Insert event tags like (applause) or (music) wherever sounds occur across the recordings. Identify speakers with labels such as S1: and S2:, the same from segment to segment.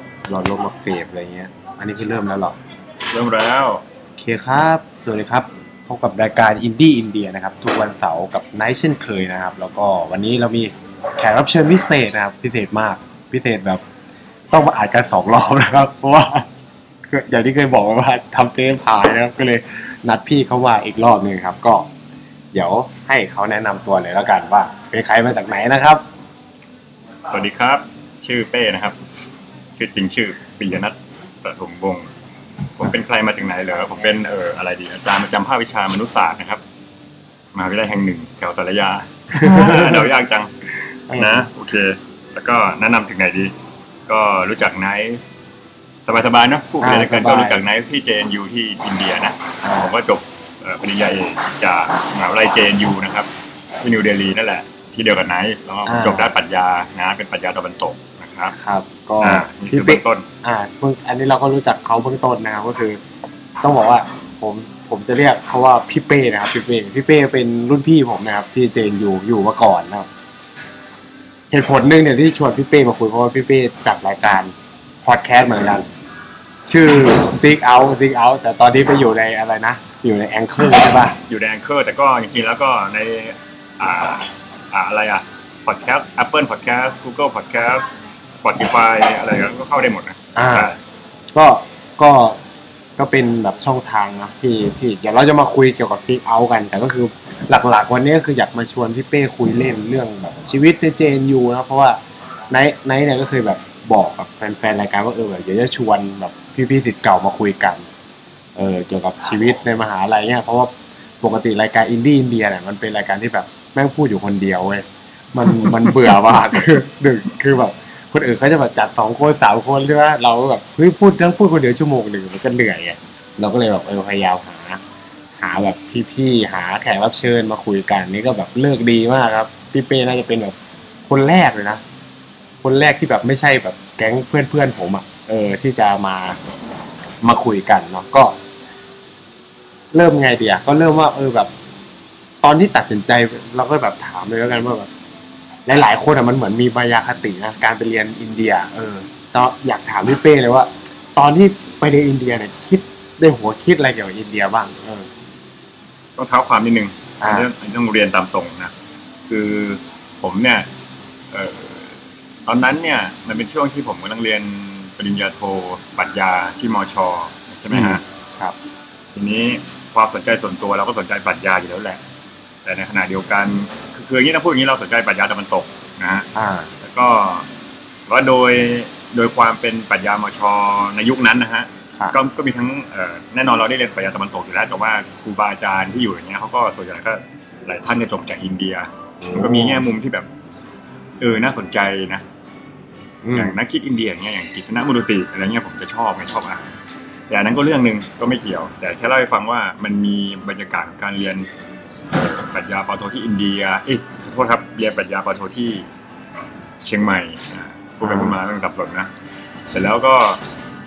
S1: เฟบอะไรเงี้ย อันนี้คือเริ่มแล้วเหรอ
S2: เริ่มแล้ว
S1: โอเคครับ สวัสดีครับ พบกับรายการอินดี้อินเดียนะครับ ทุกวันเสาร์กับไนท์เช่นเคยนะครับ แล้วก็วันนี้เรามีแขกรับเชิญพิเศษนะครับ พิเศษมาก พิเศษแบบ ต้องมาอ่านกันสองรอบนะครับ (laughs) เพราะว่า อย่างที่เคยบอกไว้ว่าทำเจ๊ผายนะครับ ก็เลยนัดพี่เขาว่าอีกรอบหนึ่งครับ ก็ เดี๋ยวให้เขาแนะนำตัวเลยแล้วกันว่าเป็นใครมาจากไหนนะครับ
S2: สวัสดีครับ ชื่อเป้นะครับ ชื่อจริงชื่อปิยนัทประถมวงศ์ผมเป็นใครมาจากไหนเหรอผมเป็นเอออะไรดีอาจารย์ประจำภาควิชามนุษยศาสตร์นะครับมหาวิทยาลัยแห่งหนึ่งแถวสารย (laughs) า เดายากจังนะ โอเค แล้วก็แนะนำถึงไหนดี ก็รู้จักไนท์สบายๆเนอะผู้เรียนด้วยกัน
S1: อ่าสบาย
S2: ก็รู้จักไนท์ที่ JNU ที่อินเดียนะ ผมก็จบเอ่อปริญญาเอกจากมหาวิทยาลัย JNU นะครับที่นิวเดลีนั่นแหละ ที่เดียวกับไนท์แล้วก็ผม
S1: อ่า
S2: จบด้านปรัชญานะเป็นปรัชญาตะวันตกนะครับ
S1: ครับ ก็
S2: อ่านี่คื
S1: พี่
S2: อ
S1: เป๊
S2: เบื้องต้น
S1: อ่าเพิ่งอันนี้เราก็รู้จักเขาเบื้องต้นนะครับ ก็คือ ต้องบอกว่าผมผมจะเรียกเขาว่าพี่เป้นะครับพี่เป้พี่เป้เป็นรุ่นพี่ผมนะครับที่เจนอยู่อยู่มาก่อนนะครับ เหตุผลหนึ่งเนี่ยที่ชวนพี่เป้มาคุยเพราะว่าพี่เป้จัดรายการพอดแคสต์เหมือนกัน ชื่อ Seek Out Seek Out แต่ตอนนี้ไปอยู่ในอะไรนะ อยู่ในแองเกิลใช่ปะ
S2: อยู่ในแองเกอร์แต่ก็จริงๆแล้วก็ในอ่าอ่าอะไรอ่ะพอดแคสต์ Apple Podcast Google Podcast Spotify อะไรก็เข้าได้หมดนะ
S1: อ่า
S2: ใช่
S1: ก็ก็ก็เป็นแบบช่องทางนะที่ที่เดี๋ยวเราจะมาคุยเกี่ยวกับฟิกเอากัน แต่ก็คือหลักๆวันนี้ก็คืออยากมาชวนพี่เป้คุยเล่นเรื่องแบบชีวิตในเจนยูนะเพราะว่าไนท์ไนท์เนี่ยก็เคยแบบบอกกับแฟนๆรายการว่าเออแบบเดี๋ยวจะชวนแบบพี่ๆสิทธิ์เก่ามาคุยกันเออเกี่ยวกับชีวิตในมหาลัยเนี่ยเพราะว่าปกติรายการอินดี้อินเดียเนี่ยมันเป็นรายการที่แบบแม่งพูดอยู่คนเดียวเว้ยมันมันเบื่อมาก (laughs) คือดึกคือแบบ คนอื่นเขาจะแบบจัดสองคนสามคนใช่ไหมเราก็แบบเฮ้ยพูดทั้งพูดคนเดียวชั่วโมงหนึ่งมันก็เหนื่อยไงเราก็เลยแบบเออพยายามหา หาแบบพี่ๆหาแขกรับเชิญมาคุยกันนี่ก็แบบเลือกดีมากครับพี่เป้น่าจะเป็นแบบคนแรกเลยนะคนแรกที่แบบไม่ใช่แบบแก๊งเพื่อนๆผมอ่ะเออ ที่จะมามาคุยกันเนาะก็ เริ่มไงดีอะก็เริ่มว่า เออแบบ ตอนที่ตัดสินใจเราก็แบบถามเลยแล้วกันว่าแบบ หลายๆ คนอ่ะมันเหมือนมีมายาคตินะการไปเรียนอินเดีย เออตอนอยากถามพี่เป้เลยว่า ตอนที่ไปเรียนอินเดียเนี่ยคิดในหัวคิดอะไรเกี่ยวกับอินเดียบ้างเออ
S2: ต้องเท้าความนิดนึง
S1: อ่า
S2: เรื่องต้องเรียนตามตรงนะ คือผมเนี่ยเอ่อตอนนั้นเนี่ยมันเป็นช่วงที่ผมกำลังเรียนปริญญาโทปรัชญาที่มอชอใช่ไหมฮะ
S1: ครับ
S2: ทีนี้ความสนใจส่วนตัวเราก็สนใจปรัชญาอยู่แล้วแหละ แต่ในขณะเดียวกันคือคืออย่างนี้นะพูดอย่างนี้เราสนใจปรัชญาตะวันตกนะฮะ
S1: อ่า
S2: แล้วก็ว่าโดยโดยความเป็นปรัชญามชในยุคนั้นนะฮะ
S1: ครับ
S2: ก็ก็มีทั้งเอ่อแน่นอนเราได้เรียนปรัชญาตะวันตกอยู่แล้วแต่ว่าครูบาอาจารย์ที่อยู่อย่างเงี้ยเขาก็ส่วนใหญ่ก็หลายท่านเนี่ยจบจากอินเดียมันก็มีแง่มุมที่แบบเออน่าสนใจนะ
S1: อืม
S2: อย่างนักคิดอินเดียอย่างเงี้ยอย่างกฤษณะมุรติอะไรเงี้ยผมจะชอบไงชอบอ่ะแต่อันนั้นก็เรื่องหนึ่งก็ไม่เกี่ยว แต่แค่เล่าให้ฟังว่ามันมีบรรยากาศของการเรียนเอ่อปรัชญาปาโทที่อินเดีย เอ๊ะขอโทษครับเรียนปรัชญาปาโทที่ เชียงใหม่อ่าพูดไปพูดมาเรื่องสับสนนะเสร็จแล้วก็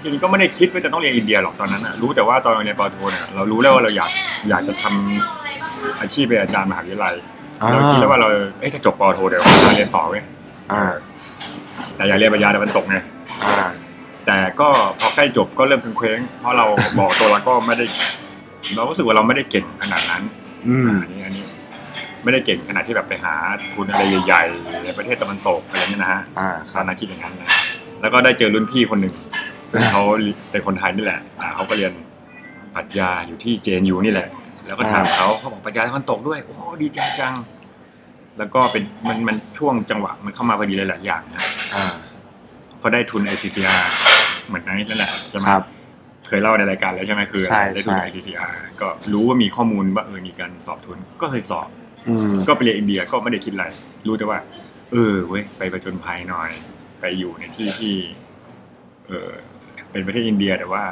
S2: จริงๆก็ไม่ได้คิดว่าจะต้องเรียนอินเดียหรอกตอนนั้นอ่ะรู้แต่ว่าตอนเราเรียนปอโทเนี่ยเรารู้แล้วว่าเราอยากอยากจะทำอาชีพเป็นอาจารย์มหาวิทยาลัยเราคิดแล้วว่าเราเอ๊ะถ้าจบปอโทเดี๋ยวเราเรียนต่อเว้ย
S1: อ่า
S2: แต่อยากเรียนปริญญาตะวันตกไง
S1: อ่า
S2: แต่ก็พอใกล้จบก็เริ่มเคว้งๆเพราะเราบอกตัวเราก็ไม่ได้ เรารู้สึกว่าเราไม่ได้เก่งขนาดนั้น
S1: อืม
S2: อันนี้อันนี้ไม่ได้เก่งขนาดที่แบบไปหาทุนอะไรใหญ่ๆในประเทศตะวันตกอะไรเงี้ยนะฮะ
S1: อ่า
S2: ตอนนั้นคิดอย่างนั้นนะแล้วก็ได้เจอรุ่นพี่คนหนึ่งซึ่งเขาเป็นคนไทยนี่แหละอ่าเขาก็เรียนปรัชญาอยู่ที่เจนยูนี่แหละ แล้วก็ถามเขาเขาบอกปรัชญาตะวันตกด้วย โอ้โหดีใจจัง แล้วก็เป็นมันมันช่วงจังหวะมันเข้ามาพอดีหลายๆอย่างนะ
S1: อ่า
S2: เขาได้ทุน ICCR เหมือนนั้นนั่นแหละใช่ไหม
S1: ครับ
S2: เคยเล่าในรายการแล้วใช่ไหมคือ
S1: ใช่
S2: ได้ทุน
S1: ใช่
S2: ICCR ก็รู้ว่ามีข้อมูลว่าเออมีการสอบทุนก็เคยสอบ
S1: อืม
S2: ก็ไปเรียนอินเดียก็ไม่ได้คิดอะไร รู้แต่ว่า เออเว้ยไปประจนภัยหน่อย ไปอยู่ในที่ที่ เออเป็นประเทศอินเดียแต่ว่า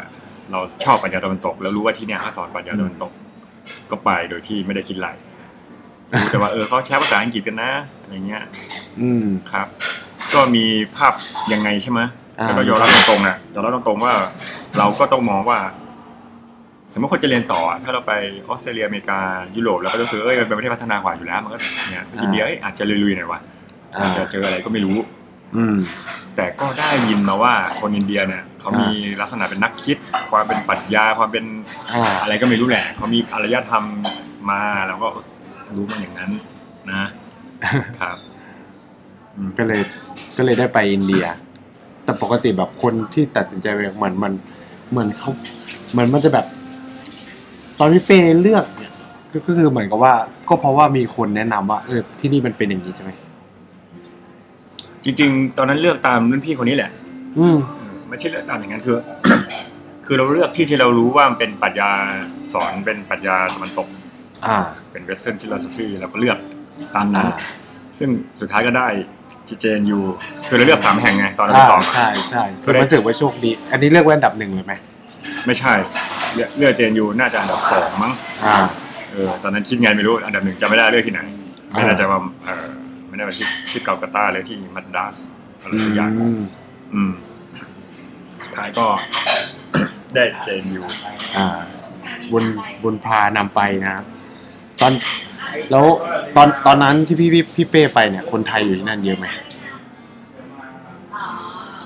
S2: เราชอบปัญญาตะวันตก แล้วรู้ว่าที่เนี่ยเขาสอนปัญญาตะวันตก ก็ไปโดยที่ไม่ได้คิดอะไรรู้แต่ว่าเออเขาใช้ภาษาอังกฤษกันนะอะไรเงี้ย
S1: อืม
S2: ครับ ก็มีภาพยังไงใช่ไหม
S1: อ่า
S2: แล้วก็ยอมรับตรงๆนะยอมรับตรงๆว่า เราก็ต้องมองว่า สมมติคนจะเรียนต่ออะถ้าเราไปออสเตรเลียอเมริกายุโรปเราก็รู้สึกเอ้ยมันเป็นประเทศพัฒนากว่าอยู่แล้ว มันก็เนี่ยอินเดียเอ้ยอาจจะลุยๆหน่อยวะ
S1: อ่า
S2: อาจจะเจออะไรก็ไม่รู้
S1: อืม
S2: แต่ก็ได้ยินมาว่าคนอินเดียเนี่ย เขามีลักษณะเป็นนักคิด ความเป็นปรัชญาความเป็น
S1: อ่า
S2: อะไรก็ไม่รู้แหละเขามีอารยธรรมมาแล้วก็รู้มาอย่างนั้นนะ
S1: (laughs)
S2: ครับอืม
S1: ก็เลยก็เลยได้ไปอินเดีย แต่ปกติแบบคนที่ตัดสินใจไปเหมือนมันเหมือนเขาเหมือนมันจะแบบ ตอนพี่เป้เลือกเนี่ยก็ก็คือเหมือนกับว่า ก็เพราะว่ามีคนแนะนำว่า เออที่นี่มันเป็นอย่างนี้ใช่ไหม
S2: จริง ๆ ตอนนั้นเลือกตามรุ่นพี่คนนี้แหละ
S1: อืม
S2: เออไม่ใช่เลือกตามอย่างนั้นคือ (coughs) คือเราเลือกที่ที่เรารู้ว่ามันเป็นปรัชญาสอนเป็นปรัชญาตะวันตก
S1: อ่า
S2: เป็นเวสเทิร์นฟิโลสฟีเราก็เลือกตามนั้น
S1: อ่า
S2: ซึ่งสุดท้ายก็ได้ที่เจนยูคือเราเลือกสามแห่งไงตอนนั้น
S1: อ่า
S2: สอง
S1: ใช่ใช่
S2: ก็
S1: คือ
S2: ได้
S1: มันถือว่าโชคดี อันนี้เลือกไว้อันดับหนึ่งเลยไหม
S2: ไม่ใช่ เลือกเลือกเจนยูน่าจะอันดับสองมั้ง
S1: อ่า
S2: เออตอนนั้นคิดไงไม่รู้อันดับหนึ่งจำไม่ได้เลือกที่ไหนไม่น่าจะว่าเออไม่ได้ว่าที่ที่เกาลกาตาเลยที่มัดดัสอะไร
S1: อื
S2: สักอย่าง
S1: ม
S2: อืมสุดท้ายก็ (coughs) ได้เจนยู
S1: อ่า บุญบุญพานำไปนะครับตอนแล้วตอนตอนนั้นที่พี่พี่พี่เป้ไปเนี่ย คนไทยอยู่ที่นั่นเยอะไหม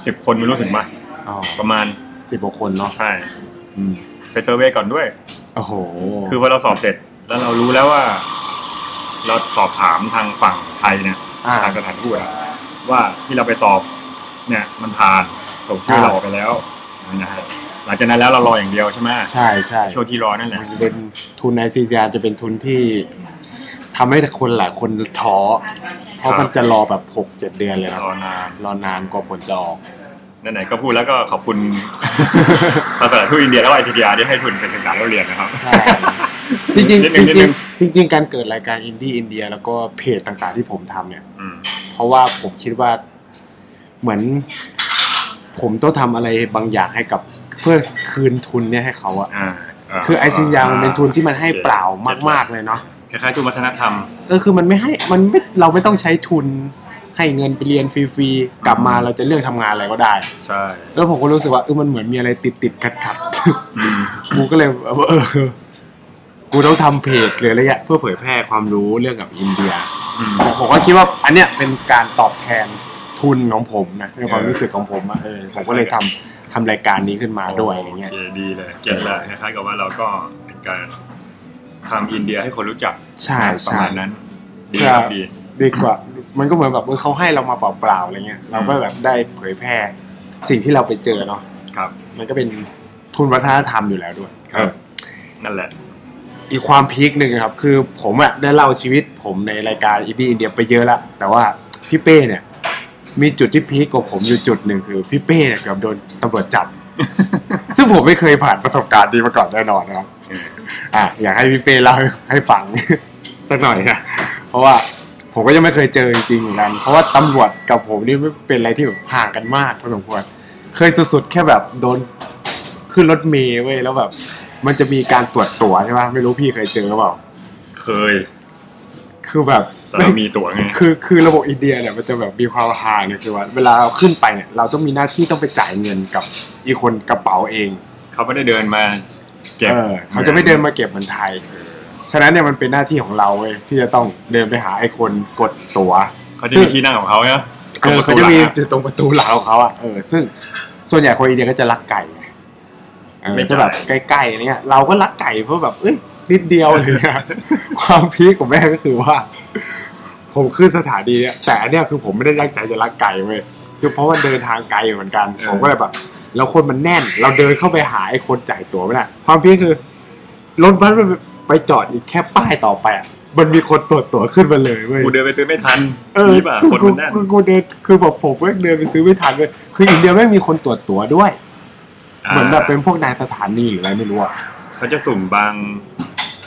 S2: สิบคนไม่รู้ถึงป่ะ
S1: อ๋อ
S2: ประมาณ
S1: สิบกว่าคนเนาะ
S2: ใช่
S1: อืม
S2: ไปเซอร์เวย์ก่อนด้วย
S1: โอ้โห
S2: คือพอเราสอบเสร็จแล้วเรารู้แล้วว่า เราสอบถามทางฝั่งไทยเนี่ย
S1: อ่า
S2: ทางสถานทูตอะว่าที่เราไปสอบเนี่ยมันผ่านส่งชื่อ
S1: อ่า
S2: เราออกไปแล้วนะฮะหลังจากนั้นแล้วเรารออย่างเดียวใช่ไหม
S1: ใช่ใช่
S2: ช่วงที่รอนั่นแหละ
S1: มันเป็นทุนไอซีซีจะเป็นทุนที่ทำให้คนหลายคนท้อเพราะมันจะรอแบบหกเจ็ดเดือนเลยนะ
S2: รอนาน
S1: รอนานกว่าผลจะออก
S2: นั่นไหนๆก็พูดแล้วก็ขอบคุณ (laughs) ภาษาทูตอินเดียแล้วไอซีดีอาร์ที่ให้ทุนเป็นการเล่าเรียนนะครับ
S1: ใช่จริงจริง
S2: นิดนึงนิดนึง
S1: จริงจริง ๆ การเกิดรายการอินดี้อินเดีย แล้วก็เพจต่างๆที่ผมทำเนี่ย
S2: อืม
S1: เพราะว่าผมคิดว่าเหมือน ผมต้องทำอะไรบางอย่างให้กับเพื่อคืนทุนเนี่ยให้เขาอะ
S2: อ่าา
S1: คือไอซียามันเป็นทุนที่มันให้เปล่ามาก ๆเลยเนาะ
S2: คล้ายๆทุนวัฒนธรรม
S1: เออคือมันไม่ให้มันไม่เราไม่ต้องใช้ทุน ให้เงินไปเรียนฟรีๆกลับมาเราจะเลือกทำงานอะไรก็ได้
S2: ใช่
S1: แล้วผมก็รู้สึกว่าเออมันเหมือนมีอะไรติดติดๆขัดขัดๆ (laughs)
S2: อืม
S1: กูก็เลยเออเออ กูต้องทำเพจหรืออะไรเงี้ยเพื่อเผยแพร่ความรู้เรื่องกับอินเดีย
S2: อืม
S1: ผมก็คิดว่าอันเนี้ยเป็นการตอบแทนทุนของผมนะในความรู้สึกของผมอะเออผมก็เลยทำทำรายการนี้ขึ้นมาด้วยอะไรเงี้ย
S2: โอเคดีเลยเก็ตละคล้ายๆกับว่าเราก็เป็นการทำอินเดียให้คนรู้จัก
S1: ใช่
S2: ประ
S1: ใช่
S2: มาณนั้น ดีครับดี
S1: ดีกว่า มันก็เหมือนแบบเออเขาให้เรามาเปล่าๆอะไรเงี้ยเราก็แบบได้เผยแพร่สิ่งที่เราไปเจอเนาะ
S2: ครับ
S1: มันก็เป็นทุนวัฒนธรรมอยู่แล้วด้วย
S2: ครับ นั่นแหละ
S1: อีกความพีคหนึ่งครับ คือผมอะได้เล่าชีวิตผมในรายการอินดี้อินเดียไปเยอะละแต่ว่าพี่เป้เนี่ย มีจุดที่พีคกว่าผมอยู่จุดหนึ่งคือพี่เป้เนี่ยเกือบโดนตำรวจ
S2: (laughs)
S1: จับ ซึ่งผมไม่เคยผ่านประสบการณ์นี้มาก่อนแน่นอนนะครับ อ่ะอยากให้พี่เป้เล่าให้ฟัง (laughs) สักหน่อยนะ เพราะว่าผมก็ยังไม่เคยเจอจริงๆเหมือนกันเพราะว่าตำรวจกับผมนี่ไม่เป็นอะไรที่แบบห่างกันมากพอสมควร เคยสุดๆแค่แบบโดนขึ้นรถเมล์เว้ยแล้วแบบ มันจะมีการตรวจตั๋วใช่ปะไม่รู้พี่เคยเจอหรือเปล่า
S2: เคย
S1: คือแบบ
S2: แต่เรามีตั๋วไง
S1: (laughs) คือคือระบบอินเดียเนี่ยมันจะแบบมีความฮาเนี่ยคือว่าเวลาเราขึ้นไปเนี่ยเราต้องมีหน้าที่ต้องไปจ่ายเงินกับอีกคนกระเป๋าเอง
S2: เขาไม่ได้เดินมาเก็บ
S1: เออเขาจะไม่เดินมาเก็บเหมือนไทย ฉะนั้นเนี่ยมันเป็นหน้าที่ของเราเว้ยที่จะต้องเดินไปหาไอ้คนกดตั๋ว
S2: เขาจะมีที่นั่งของเขาเนาะ
S1: เออเขาจะมีจุดตรงประตูหลังของเขาอ่ะเออซึ่งส่วนใหญ่คนอินเดียก็จะรักไก่ไงเออจะแบบใกล้ๆอะไรเงี้ยเราก็รักไก่เพื่อแบบเอ้ยนิดเดียวอะไร
S2: (laughs)
S1: เลยนะความพีคของแม่ก็คือว่า ผมขึ้นสถานีเนี่ยแต่อันเนี้ยคือผมไม่ได้ตั้งใจจะรักไก่เว้ยคือเพราะว่าเดินทางไกลเหมือนกัน ผมก็เลยแบบแล้วคนมันแน่น เราเดินเข้าไปหาไอ้คนจ่ายตั๋วไม่ได้ความพีคคือรถบัสมันไปจอดอีกแค่ป้ายต่อไปอะมันมีคนตรวจตั๋วขึ้นมาเลยเว้ย
S2: กูเดินไปซื้อไม่ทัน
S1: เออ
S2: นี่ป่ะคนมันแน่น
S1: กูกูเดินคือแบบผมก็เดินไปซื้อไม่ทันเลยคืออินเดียไม่งมีคนตรวจตั๋วด้วย เหมือนแบบเป็นพวกนายสถานีหรืออะไรไม่รู้อะ
S2: เขาจะสุ่มบาง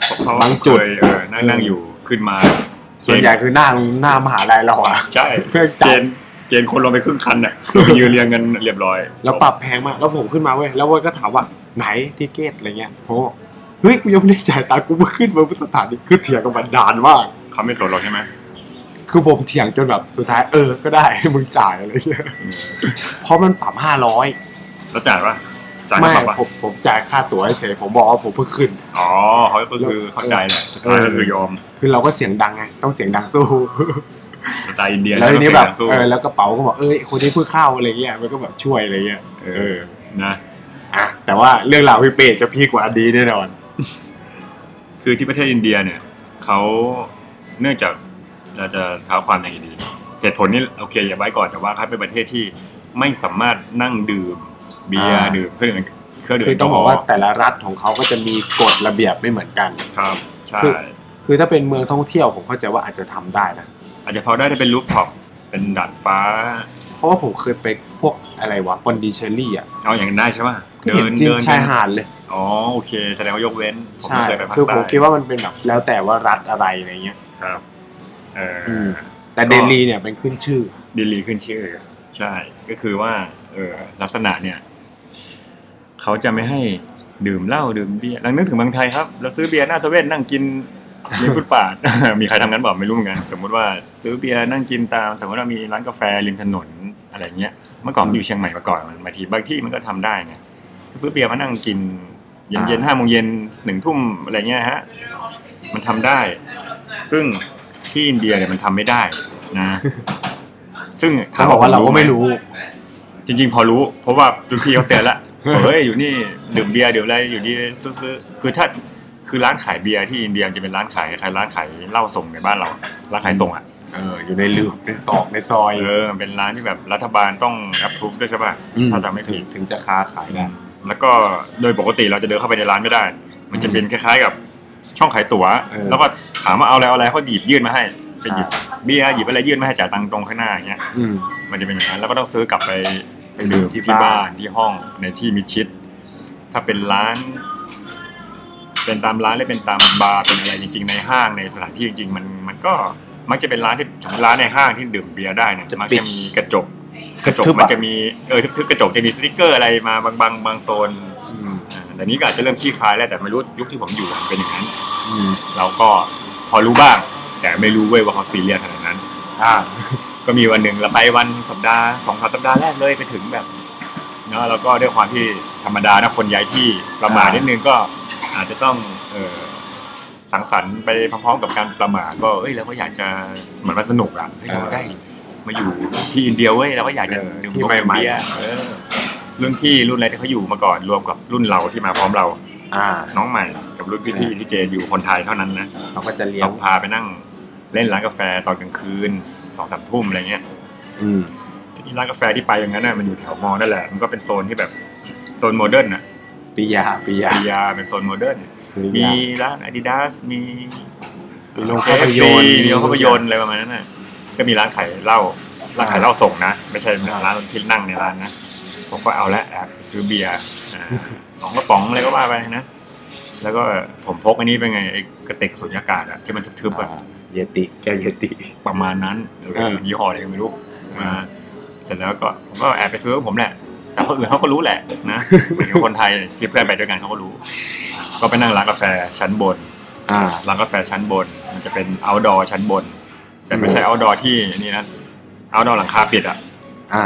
S2: เพระ
S1: บางจุด
S2: เคยเออนั่งนั่งอยู่ขึ้นมา
S1: ส่วนใหญ่คือหน้าหน้ามหาลัยเราอะ
S2: ใช่
S1: เพื่อจั
S2: เก
S1: บ
S2: ณฑ์เกณฑ์คนลงไปครึ่งคัน
S1: (laughs)
S2: น่ะไปยืนเรียงกันเรียบร้อย
S1: แล้วปรับแพงมาก แล้วผมขึ้นมาเว้ยแล้วเว้ยก็ถามว่าไหนทิเกตอะไรเงี้ยผมก็บอกเฮ้ยกูยังไม่ได้จ่ายตังค์กูเพิ่งขึ้นมาบนสถานีคือเถียงกับมันดานมาก
S2: เขาไม่สนหรอกใช่ไหม
S1: คือผมเถียงจนแบบสุดท้ายเออก็ได้ (laughs) มึงจ่ายอะไรเงี้ยเพราะมันปรับห้าร้อย
S2: แล้วจ่ายปะจ่าย
S1: ไม่
S2: เขาปรับปะ
S1: ผมผมจ่ายค่าตั๋วเฉยผมบอกว่าผมเพิ่งขึ้น
S2: อ๋อเขาก็คือเข้าใจแหละสุดท้ายก็คือยอม
S1: คือเราก็เสียงดังไงต้องเสียงดังสู้
S2: สไตล์อินเดีย
S1: แล้วทีนี้แบบ
S2: สู้
S1: เออแล้วกระเป๋าก็บอกเอ้ยคนนี้เพิ่งเข้าอะไรเงี้ยมันก็แบบช่วยอะไรเงี้ย
S2: เอ
S1: เอ
S2: อ
S1: อ
S2: นะ
S1: อ่ะแต่ว่าเรื่องราวพี่เป้จะพี่กว่าอันนี้แน่นอน
S2: คือที่ประเทศอินเดียเนี่ยเขาเนื่องจากเราจะเท้าความอย่างนี้ดีเหตุผลนี่โอเคอย่าไว้ก่อนแต่ว่าเขาเป็นประเทศที่ไม่สามารถนั่งดื่มเบียร์
S1: อ่า
S2: ดื่มเครื่องดื่มเครื่องดื่ม
S1: คือต้องบอกว่า
S2: แลฮ
S1: แต่ละรัฐของเขาก็จะมีกฎระเบียบไม่เหมือนกัน
S2: ล์ครับใช่
S1: คือ คือถ้าเป็นเมืองท่องเที่ยวผมเข้าใจว่าอาจจะทำได้นะ
S2: อาจจะพอได้ถ้าเป็นรูฟท็อปเป็นดาดฟ้า
S1: เพราะว่าผมเคยไปพวกอะไรวะกอนดิเชอรี่อ่ะ
S2: เอาอย่างนั้นได้ใช่ป่ะ
S1: ก็เห็นที่ชายหาดเลย
S2: อ๋อโอเค แสดงว่ายกเว้นผม
S1: ใช่
S2: ไม่เคยไปภาค
S1: คือ
S2: ใต้
S1: ผมคิดว่ามันเป็นแบบแล้วแต่ว่ารัฐอะไรอะไรเงี้ย
S2: ครับเอออ
S1: ม แต่
S2: ก็
S1: เดลีเนี่ยเป็นขึ้นชื่อ
S2: ดิลลีขึ้นชื่อ ใช่ก็คือว่าเออลักษณะเนี่ย เขาจะไม่ให้ดื่มเหล้าดื่มเบียร์ลังนึกถึงเมืองไทยครับ เราซื้อเบียร์หน้าเซเว่นนั่งกินริมฟุตปาด (laughs) มีใครทำงั้นบอกไม่รู้เหมือนกันสมมติว่าซื้อเบียร์นั่งกินตาม สมมติว่ามีร้านกาแฟริมถนนอะไรเงี้ยเมื่อก่อนผมอยู่เชียงใหม่มาก่อนมันบางทีบางที่มันก็ทำได้เนี่ยซื้อเบียร์มานั่งกิน เย็นเย็นห้าโมงเย็นหนึ่งทุ่มอะไรเงี้ยฮะ มันทำได้ ซึ่งที่อินเดียเนี่ยมันทำไม่ได้นะ ซึ่งถ
S1: เขาบอกว่าเราก็ไม่
S2: ห
S1: รู้
S2: จริงๆ พอรู้ เพราะว่ารุ่นพี่เขาเตือนละ เฮ้ยอยู่นี่ดื่มเบียร์เดี๋ยวอะไรอยู่นี่ซื้อๆคือถ้าคือร้านขายเบียร์ที่อินเดียมันจะเป็นร้านขายร้านขายเหล้าส่งในบ้านเราร้านขายส่งอ่ะ
S1: เออ อยู่ในลืมในตอกในซอย
S2: เออมันเป็นร้านที่แบบรัฐบาลต้องรับทุฟด้วยใช่ป่ะ
S1: อื
S2: ถ้าจำไม่
S1: ถึ
S2: ผิ
S1: ง
S2: ด
S1: ถึงจะค้าขายได้
S2: แล้วก็โดยปกติเราจะเดินเข้าไปในร้านไม่ได้ มันจะเป็นคล้ายๆกับช่องขายตั๋ว
S1: เออ
S2: แล้วก็ถามว่าเอาอะไรเอาอะไรเขาหยิบยื่นมาให้จะหยิบ
S1: ใช่
S2: เบียร์หยิบอะไรยื่นมาให้จ่ายตังค์ตรงข้างหน้าอย่างเงี้ย
S1: อืม
S2: มันจะเป็นอย่างนั้นแล้วก็ต้องซื้อกลับไป
S1: ไปดื่มที่
S2: ที่บ้า
S1: บ้าน น
S2: ที่ห้องในที่มิดชิด ถ้าเป็นร้าน เป็นตามร้านหรือเป็นตามบาร์เป็นอะไรจริง ๆ ในห้างในสถานที่จริงๆมันมันก็มักจะเป็นร้านที่สมมติร้านในห้างที่ดื่มเบียร์ได้เนี่ย
S1: จะ
S2: มัก
S1: ปิด
S2: จะมีกระจก กระจก
S1: ทึบอะ
S2: มันจะมีเออทึบๆกระจกจะมีสติกเกอร์อะไรมาบางบางบางโซน
S1: อืม
S2: อ่าแต่นี้ก็อาจจะเริ่มขี้คลายแล้วแต่ไม่รู้ยุคที่ผมอยู่มันเป็นอย่างนั้น
S1: อืม
S2: เราก็พอรู้บ้าง แต่ไม่รู้เว้ยว่าเขาซีเรียสขนาดนั้น
S1: อ่า
S2: ก็มีวันหนึ่งเราไปวันสัปดาห์สองสามสัปดาห์แรกเลยไปถึงแบบเนาะแล้วก็ด้วยความที่ธรรมดานะคนย้ายที่ประมาท
S1: อ่านิ
S2: นิดนึงก็อาจจะต้องเออสังสรรค์ไปพร้อมๆกับการประมาทก็เอ้ยเราก็อยากจะเหมือนมันสนุกอะเฮ้ยเราได้มาอยู่ที่อินเดียเว้ยเราก็อยากจะดื่ม
S1: ที่
S2: นม
S1: ใหม่
S2: เบียร์
S1: ๆเออ
S2: รุ่นพี่รุ่นอะไรที่เขาอยู่มาก่อนรวมกับรุ่นเราที่มาพร้อมเรา
S1: อ่า
S2: น้องใหม่กับรุ่นพี่ๆที่เจนอยู่คนไทยเท่านั้นนะ
S1: เขาก็จะเลี้ย
S2: เรา
S1: ง
S2: พาไปนั่งเล่นร้านกาแฟตอนกลางคืนสองสามทุ่มอะไรเงี้ย
S1: อืม
S2: ที่ร้านกาแฟที่ไปอย่างนั้นน่ะมันอยู่แถวมอนั่นแหละ มันก็เป็นโซนที่แบบโซนโมเดิร์นน่ะ
S1: ปิยาปิยา
S2: ปียาเป็นโซนโมเดิร์น
S1: ปิ
S2: มี
S1: ยา
S2: ร้านอาดิดาส มี
S1: มีโรงภาพยนตร์
S2: เอ่อ KFC มีโรงภาพยนตร์อะไรประมาณนั้นน่ะ ก็มีร้านขายเหล้า ร้านขายเหล้าส่งนะ ไม่ใช่ร้านที่นั่งในร้านนะ ผมก็เอาละแอบซื้อเบียร์อ่าสองกระป๋องอะไรก็ว่าไปนะ แล้วก็ผมพกอันนี้เป็นไงไอ้กระติกสุญญากาศอะที่มันทึบๆอะ
S1: อ่าเยติแกวเยติ
S2: ประมาณนั้นเออ
S1: เออ
S2: ยี่ห้ออะไรก็ไม่รู้
S1: เออ
S2: มาเสร็จแล้วก็ผมก็แอบไปซื้อของผมแหละ แต่คนอื่นเขาก็รู้แหละนะ เหมือนกับคนไทยที่เพื่อนไปด้วยกันเขาก็รู้ ก็ไปนั่งร้านกาแฟชั้นบน
S1: อ่า
S2: ร้านกาแฟชั้นบน มันจะเป็นเอาดอชั้นบน แต่ไม่ใช่เอาดอที่นี่นะเอาดอหลังคาปิดอะ
S1: อ่า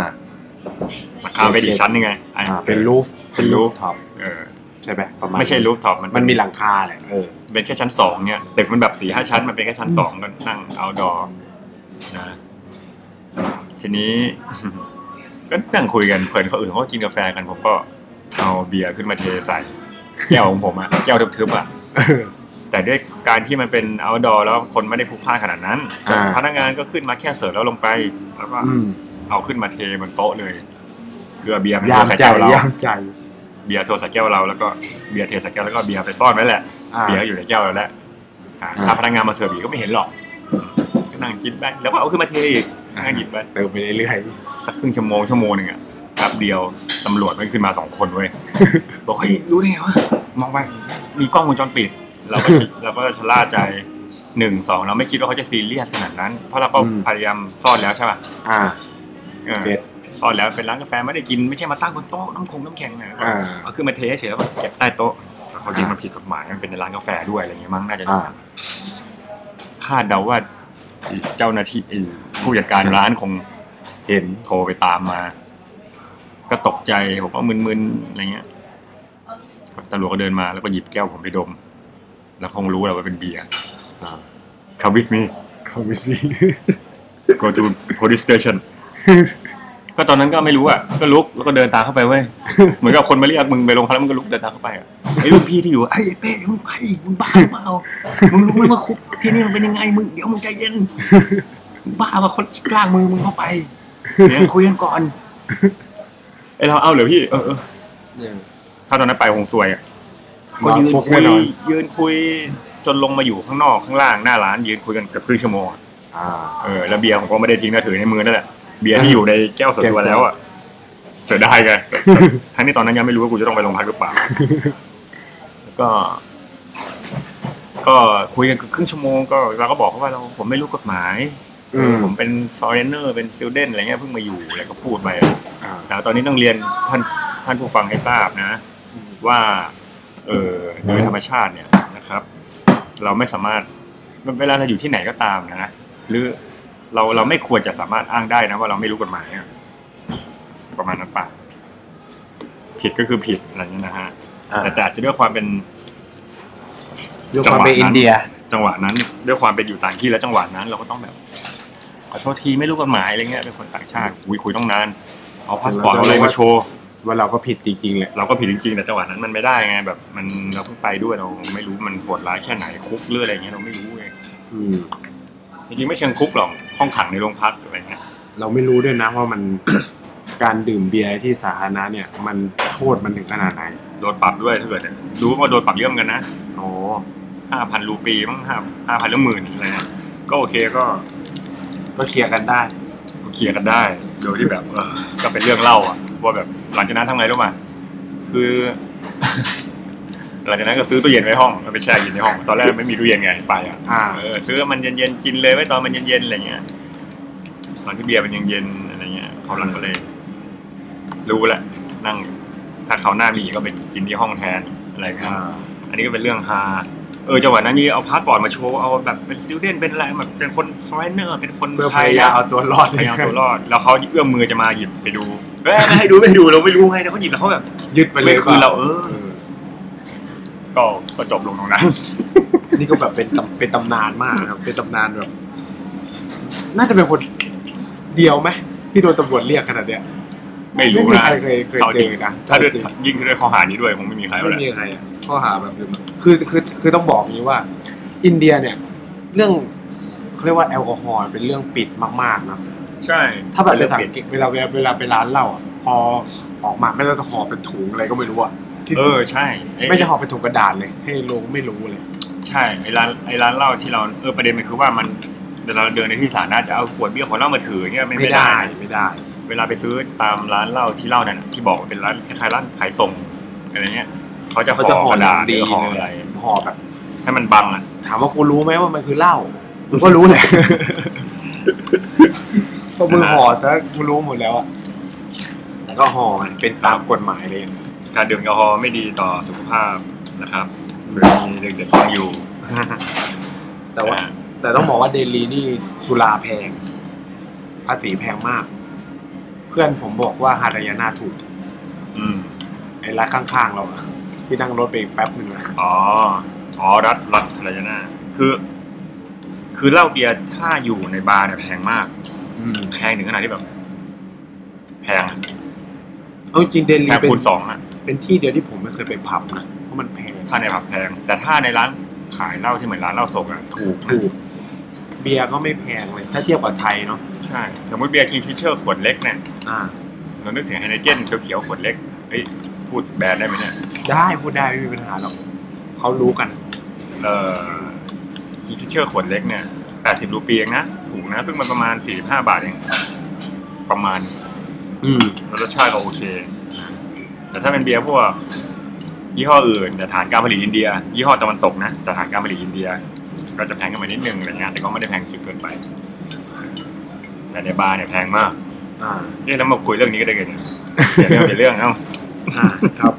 S2: หลังคาไปอีกชั้นหนึงไงไอ้
S1: อ่า เป็นรูฟ
S2: เป็นรูฟ
S1: ท็อป
S2: เออ
S1: ใช่ไหมประมาณ
S2: ไม่ใช่รูฟท็อปมัน
S1: มันมีห
S2: หลัง
S1: ลังคาแหละเออ
S2: เป็นแค่ชั้นสองเนี่ยตึกมันแบบสี่ห้าชั้นมันเป็นแค่ชั้นสองก็นั่งเอาดอนะ ทีนี้ (laughs) ก็นั่งคุยกันเพื่อนเขาอื่นเขาก็กินกาแฟกันผมก็เอาเบียร์ขึ้นมาเทใส่แก้วของผมอะแก้วทึบๆ
S1: (laughs)
S2: อะแต่ด้วยการที่มันเป็น outdoor แล้วคนไม่ได้พลุกพล่านขนาดนั้น
S1: อ่า
S2: พนักงานก็ขึ้นมาแค่เสิร์ฟแล้วลงไป แล้วก็
S1: อืม
S2: เอาขึ้นมาเทบนโต๊ะเลยคือเอาเบียร์มัน
S1: ยาม
S2: โทรใส่
S1: ใจ
S2: แก้วเรา
S1: ยามใจ
S2: เบียร์โทรใส่แก้วเราแล้วก็เบียร์เทใส่แก้วแล้วก็เบียร์ไปซ่อนไว้แหละ
S1: อ่า
S2: เบียร์ก็อยู่ในแก้วเราแล้วอ่า
S1: อ่า
S2: ถ้าพนักงานมาเสิร์ฟอีกก็ไม่เห็นหรอกนั่งกินไปแล้วก็เอาขึ้นมาเทอีกนั่งหยิบไป
S1: เติมไปเรื่อย
S2: สักครึ่งชั่วโมงชั่วโมงหนึ่งอะแป๊บเดียวตำรวจมันขึ้นมาสองคน
S1: (laughs)
S2: เว้ย บอกเฮ้ยรู้ได้ไงวะมองไปมีกล้องวงจรปิด เรา
S1: (laughs)
S2: ก็ เราก็ชะล่าใจหนึ่งสองเราไม่คิดว่าเขาจะซีเรียสขนาดนั้น เพราะเราก็พยายามซ่อนแล้วใช่ป่ะ
S1: ๆอ่า
S2: เออ
S1: เก็ต
S2: ซ่อนแล้วเป็นร้านกาแฟไม่ได้กินไม่ใช่มาตั้งบนโต๊ะน้ำคงน้ำแข็งนะ
S1: อ่า
S2: เอาขึ้นมาเทเฉยแล้วก็เก็บใต้โต๊ะแต่เขาจริงมันผิดกฎหมายมันเป็นในร้านกาแฟด้วยอะไรเงี้ยมั้งน่าจะ
S1: อ่า
S2: คาดเดาว่าเจ้าหน้าที่ผู้จัดการร้านคง
S1: เห็น
S2: โทรไปตามมา ก็ตกใจผมก็มึนๆอะไรเงี้ยตำรวจก็เดินมาแล้วก็หยิบแก้วผมไปดม แล้วคงรู้แหละว่าเป็นเบียร์
S1: อ่า
S2: คาวิทมี
S1: คอมมิช
S2: (laughs) โกจูโ police station ก็ตอนนั้นก็ไม่รู้อ่ะก็ลุกแล้วก็เดินตามเข้าไป (laughs) เว้ย เหมือนกับคนมาเรียกมึงไปโรงพักแล้วมึงก็ลุกเดินตามเข้าไปอ่ะไอ้รุ่นพี่ที่อยู่อะไอ้เป้มึงไปมึงบ้าเปล่ามึงรู้ไหมว่าคุกที่นี่มันเป็นยังไงมึงเดี๋ยวมึงใจ (laughs) เย็นมึงบ้ามาคนกลางมือมึงเข้าไปเดี๋ยวคุยกันก่อนไอ้เราเอาเหรอพี่เออเออ
S1: เนี่ย
S2: ถ้าตอนนั้นไปคงซวยอ่ะก็
S1: มา
S2: ยืน
S1: คุก
S2: คุ
S1: แน่
S2: ย
S1: นอน
S2: ยืนคุยจนลงมาอยู่ข้างนอกข้างล่างหน้าร้านยืนคุยกันเกือบครึ่งชั่วโมงอะ
S1: อ่า
S2: เออแล้วเบียร์ผมก็ไม่ได้ทิ้งนะถือในมือนั่นแหละเบียร์ที่อยู่ในแก้วส่วนตัวแล้วอ่ะเสียดายไงแต่ (laughs) ทั้งที่ตอนนั้นยังไม่รู้ว่ากูจะต้องไปโรงพักหรือเปล่าแล้วก็ ก็คุยกันครึ่งชั่วโมงก็เราก็บอกเขาว่าเราผมไม่รู้กฎหมาย
S1: อืม
S2: ผมเป็นฟอเรนเนอร์เป็นสติวเดนอะไรเงี้ยเพิ่งมาอยู่อะไรก็พูดไป
S1: อ่า
S2: แต่ตอนนี้ต้องเรียนท่านท่านผู้ฟังให้ทราบนะ ว่าเออโดยธรรมชาติเนี่ยนะครับ เราไม่สามารถเวลาเราอยู่ที่ไหนก็ตามนะ หรือเราเราไม่ควรจะสามารถอ้างได้นะ ว่าเราไม่รู้กฎหมายอะประมาณนั้นปะผิดก็คือผิดอะไรเงี้ยนะฮะ
S1: อ่า
S2: แต่แต่อาจจะด้วยความเป็น
S1: ด้วยความเป็นอินเดีย
S2: จังหวะนั้นด้วยความเป็นอยู่ต่างที่และจังหวะนั้น เราก็ต้องแบบขอโทษทีไม่รู้กฎหมายอะไรเงี้ยเป็นคนต่างชาติคุยคุยต้องนานเอาพาสปอร์ตเอาอะไรมาโชว์
S1: ว่าเราก็ผิดจริงๆแหละ
S2: เราก็ผิดจริงๆ แต่จังหวะนั้นมันไม่ได้ไงแบบมันเราเพิ่งไปด้วยเราไม่รู้มันโหดร้ายแค่ไหนคุกหรืออะไรเงี้ยเราไม่รู้ไง
S1: อืม
S2: จริงๆไม่เชิงคุกหรอกห้องขังในโรงพักอะไรเงี้ย
S1: เราไม่รู้ด้วยนะว่ามัน (coughs) การดื่มเบียร์ที่สาธารณะเนี่ย มันโทษมันถึงขนาดไหน
S2: โดนปรับด้วยถ้าเกิดเนี่ยรู้ว่าโดนปรับเยอะเหมือนกันนะ
S1: โอ้
S2: ห้าพันรูปีมั้งห้าห้าพันหรือหมื่นอะไรนะก็โอเคก็
S1: ก็เคลียร์กันได้
S2: เคลียร์กันได้โดยที่แบบเออก็เป็นเรื่องเล่าอะว่าแบบหลังจากนั้นทำไงรู้ป่ะคือ (laughs) หลังจากนั้นก็ซื้อตู้เย็นไว้ห้องแล้วไปแช่กินในห้องตอนแรกไม่มีตู้เย็นไงไปอะ
S1: อ่า
S2: เออซื้อมันเย็นๆกินเลยไว้ตอนมันเย็นๆอะไรเงี้ยตอนที่เบียร์มันยังเย็นอะไรเงี้ยเขาวหลังก็เลย รู้แหละนั่ง ถ้าเขาวหน้ามีอีกก็ไปกินที่ห้องแทนอะไรเงี้ย
S1: อ่า
S2: อันนี้ก็เป็นเรื่องฮาเออจังหวะนั้นนี่เอาพาสปอร์ตมาโชว์เอาแบบเป็นสติวเดนเป็นอะไรแบบเป็นคนฟอเรนเนอร์เป็นคน
S1: เพื่อ
S2: ไท
S1: พ
S2: ย
S1: ยายามเอาตัวรอด
S2: พยายามตัวรอด แล้วเขาเอื้อมมือจะมาหยิบไปดูเอ้ย
S1: (laughs)
S2: ไม่ให้ดูไม่ดูเราไม่รู้ไงแล้วเขาหยิบแล้วเขาแบบ
S1: ยึดไปเลย
S2: ไม่คือเราเออ
S1: เ
S2: ก็ก็จบลงตรงนั้น
S1: ออนี่ก็แบบเป็นตำเป็นตำนานมากนะครับ เป็นตำนานแบบ น่าจะเป็นคนเดียวไหมที่โดนตำรวจเรียกขนาดเนี้ย
S2: ไม่รู้
S1: มี
S2: นะ
S1: ใครเคยเคยเจอนะ
S2: ถ้าด้วย
S1: จริงๆ
S2: ยิ่งด้วยข้อหานี้ด้วยคงไม่มีใครแล้ว
S1: ไม่
S2: แหละ
S1: มีใครอะข้อหาแบบเดิมอะคือคือคือต้องบอกอย่างนี้ว่า อินเดียเนี่ย เรื่องเขาเรียกว่าแอลกอฮอล์เป็นเรื่องปิดมากๆนะ
S2: ใช่
S1: ถ้าแบบไปสังเกตเวลาเวลาเวลาไปร้านเหล้าอะพอออกมาไม่ต้องห่อเป็นถุงอะไรก็ไม่รู้อ่ะที่
S2: เออใช่ไอ้
S1: ไม่จะห่อเป็นถุงกระดาษเลย ให้ลงไม่รู้เลย
S2: ใช่ไอ้ร้านไอ้ร้านเหล้าที่เราเออประเด็นมันคือว่ามันเวลาเราเดินในที่สาธารณะจะเอาขวดเบียร์ของเหล้ามาถือเนี่ยไม่ไม่ได้
S1: ไม่ได้
S2: เวลาไปซื้อตามร้านเหล้าที่เหล้านั่นน่ะที่บอกว่าเป็นร้านคล้ายๆร้านขายส่งอะไรเงี้ยเขาจะ
S1: เขาจะ
S2: ห่
S1: ห่
S2: อ
S1: อก
S2: ระ
S1: หนั
S2: ดาง ษห
S1: ดี
S2: รือห่อ
S1: เล
S2: อะไร
S1: ยห่อแบบ
S2: ให้มันบังอ่ะ
S1: ถามว่ากูรู้ไหมว่ามันคือเหล้ากูก็รู้แห
S2: (laughs)
S1: ละ ก็มือห่อซะกูรู้หมดแล้วอ่ะแล้วก็ห่อเป็นตามกฎหมายเลย
S2: การดื่มแอลกอฮอล์ไม่ดีต่อสุขภาพนะครับหรือมีเด็กๆฟังอยู่
S1: แต่ว่า
S2: อ่ะ
S1: แต่ต้องบอกว่าเดลีนี่สุราแพง ภาษีแพงมาก เพื่อนผมบอกว่าฮารายาน่าถูก
S2: อืม
S1: ไอ้ร้านข้างๆเราอะที่นั่งรถไปอีกแป๊บหนึ่งอะ
S2: อ๋ออ๋อรัฐรัฐอะไรนะ คือ คือเหล้าเบียร์ถ้าอยู่ในบาร์เนี่ยแพงมาก แพงถึงขนาดที่แบบ แพงอะ
S1: เอาจริงเดลี
S2: แพง
S1: เป็น
S2: คูณสองอะ
S1: เป็นที่เดียวที่ผมไม่เคยไปผับนะเพราะมันแพง
S2: ถ้าในผับแพง แต่ถ้าในร้านขายเหล้าที่เหมือนร้านเหล้าส่งอะถูกนะ
S1: ถูก เบียร์ก็ไม่แพงเลย ถ้าเทียบกับไทยเนาะ
S2: ใช่สมมติเบียร์คิงฟิชเชอร์ขวดเล็กเนี่ย
S1: อ่า
S2: เรานึกถึงไฮเนเกนเขียวๆขวดเล็กเฮ้ยพูดแบรนด์ได้ไหมเนี่ย
S1: ได้พูดได้ไม่มีปัญหาหรอกเขารู้กัน
S2: เอ่อคิงฟิชเชอร์ขวดเล็กเนี่ยแปดสิบรูปีเองนะถูกนะ ซึ่งมันประมาณสี่ห้าบาทเองประมาณ
S1: อืม
S2: แล้วรสชาติก็โอเค แต่ถ้าเป็นเบียร์พวกยี่ห้ออื่นแต่ฐานการผลิตอินเดีย ยี่ห้อตะวันตกนะแต่ฐานการผลิตอินเดีย ก็จะแพงขึ้นมานิดนึงอะไรเงี้ยแต่ก็ไม่ได้แพงจนเกินไป แต่ในบาร์เนี่ยแพงมาก
S1: อ่า
S2: เนี่ยแล้วมาคุยเรื่องนี้ก็ได้ไงเนี่ยเดี๋ยวเรื่องเดี๋ยวเรื่องเอ้า
S1: อ่าครับ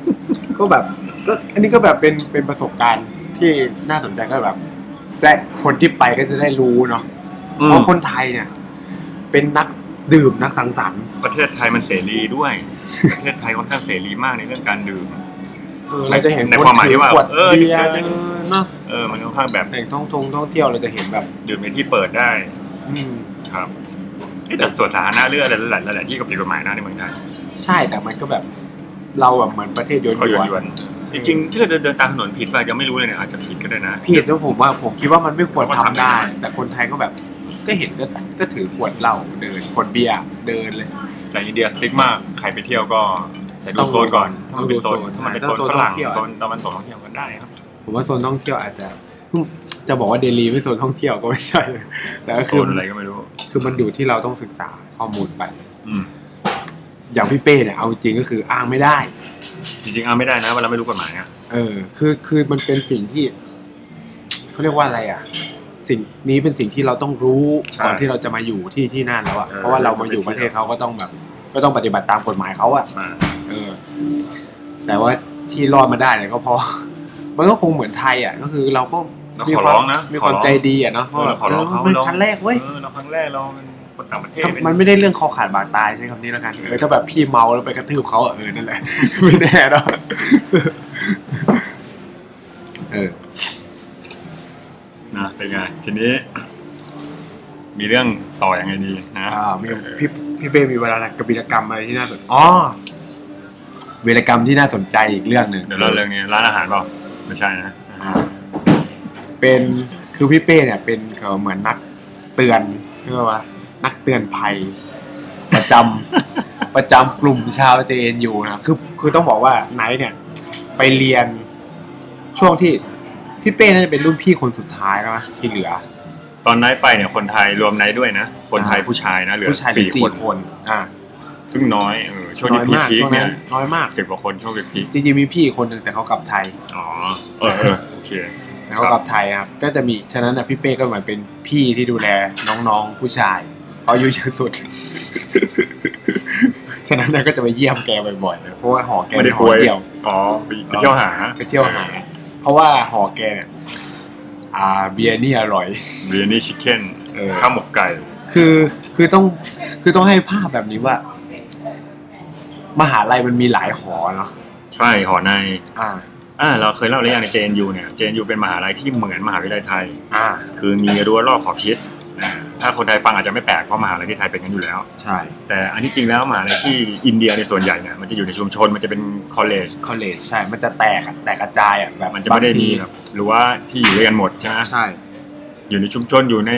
S1: ก็แบบก็อันนี้ก็แบบเป็นเป็นประสบการณ์ที่น่าสนใจก็แบบได้คนที่ไปก็จะได้รู้เนาะเพราะคนไทยเนี่ย เป็นนักดื่มนักสังสรรค์
S2: ประเทศไทยมันเสรีด้วย ประเทศไทยค่อนข้างเสรีมากในเรื่องการดื่ม
S1: เออเราจะเห็น
S2: ใน
S1: คน
S2: ความหมาย
S1: ถื
S2: ที่
S1: อ
S2: ว่า
S1: ขวด
S2: เออ
S1: เบียร์
S2: เออ
S1: เนาะ
S2: เออมันค่อนข้างแบบ
S1: แหล่งท่องทงท่องเที่ยวเราจะเห็นแบบ
S2: ดื่มในที่เปิดได้
S1: อืม
S2: ครับ เอ๊ะแต่ส่วนสาธารณะเรื่องหลายๆหลายๆที่ก็ผิดกฎหมายนะในเมืองไทย
S1: ใช่แต่มันก็แบบเราแบบเหมือนประเทศโยน
S2: เขาหยวน
S1: ๆ
S2: หยวนจริงๆถ้าเกิดเดินตามถนนผิดเราจะไม่รู้เลยเนี่ยอาจจะผิดก็ได้นะ
S1: ผิดแล้วผมว่าผมคิดว่ามันไม่ควร
S2: ว่า
S1: ทำ
S2: ทำได้
S1: ได้ แต่คนไทยก็แบบ ก็เห็นก็ก็ถือขวดเหล้าเดินขวดเบียร์เดินเลย
S2: แต่อินเดียสติ๊กมากใครไปเที่ยวก็แต่ดู
S1: ต้องดู
S2: โซนก่อน
S1: ก่อน
S2: ถ้ามันเป็นโซน
S1: ต้องดูโซน
S2: ถ้ามันเป็น
S1: ถ้า
S2: โซน
S1: โซน
S2: ฝรั่ง
S1: ท่องเที่ยว
S2: โซนตะวันตกท่องเที่ยวก็ได้ครับ
S1: ผมว่าโซนท่องเที่ยวอาจจะจะบอกว่าเดลีไม่โซนท่องเที่ยวก็ไม่ใช่ แต่ก็
S2: โซ
S1: คือน
S2: อะไรก็ไม่รู้
S1: คือมันอยู่ที่เราต้องศึกษาข้อมูลไป
S2: อืม
S1: อย่างพี่เป้เนี่ยเอาจริงก็คืออ้างไม่ได้
S2: จริงๆเอาไม่ได้นะเวลาไม่รู้กฎหมายอะ
S1: เออ คือคือมันเป็นสิ่งที่เขาเรียกว่าอะไรอ่ะ สิ่งนี้เป็นสิ่งที่เราต้องรู้ก่อนที่เราจะมาอยู่ที่ที่นั่นแล้วอ่ะเพราะว่าเรามาอยู่ประเทศเขาก็ต้องแบบ ก็ต้องปฏิบัติตามกฎหมายเขาอ่ะ
S2: อ่า
S1: เออแต่ว่าที่รอดมาได้เนี่ยก็เพราะ (laughs) มันก็คงเหมือนไทยอ่ะ ก็คือเราก็
S2: เรา
S1: มี
S2: ขอ
S1: ความ
S2: ร้องนะ
S1: มีความ
S2: ขอร้อง
S1: ใจดีอ่ะเนาะ
S2: เออเราขอร้องเขา
S1: เมัน
S2: เรา
S1: ครั้งแรกเว้ย
S2: เออเราครั้งแรกเราเป็นคนต่างประเทศ
S1: ถ้า
S2: เป็น
S1: มันไม่ได้เรื่องคอขาดบาดตายใช้คำนี้แล้วกันเออถ้าแบบพี่เมาแล้วไปกระทืบเขาอ่ะเออนั่นแหละ (laughs) ไม่แน่เนาะเออ
S2: นะเป็นไงทีนี้ มีเรื่องต่ออยังไงดีนะ
S1: อ่ามีพี่พี่เป้มีเวลาอะไรกับวีรกรรมอะไรที่น่าสนอ๋อวีรกรรมที่น่าสนใจอีกเรื่องหนึ่ง
S2: เดี๋ยวเราเรื่องนี้ร้านอาหารเปล่าไม่ใช่นะ
S1: อ่าเป็นคือพี่เป้เนี่ยเป็นเอ่อเหมือนนักเตือนเรียกว่านักเตือนภัย ประจำ
S2: (laughs)
S1: ประจำกลุ่มชาวเจนยูนะคือคือต้องบอกว่าไนท์เนี่ย ไปเรียนช่วงที่พี่เป้น่าจะเป็นรุ่นพี่คนสุดท้ายแล้วนะที่เหลือ
S2: ตอนไนท์ไปเนี่ยคนไทยรวมไนท์ด้วยนะ คนไทย
S1: อ่า
S2: ผู้ชายนะเหลือ
S1: ผู้ชายเหลือ
S2: สี่
S1: สี่
S2: คน
S1: คน อ่า
S2: ซึ่งน้อยเออช่วง
S1: น้
S2: ที่
S1: อย
S2: พี
S1: มากช่วง
S2: คๆเนี่
S1: นั้น
S2: ย
S1: น้อยมาก
S2: สิบกว่าคนช่วงพีค
S1: จริงๆมีพี่อีกคนหนึ่งแต่เขากลับไทย
S2: ๆอ๋อเออเออโอเค
S1: แล้วก็กลับไทยครับ ก็จะมี ฉะนั้นนะพี่เป้ก็เหมือนเป็นพี่ที่ดูแลน้องๆผู้ชายเพราะอายุเยอะสุด (laughs) ฉะนั้นนะก็จะไปเยี่ยมแกบ่อยๆนะเพราะว่าหอแก
S2: ไม่ได้
S1: เป็นห
S2: ป่
S1: อ
S2: วย
S1: เดี่ยว
S2: อ๋อไปไปเที่ยวหา
S1: ไปเที่ยวหา เพราะว่าหอแกเนี่ย อ่าเบียร์นี่อร่อย
S2: เรียนนี่ชิคเก้น
S1: เออ
S2: ข้าวหมกไก่
S1: คือคือต้องคือต้องให้ภาพแบบนี้ว่า มหาลัยมันมีหลายหอเนาะ
S2: ใช่หอใน
S1: อ่า
S2: อ่าเราเคยเล่าเรื่องใน JNU เนี่ย JNU เป็นมหาลัยที่เหมือนมหาวิทยาลัยไทย
S1: อ่า
S2: คือมีรั้วรอบขอบชิดนะถ้าคนไทยฟังอาจจะไม่แปลกเพราะมหาลัยที่ไทยเป็นกันอยู่แล้ว
S1: ใช่
S2: แต่อันที่จริงแล้วมหาลัยที่อินเดียในส่วนใหญ่เนี่ยมันจะอยู่ในชุมชนมันจะเป็นคอลเลจ
S1: คอลเลจใช่ มันจะแตกอะแตกกระจายอ่ะแบบ
S2: มันจะไม่ได้มีแบบ
S1: าง
S2: หรือว่าที่อยู่ด้วยกันหมดใช่ไหม
S1: ทีใช่
S2: อยู่ในชุมชนอยู่ใน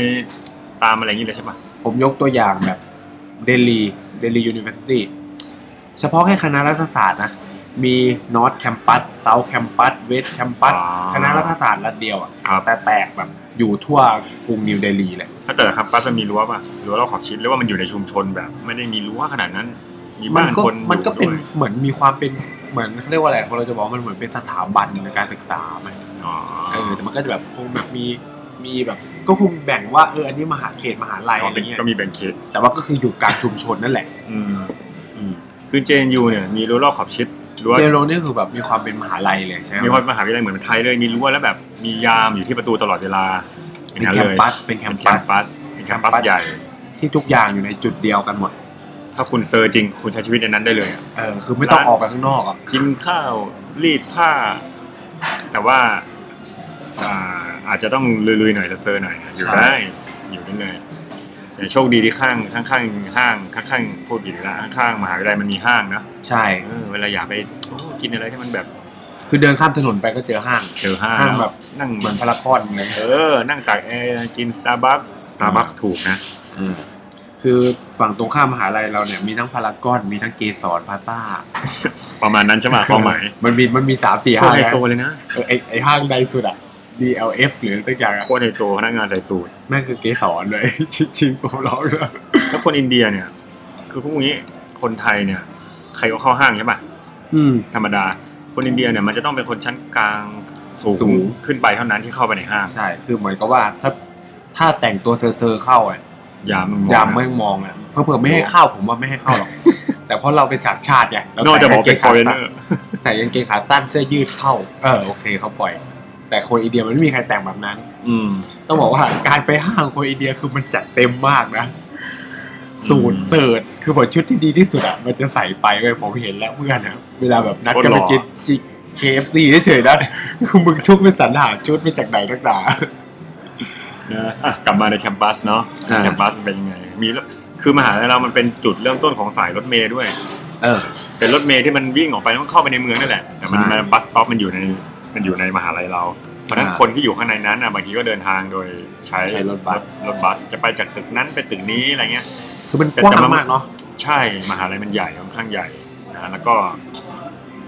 S2: ตามอะไรอย่างนี้เลยใช่ปะ
S1: ผมยกตัวอย่างแบบเดลีเดลียูนิเวอร์ซิตี้เฉพาะแค่คณะรัฐศาสตร์นะ มีนอ r t แคมปัสเ o า t h แคมปัสเวสแคมปัส
S2: อ๋อ
S1: คณะรัฐศาสตร์รัฐเดียวอ่ะ
S2: ครับ
S1: แต่แตกแบบอยู่ทั่วกรุงนิวเดลีเลย
S2: ถ้าแต่ละครับปัสมันมีรั้วป่ะรั้วรอบขอบชิดหรือว่ามันอยู่ในชุมชนแบบ ไม่ได้มีรั้วขนาดนั้น มี
S1: มั
S2: บ้าน
S1: ก็
S2: คนอยู่
S1: มันก็เป็น
S2: ด้วย
S1: เหมือนมีความเป็นเหมือนเขาเรียกว่าอะไรพอเราจะบอกว่ามันเหมือนเป็นสถาบันในการศึกษาไหม
S2: อ๋อ
S1: เออแต่มันก็จะแบบคงแบบมีมีแบบ ก็คงแบ่งว่าเอออันนี้มหาเขตมหาลัย
S2: ก็
S1: อะไร
S2: เป็น
S1: เงี้ย
S2: ก็มีแบ่งเขต
S1: แต่ว่าก็คืออยู่กลางชุมชนนั่นแหละ
S2: อืม
S1: อืม
S2: คือเจนยูเนี่ยมีรั้วรอบขอบชิดรั้ว
S1: เจโรนี่คือแบบมีความเป็นมหาลัยเลยใช่ไหม
S2: มีความมหาวิทยาลัยเหมือนไทยเลยมีรั้วแล้วแบบมียามอยู่ที่ประตูตลอดเวลา
S1: เป็นแคมปัส
S2: เป็นแคม
S1: เป็นแค
S2: ปั
S1: ม
S2: ส
S1: ปัส
S2: เป็นแคมปัสใหญ่
S1: ที่ทุกอย่างอยู่ในจุดเดียวกันหมด
S2: ถ้าคุณเซอร์จริง คุณใช้ชีวิตในนั้นได้เลยอะ
S1: เออคือไม่ต้องออกไปข้างนอกอ่ะ
S2: กินข้าวรีดผ้า แต่ว่าอ่าอาจจะต้องลุยๆหน่อยจะเซอร์หน่อยอยู่
S1: ใช่
S2: ได้อยู่ได้เลยแต่โชคดีที่ข้างข้างๆห้างข้างๆพูดผิดอีกแล้วข้างๆมหาวิทยาลัยมันมีห้างนะ
S1: ใช่
S2: เออเวลาอยากไปโอ้กินอะไรที่มันแบบ
S1: คือเดินข้ามถนนไปก็เจอห้าง
S2: เจอห้าง
S1: ห้างแบบ
S2: นั่ง
S1: เหมือนพารากอนเลย
S2: เออ นั่งตากแอร์กินสตาร์บัคส์สตาร์บัคส์ถูกนะ
S1: คือฝั่งตรงข้ามมหาลัยเราเนี่ยมีทั้งพารากอนมีทั้งเกสรพลาซ่า
S2: ประมาณนั้นใช่ไหม
S1: (laughs)
S2: เป้าหมาย
S1: มันมีมันมีสามสี่
S2: โค
S1: ห้าง
S2: ตรไฮ
S1: นะ
S2: โซเลยนะ
S1: เออไอไอห้างใดสุดอ่ะ DLF หรือสักอย่างอะ
S2: โคตรไฮโซพนักงานใส่สูท
S1: แม่งคือเกสรเลย (laughs) ชิงชิงผมร้องเลย
S2: แล้วคนอินเดียเนี่ย คือพวกนี้คนไทยเนี่ย ใครก็เข้าห้างใช่ป่ะ
S1: อืม
S2: ธรรมดา คนอินเดียเนี่ยมันจะต้องเป็นคนชั้นกลาง
S1: สู
S2: สูง
S1: ง
S2: ขึ้นไปเท่านั้นที่เข้าไปในห้าง
S1: ใช่คือเหมือนกับว่าถ้าถ้าแต่งตัวเซอร์เซอร์เข้าอ่ะ
S2: อย่ามึงมอง
S1: ยาม
S2: นะ
S1: ไม่มองอ่ะเพื่อๆไม่ให้เข้าผมว่าไม่ให้เข้า
S2: (laughs)
S1: หรอก แต่เพราะเราเป็นจากชาติไงเรา
S2: นอก
S1: ใส่
S2: จากบอกเป็
S1: ง
S2: นฟอเรนเน
S1: สั้
S2: อร์
S1: ใส่กางเกงขาสั้นเสื้อยืดเข้าเออโอเคเขาปล่อย แต่คนอินเดียมันไม่มีใครแต่งแบบนั้น
S2: อืม
S1: ต้องบอกว่าการไปห้างคนอินเดียคือมันจัดเต็มมากนะสูตร
S2: อืม
S1: เจิดคือผมชุดที่ดีที่สุดอ่ะมันจะใส่ไปเลยผมเห็นแล้วเพื่อนนะเวลาแบบนัดกันไป
S2: โคตรหล่อ
S1: กินชิเคเอฟซีเฉยๆนะคือมึงชุดเป็นสรรหาชุดมาจากไหนนักหนา
S2: นะอ่ะกลับมาในแคมปัสเนาะ
S1: อ่า
S2: แคมปัสเป็นยังไง มี คือมหาลัยเรามันเป็นจุดเริ่มต้นของสายรถเมย์ด้วย
S1: เออ
S2: เป็นรถเมย์ที่มันวิ่งออกไปแล้วมันเข้าไปในเมืองนั่นแหละแต่มัน
S1: ใช่
S2: มันบัสสต็อปมันอยู่ในมันอยู่ในมหาลัยเรา เพราะฉะนั้น
S1: อ่า
S2: คนที่อยู่ข้างในนั้นอ่ะบางทีก็เดินทางโดยใช้
S1: ใช้รถบัส
S2: รถบัสจะไปจากตึกนั้นไปตึกนี้อะไรเงี้ย
S1: คือมันกว้างมากเนาะ
S2: ใช่มหาลัยมันใหญ่ค่อนข้างใหญ่นะแล้วก็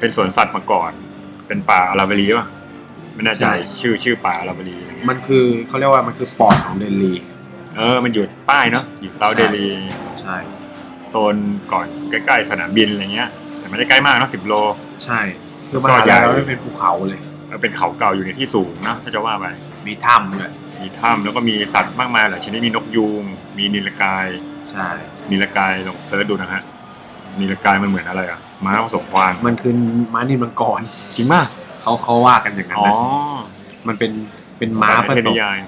S2: เป็นสวนสัตว์มาก่อน เป็นป่าอาราเบรีป่ะไม่แน่ใจ
S1: ใช่
S2: ชื่อชื่อป่าอาราเบรีอะไรเงี้ย
S1: มันคือเขาเรียกว่ามันคือปอดของเดลี
S2: เออมันอยู่ใต้เนาะอยู่เซาท์
S1: ใช่
S2: เดลี
S1: ใช่
S2: โซนก่อนใกล้ๆสนามบินอะไรเงี้ย แต่ไม่ได้ใกล้มากเนอะสิบโล
S1: ใช่คือมหา
S2: ก็ใหญ่
S1: ลัยเราไม่เป็นภูเขาเลย
S2: มันเป็นเขาเก่าอยู่ในที่สูงเนอะถ้าจะว่าไป
S1: มีถ้ำด้วย
S2: มีถ้ำแล้วก็มีสัตว์มากมายหลายชนิดมีนกยูงมีนิลกาย
S1: ใช่
S2: นิลกายลองเซิร์ชดูนะฮะนิลกายมันเหมือนอะไรอะม้าผสมควาง
S1: มันคือม้านินมังกร
S2: จริงป่ะ
S1: เขาเขาว่ากันอย่างนั้น
S2: อ๋อ
S1: นะมันเป็นเป็นม้าผ
S2: เป็
S1: ส
S2: นนิ
S1: ม
S2: ยาย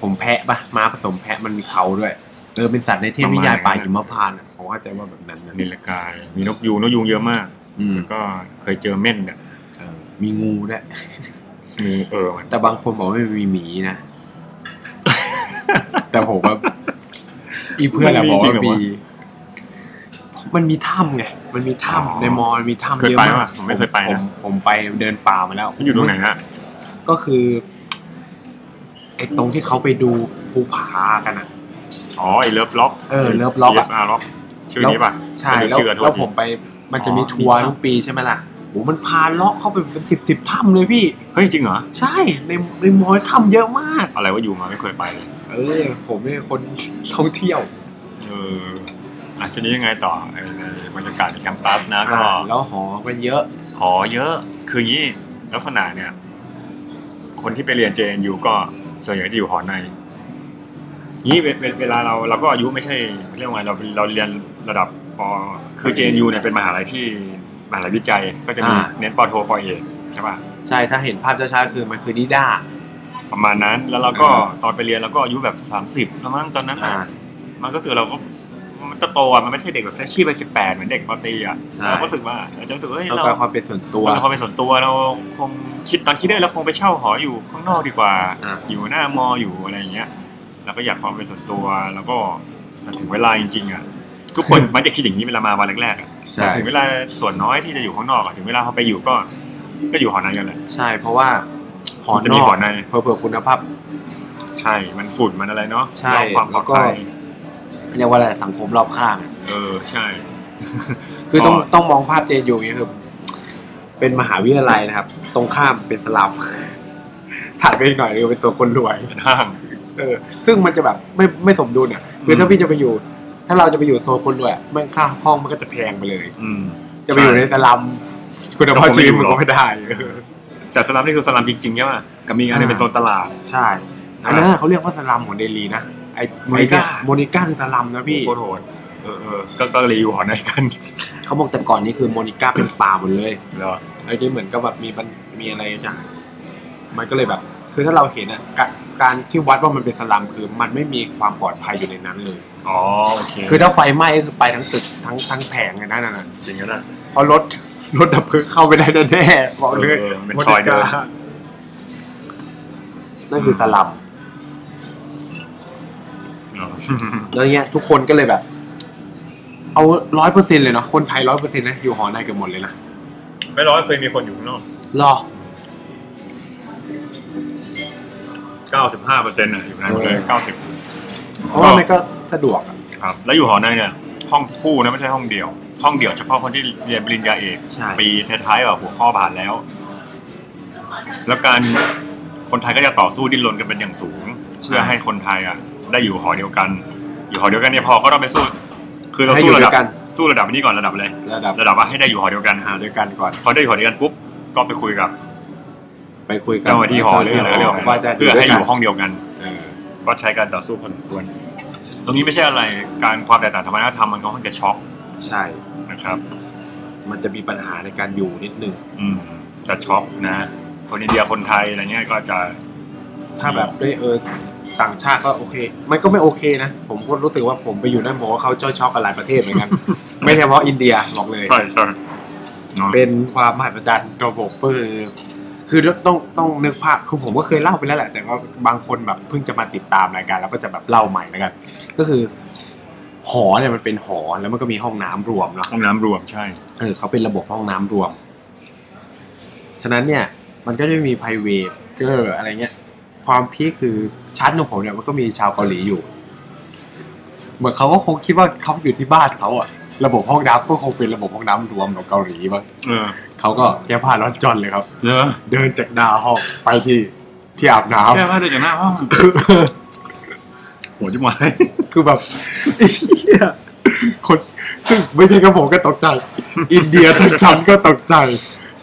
S1: ผมแพะปะม้าผสมแพะมันมีเขาด้วยเออเป็นสัตว์ในเทพนิยาย
S2: ประมาณนั้น
S1: ป่าหิมพานต์อะผมเข้าใจว่าแบบนั้นนะ
S2: นิลกาย มีนกยูงนกยูงเยอะมาก
S1: อืม
S2: ก็เคยเจอเม่นเนี่ย
S1: เออมีงูด้วย
S2: งูเออมัน
S1: แต่บางคนบอกว่าไม่มีหมีนะ
S2: (laughs)
S1: แต่ผมว่าอีเพื่อนอะบอกว่ามีมันมีถ้ำไงมันมีถ้ำในมอมีถ้ำ
S2: เคย
S1: เยอะ
S2: ไป
S1: มา
S2: ป่ะ
S1: ก
S2: ผมไม่เคยไป
S1: ผม
S2: นะ
S1: ผมไปเดินป่ามาแล้ว
S2: มันอยู่ตรงไหนฮะ
S1: ก็คือไอ้ตรงที่เขาไปดูภูผากันอ่ะ
S2: อ๋อไอเลิฟล็อก
S1: เออ Love Lock อะ
S2: อาร์ล็อกชื่อนี้ป่ะ
S1: ใช่
S2: ไม่
S1: แล้ว
S2: รู้ชื่ออะโทษ
S1: แล้ว
S2: ที
S1: ผมไปมันจะ
S2: อ๋อ
S1: มีทัวร์
S2: มีถ้ำ
S1: ทุกปีใช่ไหมล่ะโอ้มันพาเลาะเข้าไปเป็นสิบสิบถ้ำเลยพี่
S2: เฮ้ยจริงเหรอ
S1: ใช่ในในมอยถ้ำเยอะมาก
S2: อะไรว่าอยู่มาไม่เคยไปเลย
S1: เออ ผมเป็นคนท่องเที่ยว
S2: เอออ่ะทีนี้ยังไงต่อไอ้ในบรรยากาศในแคมปัสนะก็
S1: อ่าแล้วหอก็เยอะ
S2: หอเยอะ คืออย่างนี้ลักษณะเนี่ย คนที่ไปเรียน JNU ก็ส่วนใหญ่ก็จะอยู่หอในนี้เวเวเวลาเราเราก็อายุไม่ใช่เรียกว่าไงเราเราเรียนระดับปคือ JNU เนี่ยเป็นมหาลัยที่มหาลัยวิจัย ก็จะมี
S1: อ่า
S2: เน้นปอโทปอเอกใช่ป่ะ
S1: ใช่ถ้าเห็นภาพช้าๆคือมันคือนิด้า
S2: ประมาณนั้นแล้วเราก็
S1: อ่า
S2: ตอนไปเรียนเราก็อายุแบบ 30แล้วมั้งตอนนั้น
S1: อ่า
S2: น่ะมันก็รู้สึกเราก็มันโตๆอ่ะมันไม่ใช่เด็กแบบแฟชชี่ไปสิบแปดเหมือนเด็กปอตรีอ่ะ
S1: ใช่
S2: เราก็รู้สึกว่าเราจะรู้สึกว่าเฮ้ย
S1: แล้ว
S2: เรา
S1: ก็ความเป็นส่วนตัว
S2: เราพอเป็นส่วนตัวเราคงคิดตอนคิดได้เราคงไปเช่าหออยู่ข้างนอกดีกว่า
S1: อ่ะ
S2: อยู่หน้ามออยู่อะไรอย่างเงี้ยเราก็อยากความเป็นส่วนตัวแล้วก็มันถึงเวลาจริงๆอ่ะทุกคน มันจะคิดอย่างนี้เวลามาวันแรกๆอ่ะ
S1: ใช่
S2: ถึงเวลาส่วนน้อยที่จะอยู่ข้างนอกอ่ะถึงเวลาพอไปอยู่ก็ ก็อยู่หอในกันแหละ
S1: ใช่เพราะว่าหอ
S2: มันจะ
S1: น
S2: มี
S1: อ
S2: ห
S1: ก
S2: อใน
S1: เพอเพอคุณภาพ
S2: ใช่มันฝุ่นมันอะไรเนาะ
S1: ใช่
S2: เราความปลอด
S1: แล้วก็
S2: ภัย
S1: เรียกว่าอะไรสังคมรอบข้าง
S2: เออใช่
S1: คือต้อง
S2: อ๋อ
S1: ต้องมองภาพเจนอยู่อย่างเงี้ยคือเป็นมหาวิทยาลัยนะครับ ตรงข้ามเป็นสลัม (laughs) ถัดไปอีกหน่อยคือเป็นตัวคนรวย
S2: เป็นห้าง
S1: เออ ซึ่งมันจะแบบไม่ไม่สมดุลอ่ะคือ
S2: อืม
S1: ถ้าพี่จะไปอยู่ ถ้าเราจะไปอยู่โซนคนรวยอะแมันค่าห้องมันก็จะแพงไปเลย
S2: อืม
S1: จะไปอยู่ในสลัมคุณภาพชีวิตมัน
S2: ก็คงไม่อยู่หรอก
S1: ก็ไม่ได้ (laughs) เออ
S2: แต่สลัมนี่คือสลัมจริงๆใช่ป่ะกับมีอันหนึงเป็นโซนตลาด
S1: ใช่อันนั้นอะเขาเรียกว่าสลัมของเดลีนะไอ้
S2: โมนิ
S1: ไอ้
S2: ก้า
S1: เนี่ยโมนิก้าคือสลัมนะพี่
S2: โคตรโหดเออเออก็ก็เลยอยู่หอในกัน
S1: เขาบอกแต่ก่อนนี่คือโมนิก้าเป็นป่าหมดเลย
S2: เหรอ
S1: ไอ้นี่เหมือนก็แบบมีมันมีอะไรอย่าง มันก็เลยแบบ คือถ้าเราเห็นอ่ะกะการที่วัดว่ามันเป็นสลัมคือ มันไม่มีความปลอดภัยอยู่ในนั้นเลย
S2: อ๋อโอเค
S1: คือถ้าไฟไหม้ก็คือไปทั้งตึกทั้งทั้งแผงเลยนะนั่นน่ะ
S2: จริงก็นะ
S1: เพราะรถรถดับเพลิงเข้าไปได้แน่ๆบอกเลย
S2: เออเป็นซอยเดิน
S1: ว่าจะนั่นคือสลัม
S2: อ๋อ
S1: แล้วเนี้ยทุกคนก็เลยแบบ เอาร้อยเปอร์เซ็นเลยเนาะคนไทยร้อยเปอร์เซ็นต์นะอยู่หอในเกันหมดเลยนะ
S2: ไม่ร้อยเคยมีคนอยู่ข้างนอก
S1: รอ
S2: 95เปอร์เซ็นต์อ่ะอยู่ในหมดเลย90
S1: เพราะว่ามันก็สะดวกอะ
S2: ครับ แล้วอยู่หอในเนี่ย ห้องคู่นะไม่ใช่ห้องเดียว ห้องเดียวเฉพาะคนที่เรียนปริญญาเอก
S1: ใช่
S2: ปีท้ายๆแบบหัวข้อผ่านแล้ว แล้วการคนไทยก็จะต่อสู้ดิ้นรนกันเป็นอย่างสูง
S1: ใช่
S2: เพื่อให้คนไทยอ่ะ ได้อยู่หอเดียวกัน อยู่หอเดียวกันเนี่ยพอก็ต้องไปสู้ คือเรา
S1: ให้อยู่
S2: สู้ระดับ
S1: ด้วยกัน
S2: สู้ระดับนี้ก่อนระดับเลย
S1: ระดับ
S2: ระดับว่าให้ได้อยู่หอเดียวกัน
S1: หาด้วยกันก่อน
S2: พอได้อยู่หอเดียวกันปุ๊บก็ไปคุยกับ
S1: ไปคุยกับ
S2: เจ้าหน้าที่หอหรืออะไรก็เรียก
S1: ว่าจะ
S2: เพื่อให้อยู่ห้
S1: อง
S2: องเดียวกัน ก็ใช้การต่อสู้พอสมควรตรงนี้ไม่ใช่อะไรการความแตกต่างทางวัฒนธรรมมันก็ค่อนจะช็อก
S1: ใช่
S2: นะครับ
S1: มันจะมีปัญหาในการอยู่นิดนึง
S2: อืมจะช็อกนะ คนอินเดียคนไทยอะไรเงี้ยก็จะ
S1: ถ้าแบบได้เออต่างชาติก็โอเค มันก็ไม่โอเคนะ ผมก็รู้สึกว่าผมไปอยู่นั่นผมว่าเขาเจ้าชอบกันหลายประเทศเหมือนกัน
S2: (laughs)
S1: ไม่เฉพาะอินเดียบอกเลย
S2: ใช่ใช่เนอะ
S1: เป็นความมหัศจรรย์ระบบก็คือคือต้องต้องนึกภาพคือผมก็เคยเล่าไปแล้วแหละ แต่ว่าบางคนแบบเพิ่งจะมาติดตามรายการ แล้วก็จะแบบเล่าใหม่แล้วกัน ก็คือ หอเนี่ยมันเป็นหอแล้วมันก็มีห้องน้ำรวมเนาะ
S2: ห้องน้ำรวมใช่
S1: เออเขาเป็นระบบห้องน้ำรวม ฉะนั้นเนี่ย มันก็จะมี p r i v a t เกอร์อะไรเงี้ย ความพีคคือชั้นของผมเนี่ยมันก็มีชาวเกาหลีอยู่ เหมือนเขาก็คงคิดว่าเขาอยู่ที่บ้านเขาอะระบบห้องน้ำก็คงเป็นระบบห้องน้ำรวมของเกาหลีบ้าง
S2: เออ
S1: เขาก็แก้ผ้าร้อนจอนเลยครับ
S2: เนอะ
S1: เดินจากหน้าห้องไปที่ที่อาบน้ำ
S2: แค่ว่าเดินจากหน้าห้องโหัวจังหวะ
S1: คือแบบ (laughs) เหี้ยคนซึ่งไม่ใช่กระผมก็ตกใจ อินเดียทั้งชั้นก็ตกใจ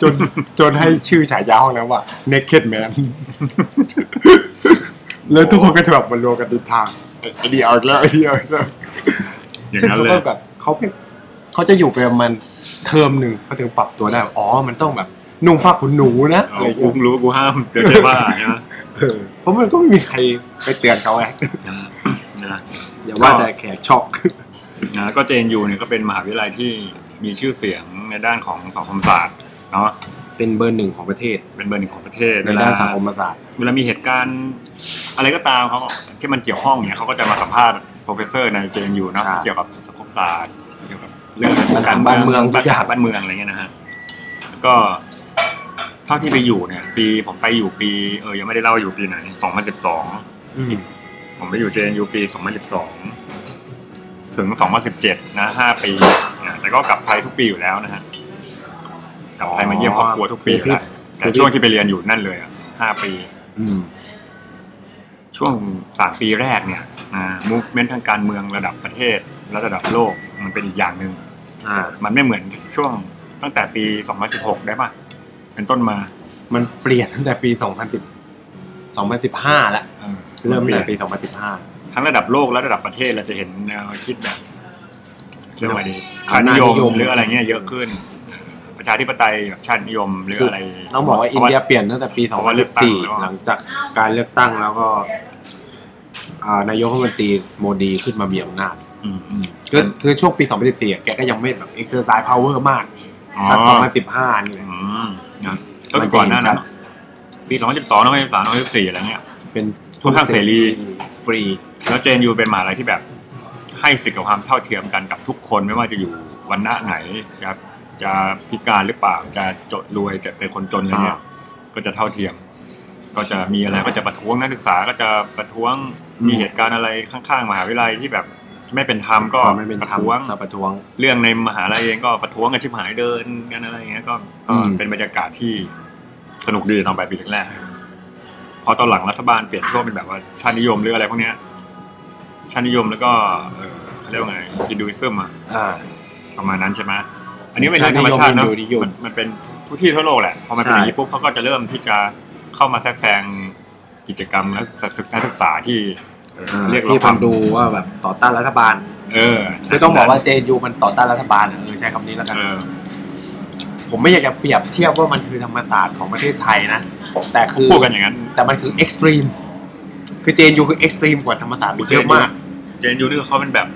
S1: จนจนให้ชื่อฉายาห้องแล้วว่า naked man (laughs) แล้วทุกคนก็จะแบบมารวมกันดินทางไอเดียเอาอีกแล้วไอเดียเอาอีกแล้ว
S2: อย่าง
S1: ซึ่ง
S2: นั้น
S1: เขา
S2: เล
S1: ก็
S2: ย
S1: แบบเขาเป็นเขาจะอยู่ไปประมันเทอมหนึ่งเขาถึงปรับตัวได้ว่าอ๋อมันต้องแบบนุ่งผ้าขนหนูนะอะ
S2: เอา
S1: ไรอย่าง
S2: กู
S1: เงี้ย
S2: รู้กูห้ามเดี๋ยวแค่ว่าใช่ไหม
S1: เออเพราะมันก็ไม่มีใครไปเตือนเขาไง
S2: นะ
S1: อย่าว่าแต่แขก (laughs) ช็อก
S2: นะก็เจนยูเนี่ยก็เป็นมหาวิทยาลัยที่มีชื่อเสียงในด้านของสังคมศาสตร์เนาะ
S1: เป็นเบอร์หนึ่งของประเทศ
S2: เป็นเบอร์หนึ่งของประเทศ
S1: ใน
S2: เวลา
S1: ด้านสังคมศาสตร์
S2: เวลามีเหตุการณ์อะไรก็ตามเขาที่มันเกี่ยวข้องเนี่ยเขาก็จะมาสัมภาษณ์โปรเฟสเซอร์ในเจนยูเนาะ
S1: ใช่
S2: เกี่ยวกับสังคมศาสตร์ เกี่ยวกับเรื่องการ
S1: บ้านเมืองทุ
S2: ปัญ
S1: กอย่า
S2: หาง บ้านเมืองอะไรเงี้ยนะฮะแล้วก็เท่าที่ไปอยู่เนี่ย ปีผมไปอยู่ปีเออยังไม่ได้เล่าอยู่ปีไหนสองพันสิบสอง ผมไปอยู่ JNU ปี 2012 ถึง 2017 นะ 5 ปีนะแต่ก็กลับไทยทุกปีอยู่แล้วนะฮะ กลับไทยมาเยี่ยมครอบครัวทุกปีอยู่แล้ว แต่ช่วงที่ไปเรียนอยู่นั่นเลยอ่ะ 5 ปี
S1: อืม
S2: ช่วง 3 ปีแรกเนี่ยมูฟเมนต์ทางการเมืองระดับประเทศและระดับโลกมันเป็นอีกอย่างหนึ่ง
S1: อ่า
S2: มันไม่เหมือนช่วงตั้งแต่ปี 2016 ได้ป่ะ เป็นต้นมา
S1: มันเปลี่ยน (laughs) ตั้งแต่ปี 2010 2015 แล้ว
S2: เออ
S1: เริ่มตั้งแต่ปี 2015
S2: ทั้งระดับโลกและระดับประเทศเราจะเห็นแนวคิดแบบเรื่องอะไรดี
S1: ชาตินิ
S2: ชาตินิ
S1: ย
S2: ย
S1: ม
S2: มหรืออะไรเงี้ยเยอะขึ้น ประชาธิปไตยแบบชาตินิยมหรืออะไร
S1: ต้องบอกว่าอินเดียเปลี่ยนตั้งแต่ปี
S2: เพราะว่าเลือกตั้งแล้ว
S1: 2014 หลังจากการเลือกตั้งแล้วก็อ่านายกรัฐมนตรีโมดีขึ้นมามีอำนาจ
S2: อืมอืม
S1: ก็คือช่วงปี 2014อะแกก็ยังไม่แบบเอ็กซ์ s ซ s e ์พาวเวอร์มาก
S2: อ๋อ
S1: ทัก2015นี่แหละ
S2: อืมนะก็คือก่อนหน้านั้นปีสองพันสิบสองสองพันสิบสามสองพันสิบสี่อะไรเงี้ย
S1: เป็น
S2: ค่อนข้างเสรี
S1: ฟรี
S2: แล้วเจนยูเป็นมหาลัยที่แบบ ให้สิทธิ์กับความเท่าเทียมกันกับทุกคนไม่ว่าจะอยู่วันหน้าไหนจะจะพิการหรือเปล่าจะจดรวยจะเป็นคนจนอะไรเนี่ย
S1: อ่า
S2: ก็จะเท่าเทียม ก็จะมีอะไรก็จะประท้วงนักศึกษาก็จะประท้วงมีเหตุการณ์อะไรข้างๆมหาวิทยาลัยที่แบบไม่เป็นธรรมก็
S1: ความไม่เป็น
S2: ประ
S1: ธรรม
S2: ท้วง
S1: ประท้วง
S2: เรื่องในมหาลัยเองก็ประท้วงกันชิบหายเดินกันอะไรอย่างเงี้ยก็ก็
S1: อืม
S2: เป็นบรรยากาศที่สนุกดีตอนปลายปีแรกๆพอตอนหลังรัฐบาลเปลี่ยนช่วงเป็นแบบว่าชาตินิยมหรืออะไรพวกเนี้ยชาตินิยมแล้วก็เอ่อเขาเรียกว่าไงฮินดูอิซึมอะ
S1: อ่า
S2: ประมาณนั้นใช่ไหมอันนี้เป็นเรื่องธรรมชาติเนอะ
S1: ชาตินิยม
S2: มันมันเป็นทุกที่ทั่วโลกแหละพอมันเป็นอย่างนี้
S1: ใช่
S2: ปุ๊บเขาก็จะเริ่มที่จะเข้ามาแทรกแซงกิจกรรมนักศึกษาที่เอ่อเรียกร้อง
S1: ที่
S2: ค
S1: มั
S2: วาม
S1: นดูว่าแบบต่อต้านรัฐบาล
S2: เออ
S1: คือต้องบอกว่าเจยูมันต่อต้านรัฐบาลอะเออใช้คำนี้แล้วกัน
S2: เออ
S1: ผมไม่อยากจะเปรียบเทียบว่ามันคือธรรมศาสตร์ของประเทศไทยนะ แต่คือ
S2: พูดกันอย่างนั้น
S1: แต่มันคือเอ็กซ์ตรีมคือเจนยูคือเอ็กซ์ตรีมกว่าธรรมศาสตร์ไปเยอะมาก
S2: เจนยูนี่เขาเป็นแบบ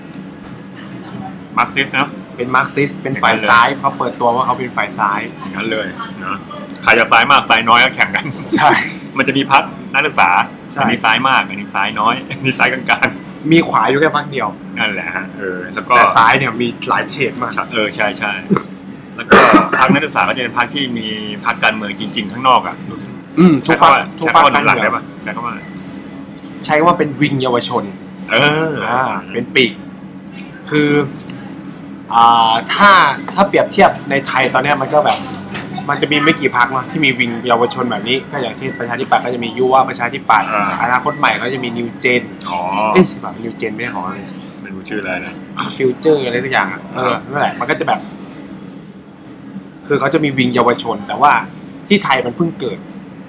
S2: มาร์กซิสต์นอะ
S1: เป็นมาร์กซิสเป็นฝ่ายซ้ายเขาเปิดตัวว่าเขาเป็นฝ่ายซ้าย
S2: อย่างนั้นเลยนะใครจะซ้ายมากซ้ายน้อยก็แข่งกัน
S1: ใช่
S2: มันจะมีพักนักศึกษา
S1: ใช่
S2: อันี้ซ้ายมากอันนี้ซ้ายน้อยอันนี้ซ้ายกลาง
S1: มีขวาอยู่แค่พักเดียว
S2: ๆนั่นแหละฮะเออแล้วก็
S1: แต่ซ้ายเนี่ยมีหลายเฉดมาก
S2: เออใช่ใช่แล้วก็พักนักศึกษาก็จะเป็นพักที่มีพักการเมืองจริง ๆ ข้างนอกอ่ะ
S1: อืมทุก
S2: ใช้
S1: พักทุก
S2: คำว่าใช้
S1: พัก
S2: คำว่าหนุ
S1: กาน ร
S2: หลัง
S1: เมื
S2: ได้
S1: อง
S2: ปะใช้
S1: ใช้
S2: คำว่า
S1: ว่าเป็นวิงเยาวชน
S2: เอออ
S1: อ่าเป็นปีก คืออ่าถ้าถ้าเปรียบเทียบในไทยตอนเนี้ยมันก็แบบ มันจะมีไม่กี่พักนาะที่มีวิงเยาวชนแบบนี้ ก็อย่างเช่นประชาธิปัตย์ก็จะมียุวประชาธิปัตย์อนาคตใหม่ก็จะมีนิวเจน
S2: อ๋อ
S1: เอ้ยใช่ป่ะนิวเจนไม่ได้ของอะไร
S2: ไม่รู้ชื่ออะไรนะ
S1: ฟิวเจอร์อะไรทุกอย่างอะเออนั่นแหละมันก็จะแบบ คือเขาจะมีวิงเยาวชน แต่ว่าที่ไทยมันเพิ่งเกิด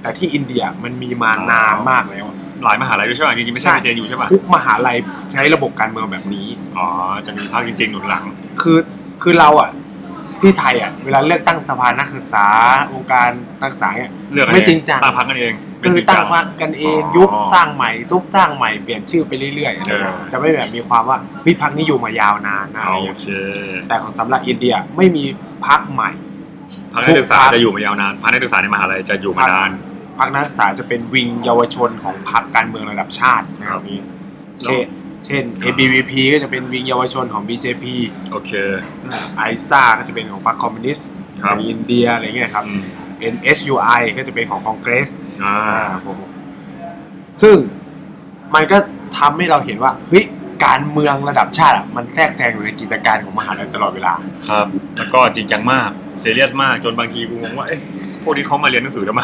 S1: แต่ที่อินเดียมันมีมานานมากแล้ว
S2: หลายมหาลัยด้วยใช่ป่ะจริงๆไม่ใช่
S1: ใช่
S2: เจนยูใช่ป่ะ
S1: ทุกมหาลัยใช้ระบบการเมืองแบบนี้
S2: อ๋อจะมีพักจริงๆหนุนหลัง
S1: คือคือเราอ่ะ ที่ไทยอ่ะ เวลาเลือกตั้งสภานักศึกษาองค์การนักศึกษาเนี่ย
S2: เลือกกัน
S1: ไม่
S2: เอ
S1: จริงจัง
S2: ตั้งพักกันเองไม่
S1: คือ
S2: จริง
S1: ตั้
S2: จั
S1: ง
S2: ง
S1: พรรคกันเอง
S2: อ๋อ
S1: ยุบตั้งใหม่ทุบตั้งใหม่เปลี่ยนชื่อไปเรื่อยๆอะไรเงี้ย
S2: เออ
S1: จะไม่แบบมีความว่าเฮ้ยพรรคนี้อยู่มายาวนานนะอะไร
S2: โอ
S1: เงี้ย
S2: เค
S1: แต่ของสำหรับอินเดียไม่มีพรรคใหม่
S2: พักนักศึกษาจะอยู่มายาวนานพักนักศึกษาในมหาลัยจะอยู่มานาน
S1: พรรคนักศึกษาจะเป็นวิงเยาวชนของพรรคการเมืองระดับชาตินะครับ นี้
S2: แล้ว
S1: เช่น เช่น ABVP ก็จะเป็นวิงเยาวชนของ BJP
S2: โอเค
S1: ไอซ่าก็จะเป็นของพรรคคอมมิวนิสต์
S2: ค
S1: ข
S2: รับ
S1: องอินเดียอะไรเงี้ยครับ
S2: อืม
S1: NSUI ก็จะเป็นของคองเกรส
S2: อ่า
S1: ครับผมซึ่งมันก็ทำให้เราเห็นว่าเฮ้ยการเมืองระดับชาติอะมันแทรกแซงอยู่ในกิจการของมหาลัยตลอดเวลา
S2: ครับ แล้วก็จริงจังมากเซเรียสมากจนบางทีกูงงว่าเอ๊ะพวกนี้เขามาเรียนห (laughs) นังสือทำไม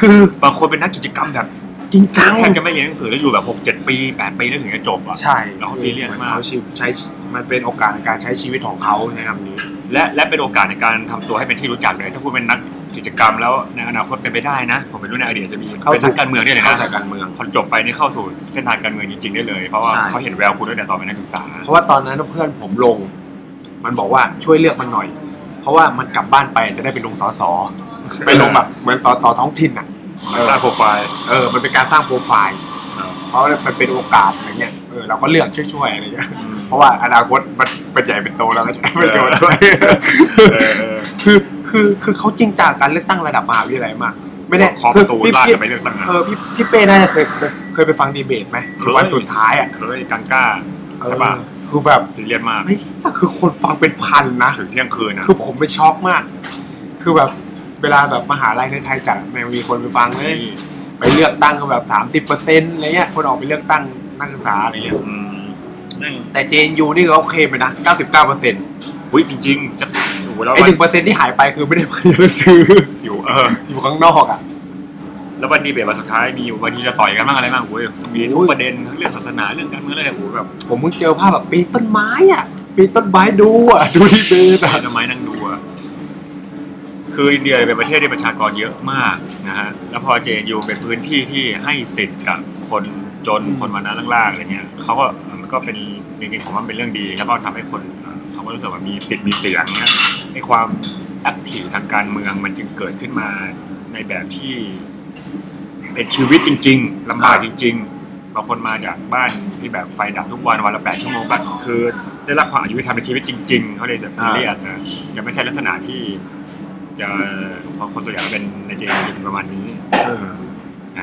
S1: คือบ
S2: างคนเป็นนักกิจกรรมแบบ
S1: จริงจัง
S2: แทบจะไม่เรียนหนังสือแล้วอยู่แบบหกเจ็ดปีแปดปีแล้วถึงจะจบอ่ะ
S1: ใช่
S2: แล้วเขาซีเรียสมาก
S1: เขาชีวิตใช้มันเป็นโอกาสในการใช้ชีวิตของเขาในคำนี้
S2: และและเป็นโอกาสในการทำตัวให้เป็นที่รู้จักเลย ถ้าคุณเป็นนักกิจกรรมแล้วในอนาคตเป็นไปได้นะ ผมเป็นรุ่นในอดีตจะมี
S1: เข้า
S2: เป็น
S1: สู่
S2: นักการเมืองได้เลย
S1: เข้า
S2: นะ
S1: ใจการเมือง
S2: พอจบไปนี่เข้าสู่เส้นทางการเมืองจริงๆได้เลย เพราะว่า
S1: ใช่
S2: เขาเห็นแววคุณตั้งแต่ตอนเป็นนักศึกษา
S1: เพราะว่าตอนนั้นเพื่อนผมลง มันบอกว่าช่วยเลือกมันหน่อย เพราะว่ามันกลับบ้านไปจะได้ไปลงสอสอไปลงแบบเหมือนสอสอท้องถิ่นอ่ะ
S2: มันสร้างโปรไฟล์
S1: เออมันเป็นการสร้างโปรไฟล์เพราะมันเป็นโอกาสอะไรเงี้ยเออเราก็เลือกช่วยๆอะไรเงี้ย เพราะว่าอนาคตมันเป็นใหญ่เป็นโตแล้วก็
S2: (laughs)
S1: จะได้ประโยชน์ด้วย
S2: เออเออ
S1: คือคือคือเขาจริงจังการเลือกตั้งระดับมหาวิทยาลัยมาก ไม่ได้
S2: ขอป
S1: คื
S2: ระตู
S1: พี่
S2: ลาก
S1: พี่
S2: จะไปเลือกตั้งนะ
S1: เออพี่พี่เป้น่าจะเคยเคยไปฟังดีเบตไหมคือวันสุดท้ายอ่ะ
S2: เคยกังก้าใช่ปะ
S1: เออคือแบบ
S2: ซีเรียสมาก
S1: ไอ้เหี้ยคือคนฟังเป็นพันนะ
S2: ถึงเที่ยงคืนนะ
S1: คือผมไปช็อกมาก คือแบบเวลาแบบมหาลัยในไทยจัดแม่งมีคนไปฟังเลย ไปเลือกตั้งก็แบบสามสิบเปอร์เซ็นต์อะไรเงี้ยคนออกไปเลือกตั้งนักศึกษาอะไรเงี้ย
S2: อืมนั่น
S1: แต่เจนยูนี่ก็โอเคไปนะเก้าสิบเก้าเปอร์เซ็นต์
S2: อุ้ยจริง ๆ จะโอ้โหแล้ว
S1: ไอหนึ่งเปอร์เซ็นที่หายไปคือไม่ได้มาเรียนหนังสือ
S2: อยู่เออ
S1: อยู่ข้างนอกอ่ะ
S2: แล้ววันดีเบตวันสุดท้ายมีอยู่วันนี้จะต่อยกันบ้างอะไรบ้างโอ้ยมีทุกประเด็นทั้งเรื่องศาสนาเรื่องการเมืองอะไรโอ้โหแบบ
S1: ผมเพิ่งเจอภาพแบบปีนต้นไม้อ่ะปีนต้นไม้ดูอ่ะ ดูที่เบสอ่ะ
S2: ต้นไม้นั่งดูอะคืออินเดียเป็นประเทศที่ประชากรเยอะมากนะฮะแล้วพอเจนยูเป็นพื้นที่ที่ให้สิทธิ์กับคนจนคนวรรณะล่างๆอะไรเงี้ยเขาก็มันก็เป็นจริงๆผมว่ามันเป็นเรื่องดี แล้วก็ทำให้คนเอ่อเขาก็รู้สึกว่ามีสิทธิ์มีเสียงเนี้ยในความแอคทีฟทางการเมืองมันจึงเกิดขึ้นมาในแบบที่ เป็นชีวิตจริงๆลำบากจริง ๆ บางคนมาจากบ้านที่แบบไฟดับทุกวันวันละแปดชั่วโมงบ้านคือได้รับความอายุธรรมในชีวิตจริง ๆเขาเลยแบบซีเรียสนะจะไม่ใช่ลักษณะที่จะคนส่วนใหญ่เป็นในเจนเป็นประมาณนี้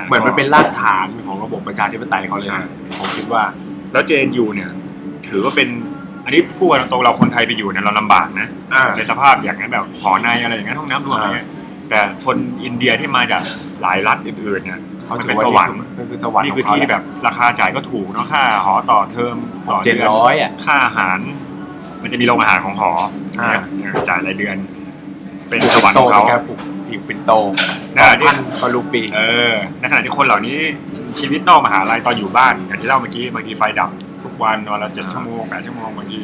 S2: ะ
S1: เหมือนมันเป็นรากฐานของระบบประชาธิปไตยเขาเลยนะผมคิดว่า
S2: แล้วเจนยูเนี่ย ถือว่าเป็น อันนี้พูดกันตรงๆเราคนไทยไปอยู่เนี่ยเราลำบากนะ
S1: อ่า
S2: ในสภาพอย่างนั้นแบบหอในอะไรอย่างนั้นห้องน้ำรวมอะไรเงี้ยแต่คนอินเดียที่มาจากหลายรัฐอื่นๆเนี่ย
S1: เขา
S2: มัน
S1: ถื
S2: เป็น
S1: อว่า
S2: สวรรค์
S1: นี่คือสวรรค์
S2: นี่
S1: ขอ
S2: คือง
S1: เขา
S2: ที่ที่แบบราคาจ่ายก็ถูกเนาะค่าหอต่อเทอมต่อ
S1: เจ็ด
S2: เดือน
S1: ร้อยอ่ะ
S2: ค่าอาหาร มันจะมีโรงอาหารของหอ
S1: อ่า
S2: เนี่ยจ่ายรายเดือน เป็นสวรรค์ขอ
S1: โต
S2: งเขา
S1: แกปลูกผิวเป็นโต
S2: ได้
S1: สอง
S2: ดิ
S1: พันกว่ารูปี
S2: เออในขณะที่คนเหล่านี้ชีวิตนอกมหาลัยตอนอยู่บ้านอย่างที่เล่าเมื่อกี้บางทีไฟดับทุกวันวันละเจ็ดชั่วโมงแปดชั่วโมงบางที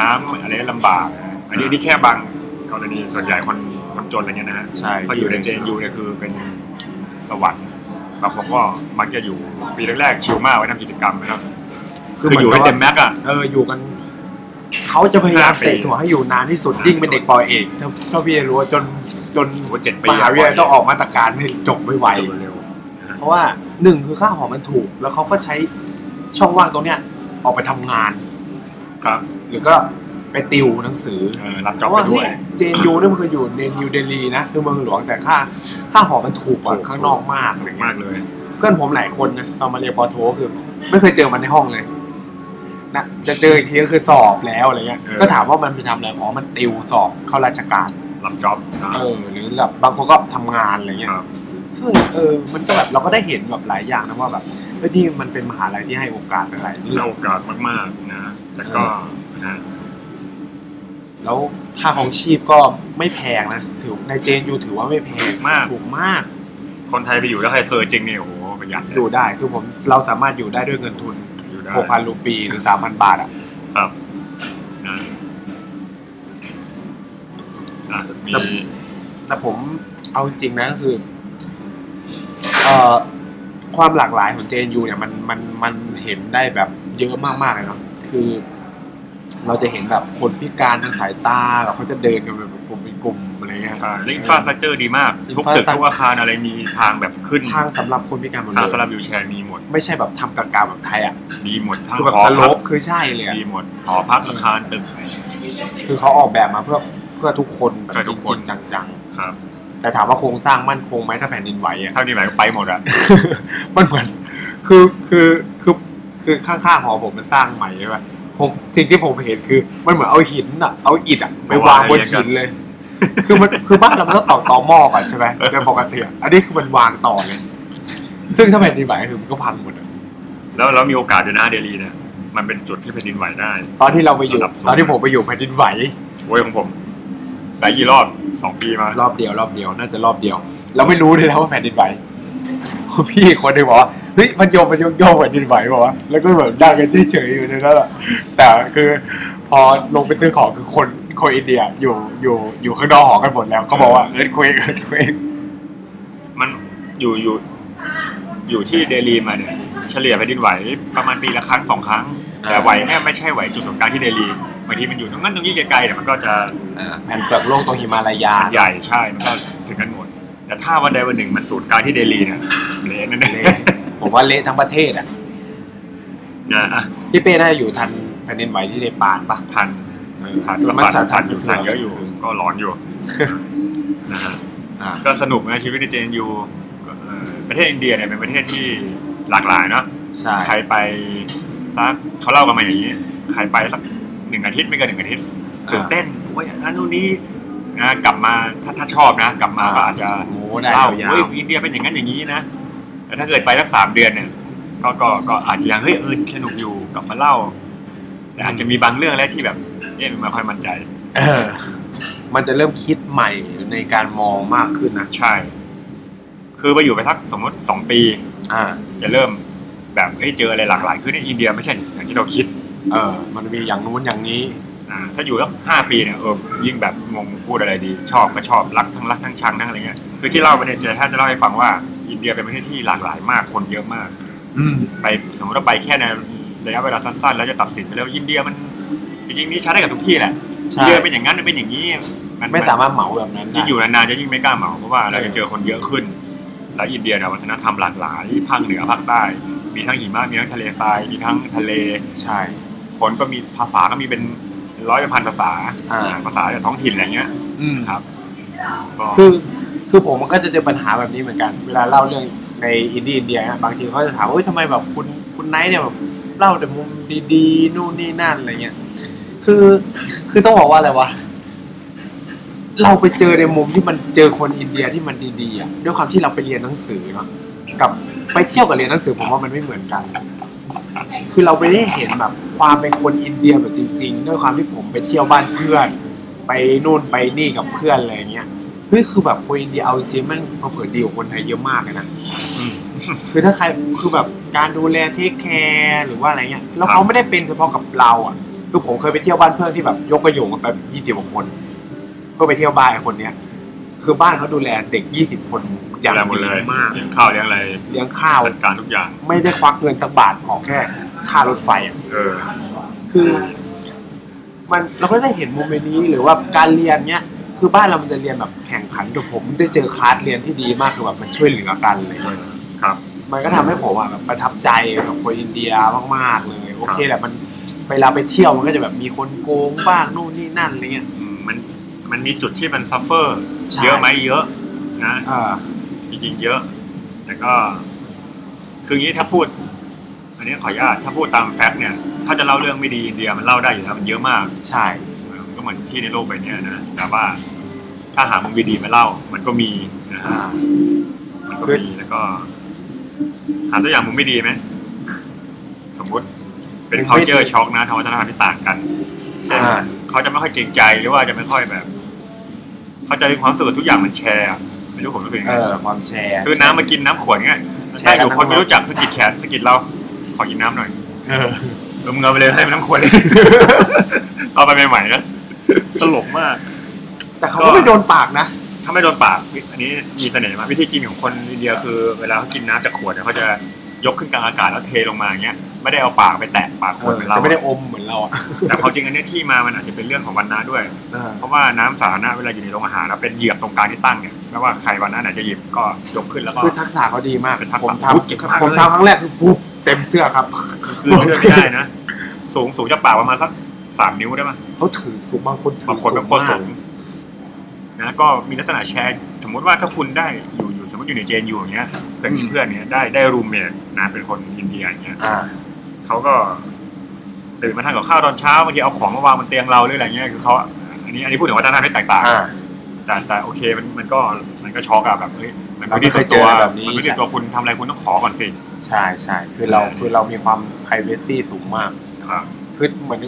S2: น้ำอะไรลำบาก อันนี้อันนี่แค่บางกรณีส่วนใหญ่คนคนจนอะไรเงี้ยนะฮะ
S1: ใช่
S2: พออยู่ในเจนยูเนี่ยคือเป็นสวรรค์บางคนก็มักจะอยู่ปีแรกๆชิลมากไว้ทำกิจกรรมนะครับ
S1: คื
S2: คือ อ
S1: อ
S2: อยู่ ยู่
S1: ให้
S2: ให้
S1: เต็
S2: เต็
S1: ม
S2: มแม็กซ์อะ
S1: เอออยู่กันเขาจะพยายาม
S2: ห้าปี
S1: เตะถั่วให้อยู่นานที่สุดยิ่งเป็นเด็กปอเอกเท่าเท่าพี่จะรู้ว่าจนจน
S2: ผมว่าเจ็ดปี
S1: มหาวิทยาลัยต้องออกมาตรการให้จบไม่ไหว
S2: จบเร็ว
S1: เพราะว่าหนึ่งคือค่าหอมันถูก แล้วเขาก็ใช้ช่องว่างตรงเนี้ยออกไปทำงาน
S2: ๆครับ
S1: หรือก็ไปติวหนังสือ
S2: เออรับ
S1: เพ
S2: จ็อบ
S1: ราะ
S2: ไป
S1: ว่า
S2: ด้ว
S1: เฮ้
S2: ย
S1: ยเจนยูนี่ยมันเคยอยู่ในนิวเดลีนะคือเมืองหลวงแต่ค่าค่าหอมันถูกกว่า
S2: ถูก
S1: ข้างนอกมากอะไร
S2: เก่ง
S1: เงี้
S2: มาย กเลย
S1: เพื่อนผมหลายคนนะตอนมาเรียนปอโทคือ ไม่เคยเจอมันในห้องเลยนะจะเจออีกทีก็คือสอบแล้วอะไรเงี้ยก็ถามว่ามันไปทำอะไรอ๋อมันติวสอบเข้าราชการ
S2: รับจ็อบนะ
S1: เออหรือแบบบางคนก็ทำงานอะไรเงี้ย
S2: ครับ
S1: ซึ่งเออ มันก็แบบเราก็ได้เห็นแบบหลายอย่างนะว่าแบบเออที่มันเป็นมหาลัยที่ให้โอกาสหลายๆเรื่
S2: มี
S1: อง
S2: โอกาสมากๆนะแต่ก็นะ
S1: แล้วค่าของชีพก็ไม่แพงนะถือในเจนยูถือว่าไม่แพง
S2: มาก
S1: ถูกมาก
S2: คนไทยไปอยู่แล้วใครเซอร์จริงเนี่ยโอ้โหประหยัด
S1: อยู่ได้คือผมเราสามารถอยู่ได้ด้วยเงินทุน
S2: อยู่ได้
S1: 6,000รูปีหรือ 3,000 บาทอ่ะ
S2: ครับนะอ่ะมี
S1: แต่ผมเอาจริงๆนะก็คือเอ่อความหลากหลายของเจนยูเนี่ยมันมันมันเห็นได้แบบเยอะมากๆเลยเนาะคือ เราจะเห็นแบบคนพิการทางสายตาแบบเขาจะเดินกันเป็นกลุ่มเป็นกลุ่มอะไรเงี้ย
S2: ใช่แล้วอินฟราสตรักเจอร์ดีมาก ทุกตึกทุกอาคารอะไรมีทางแบบขึ้น
S1: ทางสำหรับคนพิการหมดเล
S2: ทางสำหรั
S1: ย
S2: บวิวแชร์มีหมด
S1: ไม่ใช่แบบทำกากาแบบไทยอ่ะ
S2: ดีหมดทั้ง
S1: คือแบบ
S2: หอ
S1: สโล
S2: พั
S1: ปคือใช่เลยอะ
S2: ดีหมดหอพักอาคารตึก
S1: คือเขาออกแบบมาเพื่อเพื่อทุกคนแบบ
S2: เพื่อ
S1: จ
S2: ทุ
S1: ริ
S2: ก
S1: ง
S2: คน
S1: ๆจัง
S2: ครับ
S1: ๆ แต่ถามว่าโครงสร้างมั่นคงไหมถ้าแผ่นดินไหวอ่ะ (laughs)
S2: เท่าที่ไหนก็ไปหมดอ่ะ
S1: มันเหมือน คือคือคือ คือข้างๆหอผมมันสร้างใหม่ใช่ไหมผมสิ่งที่ผมเห็นคือมันเหมือนเอาหินอ่ะเอาอิฐอ่ะไปวางบนหินเลย คือมันคือบ้านเรามันต้องต่อต่อหม้อก่อนใช่ไหมโดยปกติอะอันนี้คือมันวางต่อเลย ซึ่งถ้าแผ่นดินไหวคือมันก็พังหมดอะ
S2: แล้วเรามีโอกาสเดวยนะเดลีเนี่ยมันเป็นจุดที่แผ่นดินไหวได้
S1: ตอนที่เราไปอยู่
S2: ระดับสูง
S1: ตอนที่ผมไปอยู่แผ่นดินไหว
S2: โว้ยของผมหลายกี่รอบสองปีมาร
S1: อบเดียวรอบเดียวน่าจะรอบเดียว เราไม่รู้เลยนะว่าแผ่นดินไหวพี่คนหนึ่งบอกว่าเฮ้ยมันโยมมันโยมโยมแผ่นดินไหวบอกว่าแล้วก็แบบนั่งกันเฉยๆอยู่ในนั้นแหละแต่คือพอลงไปซื้อของคือคนคนอินเดียอยู่อยู่อยู่ข้างนอกหอกันหมดแล้วเขาบอกว่าเอิร์ธเควกเอิร์ธเควก
S2: มันอยู่อยู่อยู่ที่เดลีมาเนี่ย เฉลี่ยแผ่นดินไหวประมาณปีละครั้งสองครั้ง แต่ไหวเนี่ยไม่ใช่ไหวจุดสงกลารที่เดลีบางทีมันอยู่ตรงนั้นตรงนี้ไกลๆเนี่ยมันก็จะ
S1: แผ่นเปลือกโลกตรงหิมาลายา
S2: ใหญ่ใช่มันก็ถึงกันหมด แต่ถ้าวันใดวันหนึ่งมันสูตรกลารที่เดลีเนี่ยเละนั่นเอง
S1: เละผมว่าเละทั้งประเทศอ่ะ
S2: นะอ่ะ
S1: พี่เป้น่าจะอยู่ทันแผ่นดินไหวที่เนปาลปะ
S2: ทัน
S1: เออ
S2: ทันสั
S1: มัน
S2: น
S1: สั่น
S2: ทันอยู่
S1: ทัน
S2: ทันเยอะอยู่
S1: ทัน
S2: ก็ร้อนอยู่นะฮะ
S1: อ่า
S2: ก็สนุกนะชีวิตในเจนยูประเทศอินเดียเนี่ยเป็นประเทศที่หลากหลายเนาะ
S1: ใช่
S2: ใครไปซักเขาเล่ากันมาอย่างนี้ใครไปสักหนึ่งอาทิตย์ไม่เกินหนึ่งอาทิตย์ตื่นเต้นโอ้ยอันนั้นนู่นนี่นะกลับมาถ้าถ้าชอบนะ กลับมาก็อาจจะ
S1: โอ้ได้
S2: เล่าย
S1: าว
S2: เฮ้ยอินเดียเป็นอย่างนั้นอย่างนี้นะแต่ถ้าเกิดไปสักสามเดือนเนี่ยก็ก็ก็อาจจะยังเฮ้ยเออสนุกอยู่กลับมาเล่า แต่อาจจะมีบางเรื่องแล้วที่แบบเอ๊ะมันไมาค่อยมั่นใจ
S1: ๆเออมันจะเริ่มคิดใหม่ในการมองมากขึ้นนะ
S2: ใช่ คือไปอยู่ไปสักสมมติสองปี
S1: อ่า
S2: จะเริ่มแบบเอ้ยเจออะไรหลากหลายขึ้นในอินเดียไม่ใช่อย่างที่เราคิด
S1: เออ มันมีอย่างนู้นอย่างนี้
S2: อ่าถ้าอยู่สักห้าปีเนี่ยเออยิ่งแบบงงพูดอะไรดี ชอบก็ชอบรักทั้งรักทั้งชังทั้งอะไรเงี้ยคือที่เล่าไปเนี่ยจะถ้าจะเล่าให้ฟังว่าอินเดียเป็นประเทศที่หลากหลายมากคนเยอะมาก
S1: อืม
S2: ไปสมมติว่าไปแค่ในระยะเวลาสั้นๆ แล้วจะตัดสินไปแล้วอินเดียมันจริงๆนี่ใช้ได้กับทุกที่แหละอิ
S1: ใช่
S2: นเดียเป็นอย่างนั้นเป็นอย่างนี้น
S1: ไม่สามารถเหมาแบบนั้น
S2: ยิ่ง
S1: ได้
S2: อยู่นานๆจะยิ่งไม่กล้าเหมาเพราะว่าเรา
S1: เออ
S2: จะเจอคนเยอะขึ้น แล้วอินเดียเนี่ยวัฒนธรรมหลากหลายภาคเหนือภาคใต้ มีทั้งหิมะมีทั้งทะเลทรายมีทั้งทะเล
S1: ใช่
S2: คนก็มีภาษาก็มีเป็นร้อยเป็นพันภาษา
S1: อ่า
S2: ภาษาจากท้องถิ่นอะไรเงี้ย
S1: อืม
S2: ครับก็
S1: คือ คือผมมันก็จะเจอปัญหาแบบนี้เหมือนกัน เวลาเล่าเรื่องในอินดี้อินเดียฮะบางทีเขาจะถามว่าเอ้ยทำไมแบบคุณคุณไนท์เนี่ยแบบเล่าแต่มุมดีๆ นู่นนี่นั่นอะไรเงี้ย คือ คือต้องบอกว่าอะไรวะ เราไปเจอในมุมที่มันเจอคนอินเดียที่มันดีๆอ่ะ ด้วยความที่เราไปเรียนหนังสือเนาะ กับไปเที่ยวกับเรียนหนังสือผมว่ามันไม่เหมือนกัน คือเราไปได้เห็นแบบความเป็นคนอินเดียแบบจริง ๆ ด้วยความที่ผมไปเที่ยวบ้านเพื่อน ไปนู่นไปนี่กับเพื่อนอะไรเงี้ย เฮ้ยคือแบบคนอินเดียเอาจริงๆแม่งเผื่อๆดีกว่าคนไทยเยอะมากเลยนะ
S2: อืม
S1: คือถ้าใครคือแบบการดูแลเทคแคร์หรือว่าอะไรเงี้ยแล้ว
S2: ค
S1: เขา
S2: รับ
S1: ไม่ได้เป็นเฉพาะกับเราอ่ะคือผมเคยไปเที่ยวบ้านเพื่อนที่แบบยกกระโยงกันไปยี่สิบกว่าคน เพื่อไปเที่ยวบ้านไอ้คนเนี้ยคือบ้านเขาดูแลเด็กยี่สิบคนอย่าง
S2: เวลหมด
S1: ดี
S2: เลย
S1: มาก
S2: เลี้ยงข้าวเลี้ยงอะไร
S1: เลี้ยงข้าว
S2: จัดการทุกอย่าง
S1: ไม่ได้ควักเงินตักบาทขอแค่ค่ารถไฟอะ
S2: เออ
S1: คือ มันเราก็ได้เห็นมุมในนี้หรือว่าการเรียนเนี้ย คือบ้านเรามันจะเรียนแบบแข่งขันแต่ผมได้เจอคลาสเรียนที่ดีมากคือแบบมันช่วยเหลือกันเลย
S2: ครับ
S1: มันก็ทำให้ผมอะแบบประทับใจกับคนอินเดียมากๆเลยโอเคแหละมันเวลาไปเที่ยวมันก็จะแบบมีคนโกงบ้างนู่นนี่นั่นอะไรเงี้ย
S2: อืมมันมันมีจุดที่มันซัฟเฟอร์
S1: ใช่
S2: เยอะไหมเยอะนะ
S1: เออ
S2: จริงๆเยอะแต่ก็ คืองี้ถ้าพูด อันนี้ขออนุญาตถ้าพูดตามแฟกต์เนี่ย ถ้าจะเล่าเรื่องไม่ดีอินเดียมันเล่าได้อยู่แล้วมันเยอะมาก
S1: ใช่
S2: มันก็เหมือนทุกที่ในโลกใบเนี้ยนะแต่ว่าถ้าหามุมดีๆมาเล่า มันก็มีนะฮะ
S1: อ่า
S2: มันก็มีแล้วก็หาตัวอย่างมุมไม่ดีไหมสมมุติ เป็น
S1: มุมไม่ดี
S2: culture shock นะทางวัฒนธรรมที่ต่างกันเช่น
S1: อ่า
S2: เขาจะไม่ค่อยเกรงใจหรือว่าจะไม่ค่อยแบบ เขาจะมีความรู้สึกว่าทุกอย่างมันแชร์อะไม่รู้ผมรู้สึกยัง
S1: เอ
S2: ไง
S1: อความแชร์
S2: ซื้อน้ำมากินน้ำขวดเงี้ย
S1: แชร์
S2: ถ้า
S1: กัน
S2: อยู่คนไม่รู้จักสะกิดแขนสะกิดเราขอกินน้ำหน่อย
S1: เออ
S2: เออมึงเอาไปเลยให้มันน้ำข
S1: (laughs)
S2: วดเลย เอาไปใหม่ๆนะตลกมาก
S1: แต่เขาก็ไม่โดนปากนะ
S2: ถ้าไม่โดนปากอันนี้มีเสน่ห์มากวิธีกินของคนอินเดียคือ เวลาเขากินน้ำจากขวดเนี่ยเขาจะยกขึ้นกลางอากาศแล้วเทลงมาอย่างเงี้ยไม่ได้เอาปากไปแตะปากข
S1: เอ
S2: วด
S1: อ
S2: เหมือนเรา
S1: จะไม่ได้อมเหมือนเราอะ
S2: แต่ความจริงอันเนี้ยที่มามันอาจจะเป็นเรื่องของวันนาด้วย
S1: เออ
S2: เพราะว่าน้ำสาธารณะเวลาอยู่ในโรงอาหารแล้วเป็นเหยียบตรงกลางที่ตั้งเนี่ยไม่ว่าใครวันนั้นไหนจะหยิบก็ยกขึ้นแล้วก็
S1: คือทักษะเขาดีมาก
S2: เป็นทักษะ
S1: ผมท
S2: อุ๊ยเก่งมาก
S1: ำผม
S2: เลย
S1: ทำครั้งแรกคือปุ๊บเต็มเสื้อครับ
S2: คือเลื่อนไม่ได้นะ สูงสูงจะปากประมาณสักสามนิ้วได้ไหมย
S1: เขาถือสูงบางคนถือบ
S2: างคนแบบโคตรสูงนะก็มีลักษณะแชร์ สมมติว่าถ้าคุณได้อยู่อยู่สมมติอยู่ในเจนอยู่อย่างเงี้ยแต่มีเพื่อนเนี้ยได้ได้รูมเมทนะเป็นคนอินเดียอย่างเงี้ย
S1: อ่า
S2: เขาก็ตื่นมาทานกับข้าวตอนเช้าบางทีเอาของมาวางบนเตียงเราหรืออะไรเงี้ยคือเขาอันนี้อันนี้พูดถึงวัฒนธรรมที่แตกต่าง
S1: อ่า
S2: แต่แต่โอเคมันมันก็มันก็ช็อกอะแบบเฮ้ยมัน
S1: เรา
S2: ไม่
S1: ไม่
S2: ได้
S1: เค
S2: ตัวย ตัว
S1: เจอแบบนี้
S2: มันไม่ได้ตัวคุณทำอะไรคุณต้องขอก่อนสิ
S1: ใช่ใช่คือเราคือเรามีความ p r i เวซีสูงมาก
S2: ครับ
S1: คือเหมือน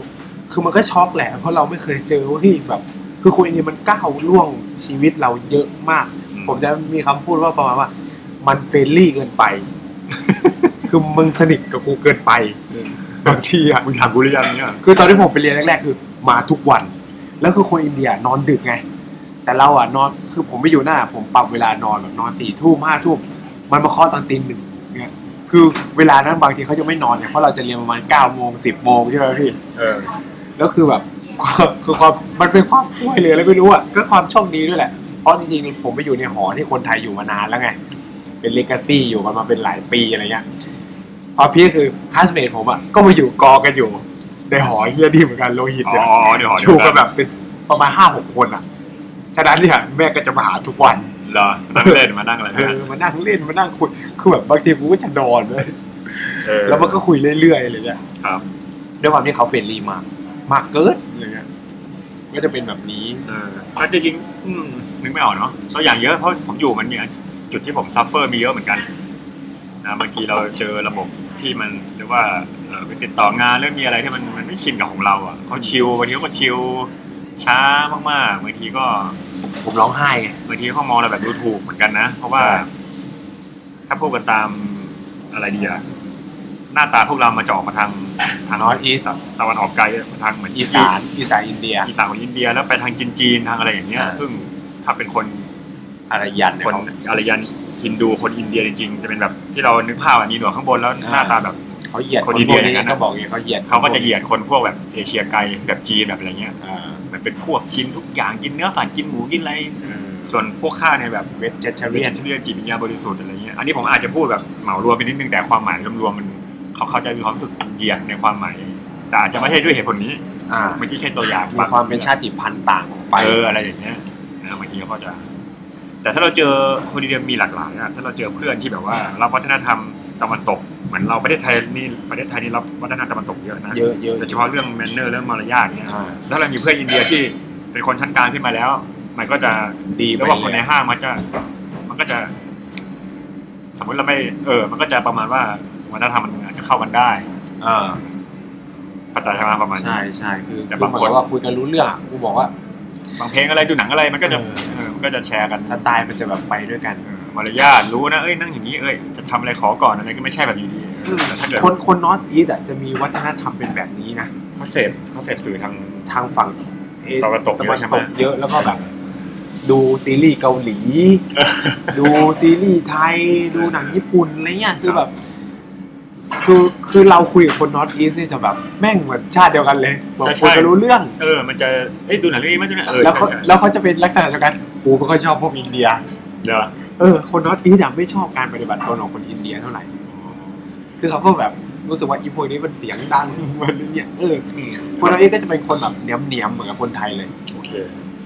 S1: คือมันก็ช็อกแหละ เพราะเราไม่เคยเจอเว่าที่แบบ คือคนอินเดียมันก้าวล่วงชีวิตเราเยอะมาก
S2: อืม
S1: ผมจะมีคำพูดว่าประมาณว่า มันเฟรนลี่เกิ
S2: (laughs)
S1: นไป คือมึงสนิทกับกูเกินไปบางทีอะ
S2: คุณถามกูหรือยังเนี่ย
S1: คือตอนที่ผมไปเรียนแรกๆ คือมาทุกวัน แล้วคือคนอินเดียนอนดึกไง แต่เราอะนอนคือผมไม่อยู่หน้า ผมปรับเวลานอนแบบนอนสี่ทุ่มห้าทุ่มมันมาเคาะตอนตีหนึ่งเนี่ยคือเวลานั้นบางทีเขายังไม่นอนเนี่ยเพราะเราจะเรียนประมาณเก้าโมงสิบโมงใช่ไหมพี่
S2: เออ
S1: แล้วคือแบบความคือความมันเป็นความป่วยเลยแล้วไม่รู้อ่ะก็ความโชคดีด้วยแหละ เพราะจริงๆผมไปอยู่ในหอที่คนไทยอยู่มานานแล้วไง เป็นเลกาตี้อยู่กันมาเป็นหลายปีอะไรเงี้ยพอพี่คือคลาสเมทผมอ่ะก็มาอยู่กอกันอยู่ในหอเฮียดีเหมือนกันโลหิตเนี่ย
S2: อ๋อเดี๋ยวหอเดี
S1: อ
S2: ยวกัน
S1: ยู่กันแบบเป็นประมาณห้าหกคนอ่ะฉะนั้นเนี่ยแม่ก็จะมาหาทุกวัน
S2: เหรอนั่งเล่นมานั่งอะไร
S1: เออมานั่งเล่นมานั่งคุยคือแบบบางทีกูก็จะนอนเลย
S2: เออ
S1: แล้วมันก็คุยเรื่อยๆอะไรเงี้ย
S2: ครับ
S1: ด้วยความที่เขาเฟรนลี่มาก มากเกินอะไรเงี้ยก็จะเป็นแบบนี้
S2: เออแต่จริงๆอืมนึกไม่ออกเนาะตัวอย่างเยอะเพราะผมอยู่มันเนี่ยจุดที่ผมซัฟเฟอร์มีเยอะเหมือนกันนะบางทีเราเจอระบบที่มันเรียกว่าเอ่อไปติดต่องานเรื่องมีอะไรที่มันมันไม่ชินกับของเราอ่ะเขาชิลบางทีเขาก็ชิลช้ามากๆบางทีก็
S1: ผมร้องไห้ไง
S2: บางทีเขามองเราแบบดูถูกเหมือนกันนะ เพราะว่า ถ้าพูดกันตามอะไรดีอะหน้าตาพวกเรามาจะออกมาทางทาง
S1: Northeast
S2: ตะวันออกไกลมาทางเหมือน
S1: อีสาน อีสานอินเดีย
S2: อีสานของอินเดียแล้วไปทางจีนๆทางอะไรอย่างเงี้ย
S1: อ่า
S2: ซึ่งถ้าเป็นคน
S1: อารยันเย
S2: คน
S1: เขา
S2: อารยันฮินดูคนอินเดียจริงๆจะเป็นแบบที่เรานึกภาพอ่ะมีหนวดข้างบนแล้วหน้า
S1: อ่า
S2: ตาแบบ
S1: เขาเหยียด
S2: คนอินเดีย
S1: พวก
S2: อย่างนั้นนะ
S1: เขาบอกอย่างนี้เขาเหยียด
S2: เขาก็จะเหยียดคนพวกแบบเอเชียไกลแบบจีนแบบอะไรเงี้ย
S1: อ่า
S2: เหมือนเป็นพวกกินทุกอย่างกินเนื้อสัตว์กินหมูกินอะไร
S1: อืม
S2: ส่วนพวกข้าเนี่ยแบบ
S1: เวจเจเท
S2: เรี
S1: เรี
S2: ย
S1: ย
S2: น
S1: น
S2: เรียนจิตวิญญาณบริสุทธิ์อะไรเงี้ยอันนี้ผมอาจจะพูดแบบเหมารวมไปนิดนึงแต่ความหมายรวมๆมันเขาเข้าใจมีความรู้สึกเหยียดในความหมายแต่อาจจะไม่ใช่ด้วยเหตุผลนี้
S1: อ่า
S2: ไม่ใช่แค่ตัวอย่าง
S1: มีความเป็นชาติพันธุ์ต่างออกไป
S2: เอออะไรอย่างเงี้ยเออบางทีเขาก็จะ แต่ถ้าเราเจอคนอินเดียมีหลากหลายอะถ้าเราเจอเพื่อนที่แบบว่ารับวัฒนธรรมตะวันตก เหมือนเราประเทศไทยนี่ประเทศไทยนี่รับวัฒนธรรมตะวันตกเยอะนะ
S1: เยอะเยอะ
S2: โดยเฉพาะเรื่องแมนเนอร์เรื่องมารยาทเนี่ย
S1: อ่า
S2: ถ้าเรามีเพื่อนอินเดียที่เป็นคนชั้นกลางขึ้นมาแล้ว มันก็จะ
S1: ดีไปเล
S2: เรียกว่าคนใน
S1: ย
S2: ห้างมันจะ มันก็จะ สมมติเราไม่ เออ มันก็จะประมาณว่าวัฒนธรรมมันอาจจะเข้ากันได้
S1: อ่า
S2: ปัจจัยทางประมาณนี้
S1: ใช่ใช่คือคือบ
S2: แต่าง
S1: เหมือน
S2: คน
S1: กับว่าคุยกันรู้เรื่องอะกูบอกว่า
S2: บางเพลงอะไรดูหนังอะไรมันก็จะ
S1: เออ
S2: เออมันก็จะแชร์กัน
S1: สไตล์มันจะแบบไปด้วยกัน
S2: เออมารยาทรู้นะ เอ้ย นั่งอย่างนี้ เอ้ย จะทำอะไรขอก่อนอะไรก็ไม่ใช่แบบอยู่ดีเออแต่ถ้าเกิด
S1: คนคนนอสอีสอ่ะจะมีวัฒนธรรมเป็นแบบนี้นะ
S2: เขาเสพเขาเสพสื่อทาง
S1: ทางฝั่งเอ
S2: ตะวันตกเย
S1: ตะ
S2: อะ
S1: วัน
S2: ใช่ไหม
S1: ตกเยอะแล้วก็แบบ ดูซีรีส์เกาหลี ดูซีรีส์ไทย ดูหนังญี่ปุ่นอะไรเงี้ยคือแบบ คือคือเราคุยกับคนนอตอีสเนี่ยจะแบบแม่งเหมือนชาติเดียวกันเลยแบบคุยกันรู้เรื่อง
S2: เออ มันจะ เอ้ย ดูหนังเรื่องนี้ไหมดูหนังเออ
S1: แล้วเขา
S2: ใช่ใช่
S1: แล้วเขาจะเป็นลักษณะเดียวกันกูไม่ค่อยชอบพวกอินเดีย
S2: เดี๋ยว
S1: เออ คนนอตอีสอะไม่ชอบการปฏิบัติตนของคนอินเดียเท่าไหร่ คือเขาก็แบบรู้สึกว่าอีพวกนี้มันเสียงดัง (laughs) มันเนี่ยเออ
S2: อืม
S1: คนนอตอีสก็จะเป็นคนแบบเนียมเนียมๆเหมือนกับคนไทยเลย
S2: โอเค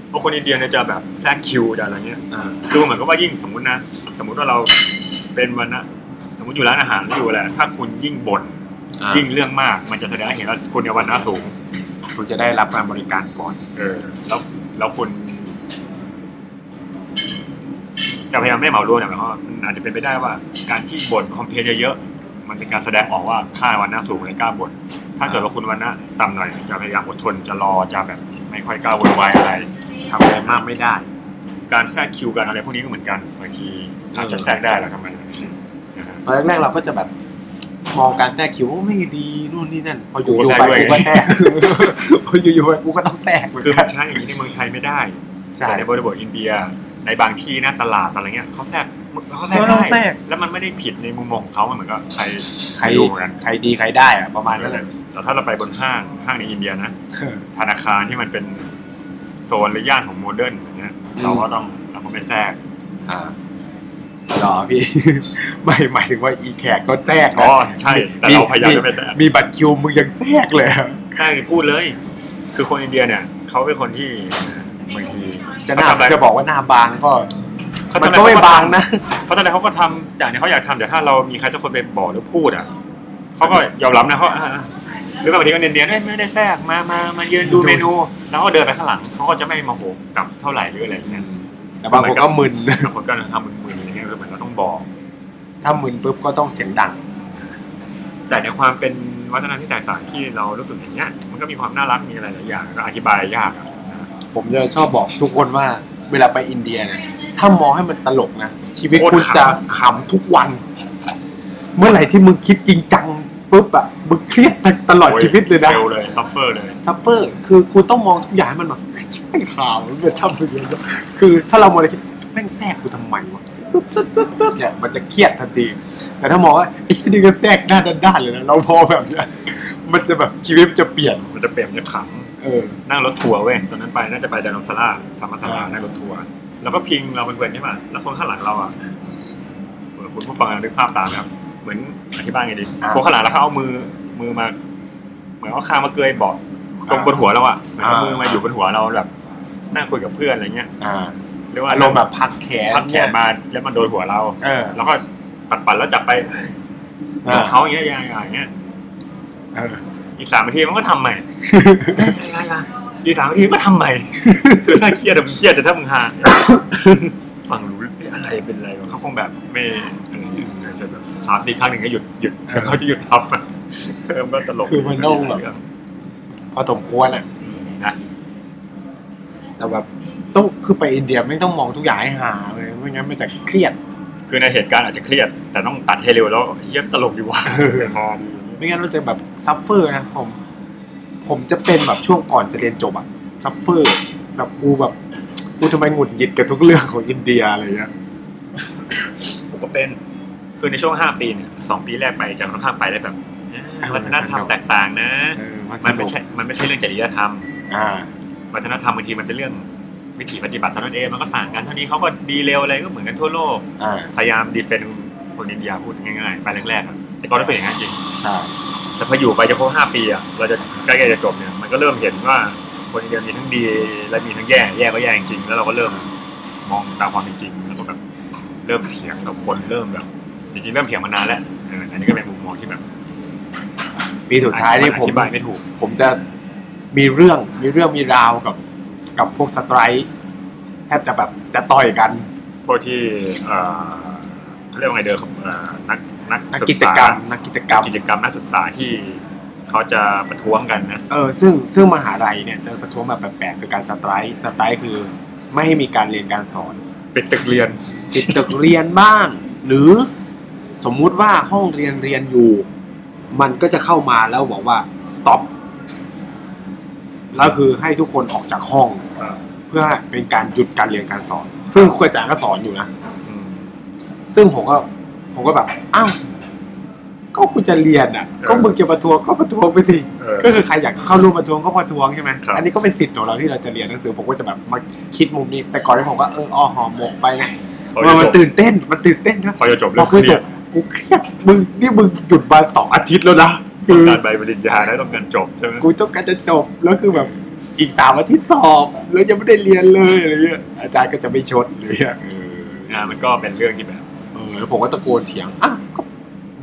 S2: เพราะคนอินเดียเนี่ยจะแบบแซกคิวจะอะไรเงี้ย
S1: อ่า
S2: ดูเหมือนกับว่ายิ่งสมมตินะ สมมติว่าเราเป็นวันนะสมมติอยู่ร้านอาหารแล้วอยู่แหละไรถ้าคุณยิ่งบ่น
S1: อ่ายิ่
S2: ยิ่งเรื่องมาก มันจะแสดงให้เห็นว่าคุณเนี่ยวันหน้าสูง
S1: คุณจะได้รับการบริการก่อน
S2: เออแล้วแล้วคนจะพยายามไม่เหมารวมเนี่ยหมายความว่ามันอาจจะเป็นไปได้ว่า การที่บ่นคอมเพลนเยอะๆมันเป็นการแสดงออกว่าค่าวันหน้าสูงเลยกล้าบ่นถ้าเกิดว่าคุณวันหน้าต่ำหน่อย จะพยายามอดทนจะรอจะแบบไม่ค่อยกล้าวุ่นวายอะไร
S1: ทำอะไรมากไม่ได้
S2: การแทรกคิวกันอะไรพวกนี้ก็เหมือนกันบางทีอาจจะแทรกได้แล้วทำไมนะฮะ
S1: ตอนแรกๆเราก็จะแบบมองการแทรกคิวว่าไม่ดีนู่นนี่นั่น พออยู่
S2: กู
S1: ๆ
S2: ก็
S1: ไป
S2: แทรกด้วย
S1: กูก็แทรก (laughs) พออยู่ๆไปกูก็ต้องแทรกเหมือน
S2: คือ
S1: กั
S2: มัน นใช้อย่างนี้ในเมืองไทยไม่ได้
S1: ใช่
S2: แต่ในบริบทอินเดียในบางที่นะตลาดอะไรเงี้ยเขาแทรกเขาแทรก
S1: เขาต้
S2: ได้
S1: องแทรก
S2: แล้วมันไม่ได้ผิดในมุมมองของเขามันเหมือนกับใคร
S1: ใคร
S2: ดูเหมือนกัน
S1: ใครดีใครได้อะประมาณนั้นแหละ
S2: แต่ถ้าเราไปบนห้างห้างในอินเดียนะธนาคารที่มันเป็นโซนหรือย่านของโมเดิร์นอย่างเงี้ยเราก็ต้องเราก็ไม่แทรก
S1: อ่าหรอพี่ (laughs) ไม่หมายถึงว่าอีแขกก็แทรก
S2: อ๋
S1: นะ
S2: อใช่ แต่เราพยายามจะไม่แทรก
S1: มีบัตรคิวมึงยังแทรกเลยอะ
S2: ใช่พูดเลย คือคนอินเดียเนี่ยเขาเป็นคนที่บางที
S1: จะหน้า
S2: เขทำอะไร
S1: จะบอกว่าหน้าบางก็
S2: เขาทำ
S1: มัน
S2: อะ
S1: ก็
S2: ไรเขา
S1: ไม่
S2: ก็ทำ
S1: บางนะ
S2: เพราะตอนแรกเขาก็ทำอย่างที่เขาอยากทำแต่ถ้าเรามีใครสักคนไปบอกหรือพูดอ่ะ เขา เขาก็ยอมรับนะเขาอ่าอ่าหรือว่าบางทีก็เนียนๆเอ้ยไม่ได้แทรกมามามายืนดูเมนู แล้วก็เดินไปข้างหลังเขาก็จะไม่มาโหกลับเท่าไหร่หรืออะไรอย่างเงี้ย
S1: แต่บางคนก็มึน
S2: บางคนก็ทำมึนๆอย่างเงี้ยคือเหมือนเราต้องบอก
S1: ถ้ามึนปุ๊บก็ต้องเสียงดัง
S2: แต่ในความเป็นวัฒนธรรมที่แตกต่างที่เรารู้สึกอย่างเงี้ยมันก็มีความน่ารักมีอะไรหลายอย่างก็อธิบายยากอะ
S1: ผมจะชอบบอกทุกคนว่าเวลาไปอินเดียเนี่ยถ้ามองให้มันตลกนะ ชีวิตคุณจะขำทุกวัน เมื่อไหร่ที่มึงคิดจริงจังปุ๊บอะมึงเครียดตลอดชีวิตเลยนะ
S2: เฟลเลยซัฟเฟอร์เลย
S1: ซัฟเฟอร์คือคุณต้องมองทุกอย่างให้มันแบบ (laughs) แม่งข่าวมันเป็นช่ำอย่างเงี้ยคือถ้าเรามองอะไรคิดแม่งแทรกกูทำไมวะตึ๊ดตึ๊ดตึ๊ดตึ๊ดเนี่ยมันจะเครียดทันที แต่ถ้ามองว่าไอ้ที่นี่ก็แทรกด้านด้านๆเลยนะเราพอแบบเนี้ยมันจะแบบชีวิตมันจะเปลี่ยน
S2: มันจะเปลี่ยนมันจะขำ
S1: เออ
S2: นั่งรถทัวร์เว้ยตอนนั้นไปน่าจะไปไดโนเสาร์ธรรมศาลา
S1: อ่านั่
S2: นั่งรถทัวร์แล้วก็พิงเราเป็นเวนใช่ป่ะแล้วคนข้างหลังเราอ่ะเออคุณผู้ฟังนึกภาพตามนะครับ เหมือนอธิบายไงดีคนข้างหลังแล้วเขาเอามือมือมา เหมือนเอาคางมาเกยเบาะตรงบนหัวเราอ่ะเหมือนเอามือมาอยู่บนหัวเราแบบนั่งคุยกับเพื่อนอะไรเงี้ย
S1: อ่า
S2: หรือว่า
S1: อารมณ์แบบพักแขน
S2: พัดแขนมาแล้วมันโดนหัวเรา
S1: เออ
S2: แล้วก็ปัดปัดๆแล้วจับไปกับเขาอย่างเงี้ยอย่างเงี้ยอย่างเงี้ย
S1: เออ
S2: อีกสามนาทีมันก็ทำใหม่ อีกสามนาทีมันก็ทำใหม่ คือถ้าเครียดอะมันเครียดแต่ถ้ามึงฮา ฟังรู้เอ๊ะอะไรเป็นอะไรวะเขาคงแบบไม่อะไรอย่างเงี้ยจะแบบสามสี่ครั้งหนึ่งก็หยุดหยุด
S1: เออ
S2: เขาจะหยุดทำอะเออมันตลก
S1: คือมันโล่งแบบ พอสมควรอ่ะ
S2: อืมนะ
S1: แต่แบบต้องคือไปอินเดียไม่ต้องมองทุกอย่างให้หาเลยไม่งั้นมันจะเครียด
S2: คือในเหตุการณ์อาจจะเครียด แต่ต้องตัดให้เร็วแล้วเยี่ยมตลกดีว่ะพอดี
S1: ไม่งั้นเราจะแบบซัฟเฟอร์นะผม ผมจะเป็นแบบช่วงก่อนจะเรียนจบอะซัฟเฟอร์ แบบกูแบบกูทำไมหงุดหงิดกับทุกเรื่องของอินเดียอะไรเงี้ย
S2: ผมก็เป็น คือในช่วงห้าปีเนี่ยสองปีแรกไปจะค่อนข้างไปได้แบบเอ๊ะวัฒนธรรมแตกต่างนะ
S1: เออมันส
S2: มัน
S1: นุ
S2: ไม่
S1: ก
S2: ใช่ มันไม่ใช่เรื่องจริยธรรม
S1: อ่า
S2: วัฒนธรรมบางทีมันเป็นเรื่องวิถีปฏิบัติเท่านั้นเองมันก็ต่างกันเท่านี้เขาก็ดีเร็วอะไรก็เหมือนกันทั่วโลก
S1: อ่า
S2: พยายามดีเฟนต์คนอินเดียพูดง่ายๆ ไปแรกๆอะแต่ก็รู้สึกอย่างนั้นจริง
S1: ใช่
S2: แต่พออยู่ไปจะครบห้าปีอ่ะเราจะใกล้ๆจะจบเนี่ยมันก็เริ่มเห็นว่าคนอินเดียมีทั้งดีและมีทั้งแย่แย่ก็แย่จริงๆแล้วเราก็เริ่มมองตามความเป็นจริงแล้วก็แบบเริ่มเถียงกับคนเริ่มแบบจริงๆเริ่มเถียงมานานแล้วเอออันนี้ก็เป็นมุมมองที่แบบ
S1: ปีสุดท้ายนี่ผม
S2: อธิบายไม่ถูก
S1: ผมจะมีเรื่องมีเรื่องมีราวกับกับพวกสไตรค์แทบจะแบบจะต่อยกัน
S2: พวกที่เอ่อเขาเรียกว่าไงเดิมครับเอ่อนักนัก
S1: นัก
S2: ศึ
S1: กิจ
S2: ษาก
S1: รรมนักกิจกรรม
S2: กิจกรรมนักศึกษาที่เขาจะประท้วงกันนะ
S1: เออซึ่งซึ่งมหาลัยเนี่ยจะประท้วงแบบแปลกๆคือการสไตรค์สไตรค์คือไม่ให้มีการเรียนการสอน
S2: ปิดตึกเรียน
S1: ปิดตึกเรียนบ้าง หรือสมมุติว่าห้องเรียนเรียนอยู่ มันก็จะเข้ามาแล้วบอกว่า stop แล้วคือให้ทุกคนออกจากห้องเพื่อเป็นการหยุดการเรียนการสอน ซึ่งครูอาจารย์ก็สอนอยู่นะ
S2: อืม
S1: ซึ่งผมก็ผมก็แบบอ้าวก็คุณจะเรียนอ่ะ
S2: เออ
S1: ก็มึงจะประท้วงก็ประท้วงไปสิ
S2: เออ
S1: ก็คือใครอยากเข้าร่วมประท้วงก็ประท้วงใช่ไหม
S2: ครับ
S1: อันนี้ก็เป็นสิทธิ์ของเราที่เราจะเรียนหนังสือผมก็จะแบบมาคิดมุมนี้ แต่ก่อนที่ผมก็เอออ้อหอมหมกไปไง
S2: พอ
S1: มันมั
S2: จะจ
S1: น
S2: บ
S1: ตื่นเต้น มันตื่นเต้นนะ
S2: พอจะจบ
S1: พอคุ
S2: เรื่อง
S1: ย
S2: เค
S1: จ
S2: รีย
S1: บ
S2: ด
S1: กูเครียด มึงนี่มึงหยุดมาสองอาทิตย์แล้วนะ
S2: ต้
S1: คือ อง
S2: การใบปริญญานะต้องการจบใช่ไหม
S1: กูต้องการจะจบ แล้วคือแบบอีกสามอาทิตย์สอบ แล้วยังไม่ได้เรียนเลยอะไรเงี้ย อาจารย์ก็จะไม่ชดเลยอะ
S2: เอองานมันก็เป็นเรื่องที่แบบ
S1: เออ แล้วผมก็ตะโกนเถียง อ่ะก็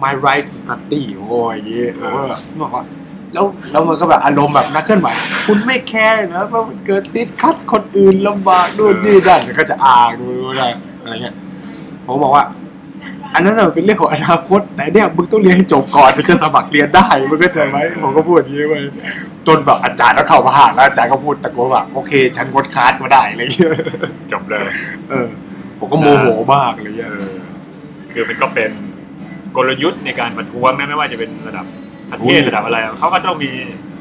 S1: my right to study โอ้ยอยางงี้ผมก็แบบบอกว่า แล้วแล้วมันก็แบบอารมณ์แบบนักเคลื่อนไหว คุณไม่แคร์เลยนะว่ามันเกิดซิดคัดคนอื่นลำบากนู่นนี่นั่นแล้วก็จะอ่างดูนอะไรอะไรเงี้ย ผมบอกว่า อันนั้นน่ะมันเป็นเรื่องของอนาคต แต่เนี่ยมึงต้องเรียนให้จบก่อนถึงจะสมัครเรียนได้มึงก็ใจไหมผมก็พูดอย่างนี้ไปจนแบบอาจารย์ก็เข้ามาหาแล้วอาจารย์ก็พูดตะโกนว่าโอเค ฉันงดคลาสก็ได้อะไรเงี้ย
S2: จบเลย
S1: เออ ผมก็โมโหมากเลย
S2: เอ
S1: เงี้ย
S2: อคือมันก็เป็นกลยุทธ์ในการประท้วงนะไม่ว่าจะเป็นระดับประเทศระดับอะไรเขาก็ต้องมี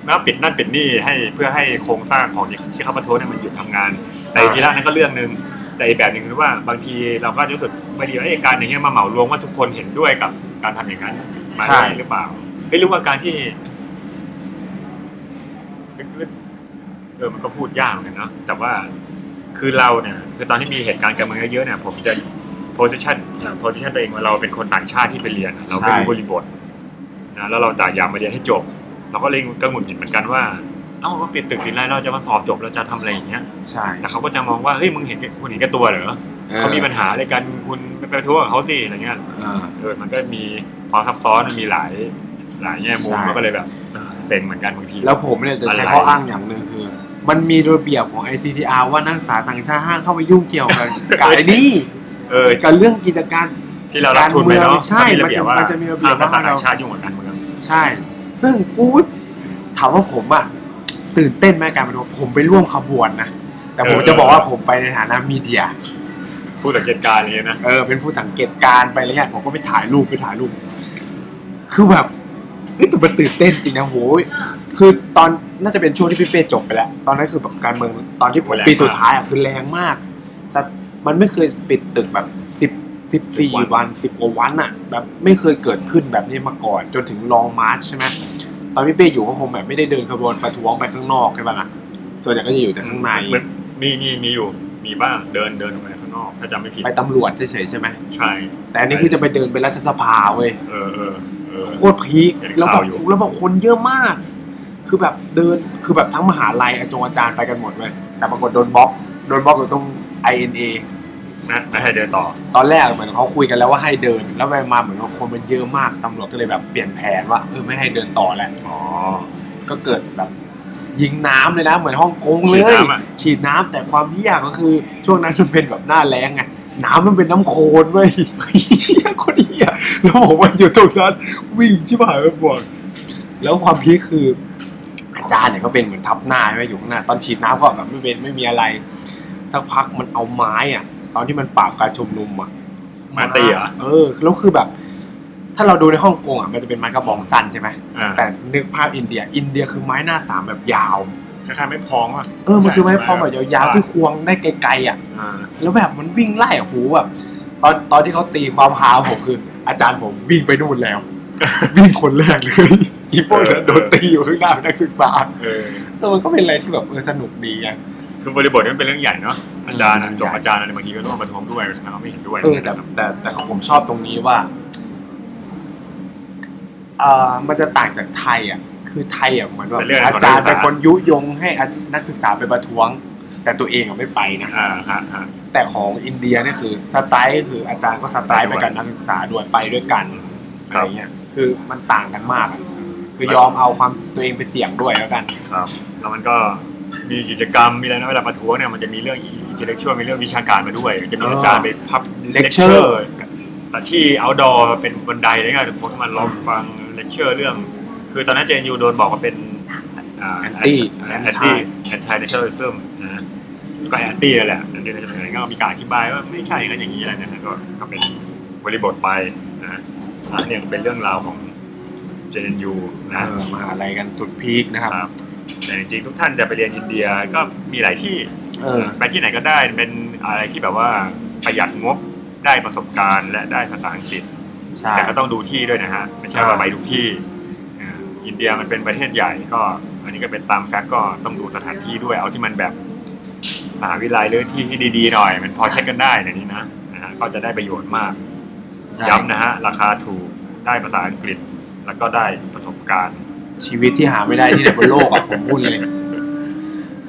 S2: นะปิดนั่นปิดนี่ให้เพื่อให้โครงสร้างของที่เขาประท้วงเนี่ยมันหยุดทำงาน แต่ทีละนั้นก็เรื่องหนึ่งแต่อีกแบบหนึ่งคือว่าบางทีเราก็รู้สึกไม่ดีว่าเอ้การอย่างเงี้ยมาเหมารวมว่าทุกคนเห็นด้วยกับการทำอย่างนั้นมาได้หรือเปล่าไม่รู้ว่าการที่ลึกๆเออมันก็พูดยากเหมือนกันเนาะแต่ว่าคือเราเนี่ยคือตอนที่มีเหตุการณ์การเมืองเยอะๆเนี่ยผมจะ position อ่า position ตัวเองว่าเราเป็นคนต่างชาติที่ไปเรียนอะเราไม่รู้บริบทนะแล้วเราจะอยากมาเรียนให้จบ เราก็เลยกังวลหงิดเหมือนกันว่าเอ้าเราปิดตึกปิดไรเราจะมาสอบจบเราจะทำอะไรอย่างเงี้ย
S1: ใช่
S2: แต่เขาก็จะมองว่าเฮ้ยมึงเห็นแก่คุณเห็นแก่ตัวเหรอเขามีปัญหาอะไรกันคุณไปประท้วงกับเขาสิอะไรเงี้ย
S1: อ่า
S2: เออมันก็มีความซับซ้อนมันมีหลาย หลายแง่มุม
S1: ใช่
S2: มันก็เลยแบบเออเซ็งเหมือนกันบางที
S1: แล้วผมเนี่ยจะใช้
S2: อะไร
S1: ข้ออ้างอย่างหนึ่งคือ มันมีระเบียบของ ICTR ว่านักศึกษาต่างชาติห้ามเข้าไปยุ่งเกี่ยว
S2: (laughs)
S1: กับ กับไอ้นี่
S2: เออ
S1: กับเรื่องกิจการ
S2: ที่เรารับทุนไปเนาะ
S1: ใช่
S2: นระเบียบว่า
S1: มันจะมีระเบียบ
S2: ห้ามภาษา
S1: ว่าเรา
S2: ต่างชาติยุ่งกับการเมือง
S1: ใช่ ซึ่งกูดถามว่าผมอะตื่นเต้นไหมการไปดูผมไปร่วมขบวนนะ แต่ผมจะบอกว่าผมไปในฐานะมีเดีย
S2: ผู้สังเกตการณ์นี้นะ
S1: เออเป็นผู้สังเกตการณ์ไปอะไรเงี้ยผมก็ไปถ่ายรูปไปถ่ายรูป คือแบบเอ้ยแต่มันตื่นเต้นจริงนะโหยคือตอนน่าจะเป็นช่วงที่พี่เป้จบไปแล้ว ตอนนั้นคือแบบการเมืองตอนที่ผม
S2: แรงมาก
S1: ปีสุดท้ายอ่ะคือแรงมาก แต่มันไม่เคยปิดตึกแบบสิบสิบสี่วันสิบกว่าวันอ่ะ แบบไม่เคยเกิดขึ้นแบบนี้มาก่อน จนถึงลองมาร์ชใช่ไหมตอนพี่เป้อยู่ก็คงแบบไม่ได้เดินขบวนประท้วงไปข้างนอกใช่ปะล่ะส่วนใหญ่ก็จะอยู่แต่ข้างใน
S2: มันมีมีมีอยู่มีบ้างเดินเดินออกไปข้างนอก ถ้าจำไม่ผิด
S1: ไปตำรวจเฉยๆใช่ไหม
S2: ใช่
S1: แต่อันนี้คือจะไปเดินไปรัฐสภาเว้ย
S2: เออเออเออ
S1: โคตรพีค
S2: เห็น
S1: แล้วแบ
S2: ข่าว
S1: บ
S2: อยู่
S1: แล้วแบบคนเยอะมาก คือแบบเดินคือแบบทั้งมหาลัยอาจงอาจารย์ไปกันหมดเลยแต่ปรากฏโดนบล็อกโดนบล็อกอยู่ตรง INA
S2: นะไม่ให้เดินต่อ
S1: ตอนแรกเหมือนเขาคุยกันแล้วว่าให้เดิน แล้วไปมาเหมือนว่าคนมันเยอะมากตำรวจก็เลยแบบเปลี่ยนแผนว่าเออไม่ให้เดินต่อแล้ว
S2: อ๋อ
S1: ก็เกิดแบบ ยิงน้ำเลยนะ เหมือนฮ่องกงเล
S2: ฉี
S1: ย
S2: ดน้ำอะ
S1: ฉีดน้ำแต่ความเหี้ยก็คือช่วงนั้นมันเป็นแบบหน้าแล้งไงน้ำมันเป็นน้ำโคลนเว้ยเหี้ยโคนเหี้ยแล้วผมว่าอยู่ตรงนั้นวิ่งชิบหายไปหมดแล้วความพีคคือ อาจารย์เนี่ยก็เป็นเหมือนทับหน้าไว้อยู่ข้างหน้าตอนฉีดน้ำก็แบบไม่เป็นไม่มีอะไร สักพักมันเอาไม้อ่ะ ตอนที่มันปราบการชุมนุมอ่ะ
S2: มาตีเหรอ
S1: เออแล้วคือแบบ ถ้าเราดูในฮ่องกงอ่ะมันจะเป็นไม้กระบองสั้นใช่ไหม
S2: อ่า
S1: แต่นึกภาพอินเดีย อินเดียคือไม้หน้าสามแบบยาว
S2: คล้ายๆไม่พองอ่ะ
S1: เออ มันคือไม้พร้อมแบบยาวๆที่ควงได้ไกลๆอ่ะ
S2: อ่า
S1: แล้วแบบมันวิ่งไล่อะโหูแบบตอนตอนที่เขาตีความหาผมคือ อาจารย์ผมวิ่งไปนู่น (laughs) แล้ว วิ่งคนแรกเลย อีพวกนั้นโดนตีอยู่ข้างหน้าเป็นนักศึกษา
S2: เออ
S1: แต่มันก็เป็นอะไรที่แบบเออสนุกดีไง
S2: คือบริบทนี่มันเป็นเรื่องใหญ่เนาะอาจารย์อะ
S1: เออ
S2: จบอาจารย์อะไรบางทีก็ต้องมาประท้วงด้วยทำเราไม่เห็นด้วย
S1: เออแต่แต่แต่ของผมชอบตรงนี้ว่าเออมันจะต่างจากไทยอ่ะ คือไทยอ่ะเหมือนแบบอาจารย์เป็นคนยุยงให้นักศึกษาไปประท้วง แต่ตัวเองอ่ะไม่ไปนะ
S2: อ่าฮะฮะ
S1: แต่ของอินเดียเนี่ยคือสไตล์ก็คืออาจารย์ก็สไตล์ไปกับนักศึกษาด้วยไปด้วยกันอะไรเงี้ยคือมันต่างกันมากอะคือยอมเอาความตัวเองไปเสี่ยงด้วยแล้วกัน
S2: ครับแล้วมันก็มีกิจกรรมมีอะไรนะเวลาประท้วงเนี่ยมันจะมีเรื่องอินเทลเล็กชวลมีเรื่องวิชาการมาด้วยจะมีอาจารย์ไปพับ
S1: Lecture
S2: แต่ที่ outdoor เป็นบันไดเลยไงผมมาลองฟังเลคเชอร์เรื่อง คือตอนนั้นเจนยูโดนบอกว่าเป็น
S1: Anti
S2: แอนตี้แอนตี้เนชั่นลิซึมนะก็แอนตี้เลยแหละแอนตี้เนชั่นลิซึมก็มีการอธิบายว่าไม่ใช่กันอย่างนี้อะไรเนี่ยนะก็ก็เป็นบริบทไปนะอันนี้เป็นเรื่องราวของเจนยู
S1: เอ
S2: นะ
S1: อมหาอะไรกันสุดพีคนะครับ
S2: ครับแต่จริงๆทุกท่านจะไปเรียนอินเดียก็มีหลายที่
S1: เออ
S2: ไปที่ไหนก็ได้เป็นอะไรที่แบบว่าประหยัดงบได้ประสบการณ์และได้ภาษาอังกฤษ
S1: ใช่
S2: แต่ก็ต้องดูที่ด้วยนะฮะไม่ใช่ว่าไปทุกที่อ่าอินเดียมันเป็นประเทศใหญ่ก็ อันนี้ก็เป็นตามแฟกต์ก็ต้องดูสถานที่ด้วยเอาที่มันแบบมหาวิทยาลัยหรือที่ที่ดีๆหน่อย มันพอเช็คกันได้ในนี้นะนะฮะก็จะได้ประโยชน์มาก ย้ำนะฮะราคาถูกได้ภาษาอังกฤษ แล้วก็ได้ประสบการณ์
S1: ชีวิตที่หาไม่ได้ที่ไหนบนโลกอ่ะ (laughs) ผมพูดเลย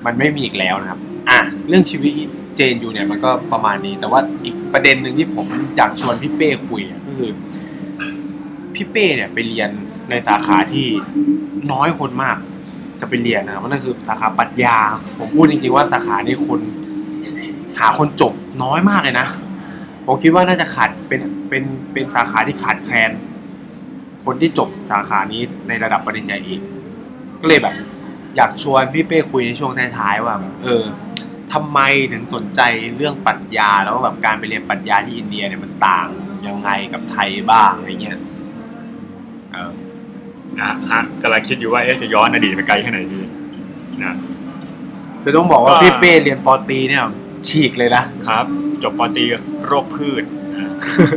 S1: มันไม่มีอีกแล้วนะครับ อ่ะเรื่องชีวิตเจนอยู่เนี่ยมันก็ประมาณนี้ แต่ว่าอีกประเด็นหนึ่งที่ผมอยากชวนพี่เป้คุยอะก็คือพี่เป้เนี่ยไปเรียนในสาขาที่น้อยคนมาก จะไปเรียนนะครับนั่นคือสาขาปรัชญา ผมพูดจริงๆว่าสาขานี้คนหาคนจบน้อยมากเลยนะ ผมคิดว่าน่าจะขาดเป็นเป็นเป็นสาขาที่ขาดแคลน คนที่จบสาขานี้ในระดับปริญญาเอกก็เลยแบบ อยากชวนพี่เป้คุยในช่วงท้ายๆว่าแบบเออทำไมถึงสนใจเรื่องปรัชญาแล้วแบบการไปเรียนปรัชญาที่อินเดียเนี่ยมันต่างยังไงกับไทยบ้างอะไรเงี้ยเออ
S2: นะฮะกำลังคิดอยู่ว่าเอ๊ะจะย้อนอดีตไปไกลแค่ไหนดีนะ
S1: คือต้องบอกว่าพี่เป้เรียนปอตรีเนี่ยฉีกเลยนะครับ
S2: จบปอตรีโรคพืชนะ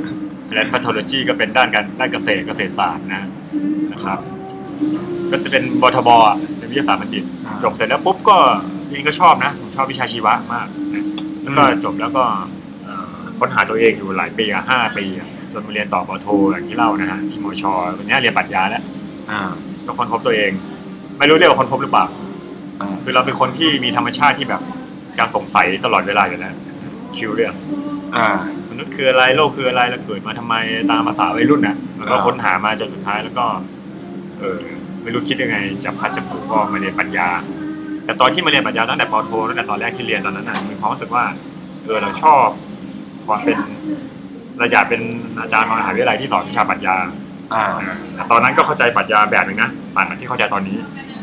S2: (laughs) และพัทโลจีก็เป็นด้านการด้านเกษตรเกษตรศาสตร์นะนะครับ ก็จะเป็นบทบอ่ะเป็นวิทยาศาสตร์บัณฑิต จบเสร็จแล้วปุ๊บก็เองก็ชอบนะผมชอบวิชาชีวะมากนะแล้วก็จบแล้วก็เอ่อค้นหาตัวเองอยู่หลายปีอะห้าปีอะจนมาเรียนต่อปอโทอย่างที่เล่านะฮะที่มอชอวันนี้เรียนปรัชญาแล้ว
S1: อ่า
S2: ก็ค้นพบตัวเอง ไม่รู้เรียกว่าค้นพบหรือเปล่า
S1: อ่า
S2: คือเราเป็นคนที่มีธรรมชาติที่แบบการสงสัยตลอดเวลาอยู่แล้ว curious
S1: อ่า
S2: มนุษย์คืออะไรโลกคืออะไรเราเกิดมาทำไมตามภาษาวัยรุ่นนะแล้วก็
S1: อ่า
S2: ค้นหามาจนสุดท้ายแล้วก็ ออไม่รู้คิดยังไงจะพัดจะผูกก็มาเรียนปรัญญา แต่ตอนที่มาเรียนปรัญญาตั้งแต่ปอโทตั้งแต่ตอนแรกที่เรียนตอนนั้นน่ะมีความรู้สึกว่าเออเราชอบความเป็นเราอยากเป็นอาจารย์มหาวิทยาลัยที่สอนวิชาปรัญญา
S1: อ่า
S2: แต่ตอนนั้นก็เข้าใจปรัญญาแบบหนึงนะต่างกับที่เข้าใจตอนนี้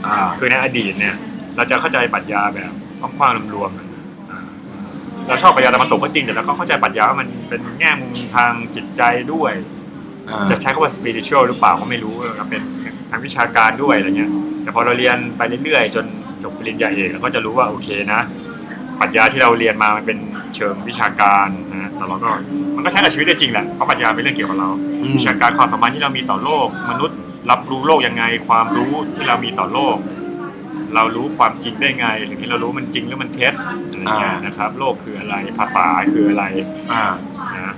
S1: อ่า
S2: คือในอดีตเนี่ยเราจะเข้าใจปรัชญาแบบกว้างๆรวมๆอะอ่าเราชอบปรัชญาตะวันตกก็จริงแต่เราก็เข้าใจปรัชญาว่ามันเป็นแง่มุมทางจิตใจด้วย
S1: อ่า
S2: จะใช้คำว่า spiritual หรือเปล่าก็ไม่รู้เราเป็นทางวิชาการด้วยอะไรเงี้ย แต่พอเราเรียนไปเรื่อยๆ จนจบปริญญาเอกเราก็จะรู้ว่าโอเคนะปรัชญาที่เราเรียนมามันเป็นเชิงวิชาการนะแต่เราก็มันก็ใช้กับชีวิตได้จริงแหละเพราะปรัชญาเป็นเรื่องเกี่ยวกับเรา
S1: อืม
S2: วิชาการความสัมพันธ์ที่เรามีต่อโลก มนุษย์รับรู้โลกยังไง ความรู้ที่เรามีต่อโลก เรารู้ความจริงได้ไง สิ่งที่เรารู้มันจริงหรือมันเท็จอะไรเงี้ยนะครับ โลกคืออะไรภาษาคืออะไร
S1: อ่า
S2: นะ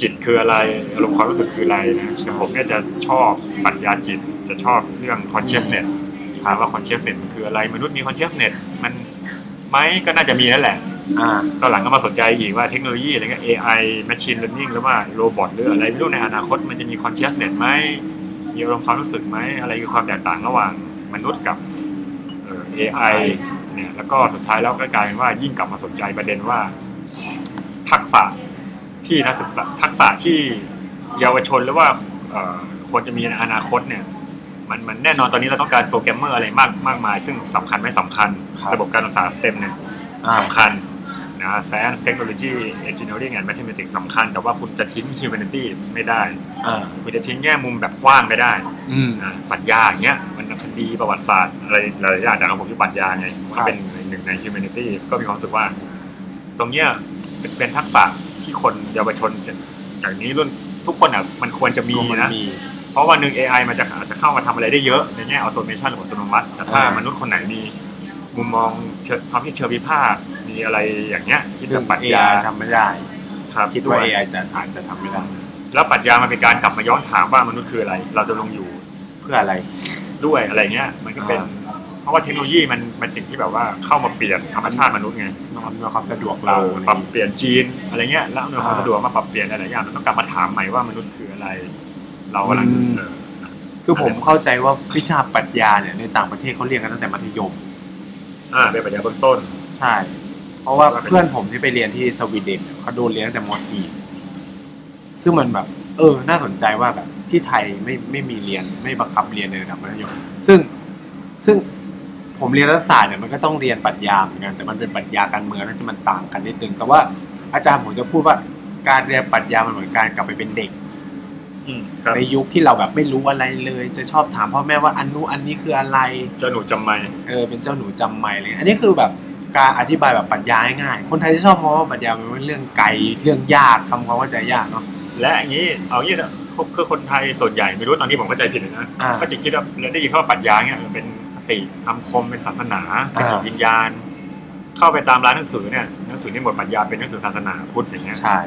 S2: จิตคืออะไรอารมณ์ความรู้สึกคืออะไรนะแต่ผมเนี่ยจะชอบปรัชญาจิตจะชอบเรื่อง consciousness ถามว่า consciousness มันคืออะไรมนุษย์มี consciousness มันไหมก็น่าจะมีนั่นแหละ
S1: อ่า
S2: ตอนหลังก็มาสนใจอีกว่าเทคโนโลยีอะไรเงี้ย AI machine learning หรือว่าโรบอทหรืออะไรไม่รู้ในอนาคตมันจะมี consciousness ไหมมีอารมณ์ความรู้สึกไหมอะไรคือความแตกต่างระหว่างมนุษย์กับเอ่อ AI เนี่ยแล้วก็สุดท้ายแล้วก็กลายเป็นว่ายิ่งกลับมาสนใจประเด็นว่า ทักษะที่นักศึกษาทักษะที่เยาวชนหรือว่าเอ่อควรจะมีในอนาคตเนี่ยมันมันแน่นอนตอนนี้เราต้องการโปรแกรมเมอร์อะไรมากมากมาย ซึ่งสำคัญไม่สำคัญ
S1: ครับ
S2: ระบบการศึกษาสเต็มเนี่ย
S1: อ่า
S2: สำคัญนะ science technology engineering and mathematics สำคัญ แต่ว่าคุณจะทิ้ง humanities ไม่ได้
S1: อ่า
S2: คุณจะทิ้งแง่มุมแบบกว้างไม่ได้
S1: อืม
S2: อ่าปรัชญาอย่างเงี้ยมันคดีประวัติศาสตร์อะไรหลายๆอย่างแต่ของผมคือปรัชญาไงมันก็เป็นหนึ่งใน humanities ก็มีความรู้สึกว่า ตรงเนี้ยเป็นเป็นทักษะที่คนเยาวชนจะอย่างนี้รุ่นทุกคนอ่ะมันควรจะมีนะ เพราะวันหนึ่ง AI มันจะอาจจะเข้ามาทำอะไรได้เยอะในแง่ออโตเมชันหรืออัตโนมัติ แต่ถ้า
S1: อ่าม ม
S2: นุษย์คนไหนมีมุมมองเชิงความคิดเชิงวิพากษ์มีอะไรอย่างเงี้ยคิด
S1: ซึ่
S2: แบ
S1: ง
S2: บปรัช
S1: AI
S2: ญา
S1: ทำไม่ได้
S2: ครับ
S1: คิด
S2: ด้
S1: ว่า
S2: ย
S1: AI จะอาจจะทำไม่ได้
S2: แล้วปรัชญามันเป็นการกลับมาย้อนถามว่ามนุษย์คืออะไร เราจะลงอยู่
S1: เพื่ออะไร
S2: ด้วยอะไรเงี้ยมันก็เป็น
S1: อ่า
S2: เพราะว่าเทคโนโลยีมันมันสิ่งที่แบบว่าเข้ามาเปลี่ยนธรรมชาติมนุษย์ไง
S1: นอนเพื่อความสะดวก
S2: เรา
S1: เรา
S2: ปรับเปลี่ยนจีนอะไรเงี้ยแล้วเนื้อความ
S1: อ่า
S2: สะดวกมาปรับเปลี่ยนอะไรอย่างมันต้องกลับมาถามใหม่ว่ามนุษย์คืออะไร เรากำลัง
S1: อืม
S2: เออ
S1: คือผมเข้าใจว่าวิชาปรัชญาเนี่ยในต่างประเทศเขาเรียนกันตั้งแต่มัธยม
S2: อ่าเป็นปัญญาเบื้องต้น
S1: ใช่ เพราะว่าเพื่อนผมที่ไปเรียนที่สวีเดนเนี่ยเขาโดนเรียนตั้งแต่มสี่ซึ่งมันแบบ เออ น่าสนใจว่าแบบที่ไทยไม่ไม่มีเรียนไม่บังคับเรียนในระดับมัธยม ซึ่งซึ่งผมเรียนรัฐศาสตร์เนี่ยมันก็ต้องเรียนปรัชญาเหมือนกันแต่มันเป็นปรัชญาการเมืองนะที่มันต่างกันนิดนึงแต่ว่าอาจารย์ผมจะพูดว่าการเรียนปรัชญามันเหมือนการกลับไปเป็นเด็ก
S2: อืมครับ
S1: ในยุคที่เราแบบไม่รู้อะไรเลย จะชอบถามพ่อแม่ว่าอันนู้นอันนี้คืออะไร
S2: เจ้าหนูจำไม่
S1: เออเป็นเจ้าหนูจำไม่เลย อันนี้คือแบบการอธิบายแบบปรัชญาง่ายๆคนไทยจะชอบมองว่าปรัชญามันเป็นเรื่องไกลเรื่องยากคำความเข้าใจยากเนาะ
S2: และอย่างนี้เอาอย่างนี้นะคือคนไทยส่วนใหญ่ไม่รู้ตอนที่ผมเข้าใจผิดนะ
S1: อ่า
S2: ก็จะคิดว่าแล้วได้ยินคำว่าปรัชญาเนี่ยเออเป็นคติคำคมเป็นศาสนาเป็น
S1: อ่า
S2: จิตวิญญาณ เข้าไปตามร้านหนังสือเนี่ยหนังสือที่หมดปรัชญาเป็นหนังสือศาสนาพุทธอย่างเงี้ย
S1: ใช่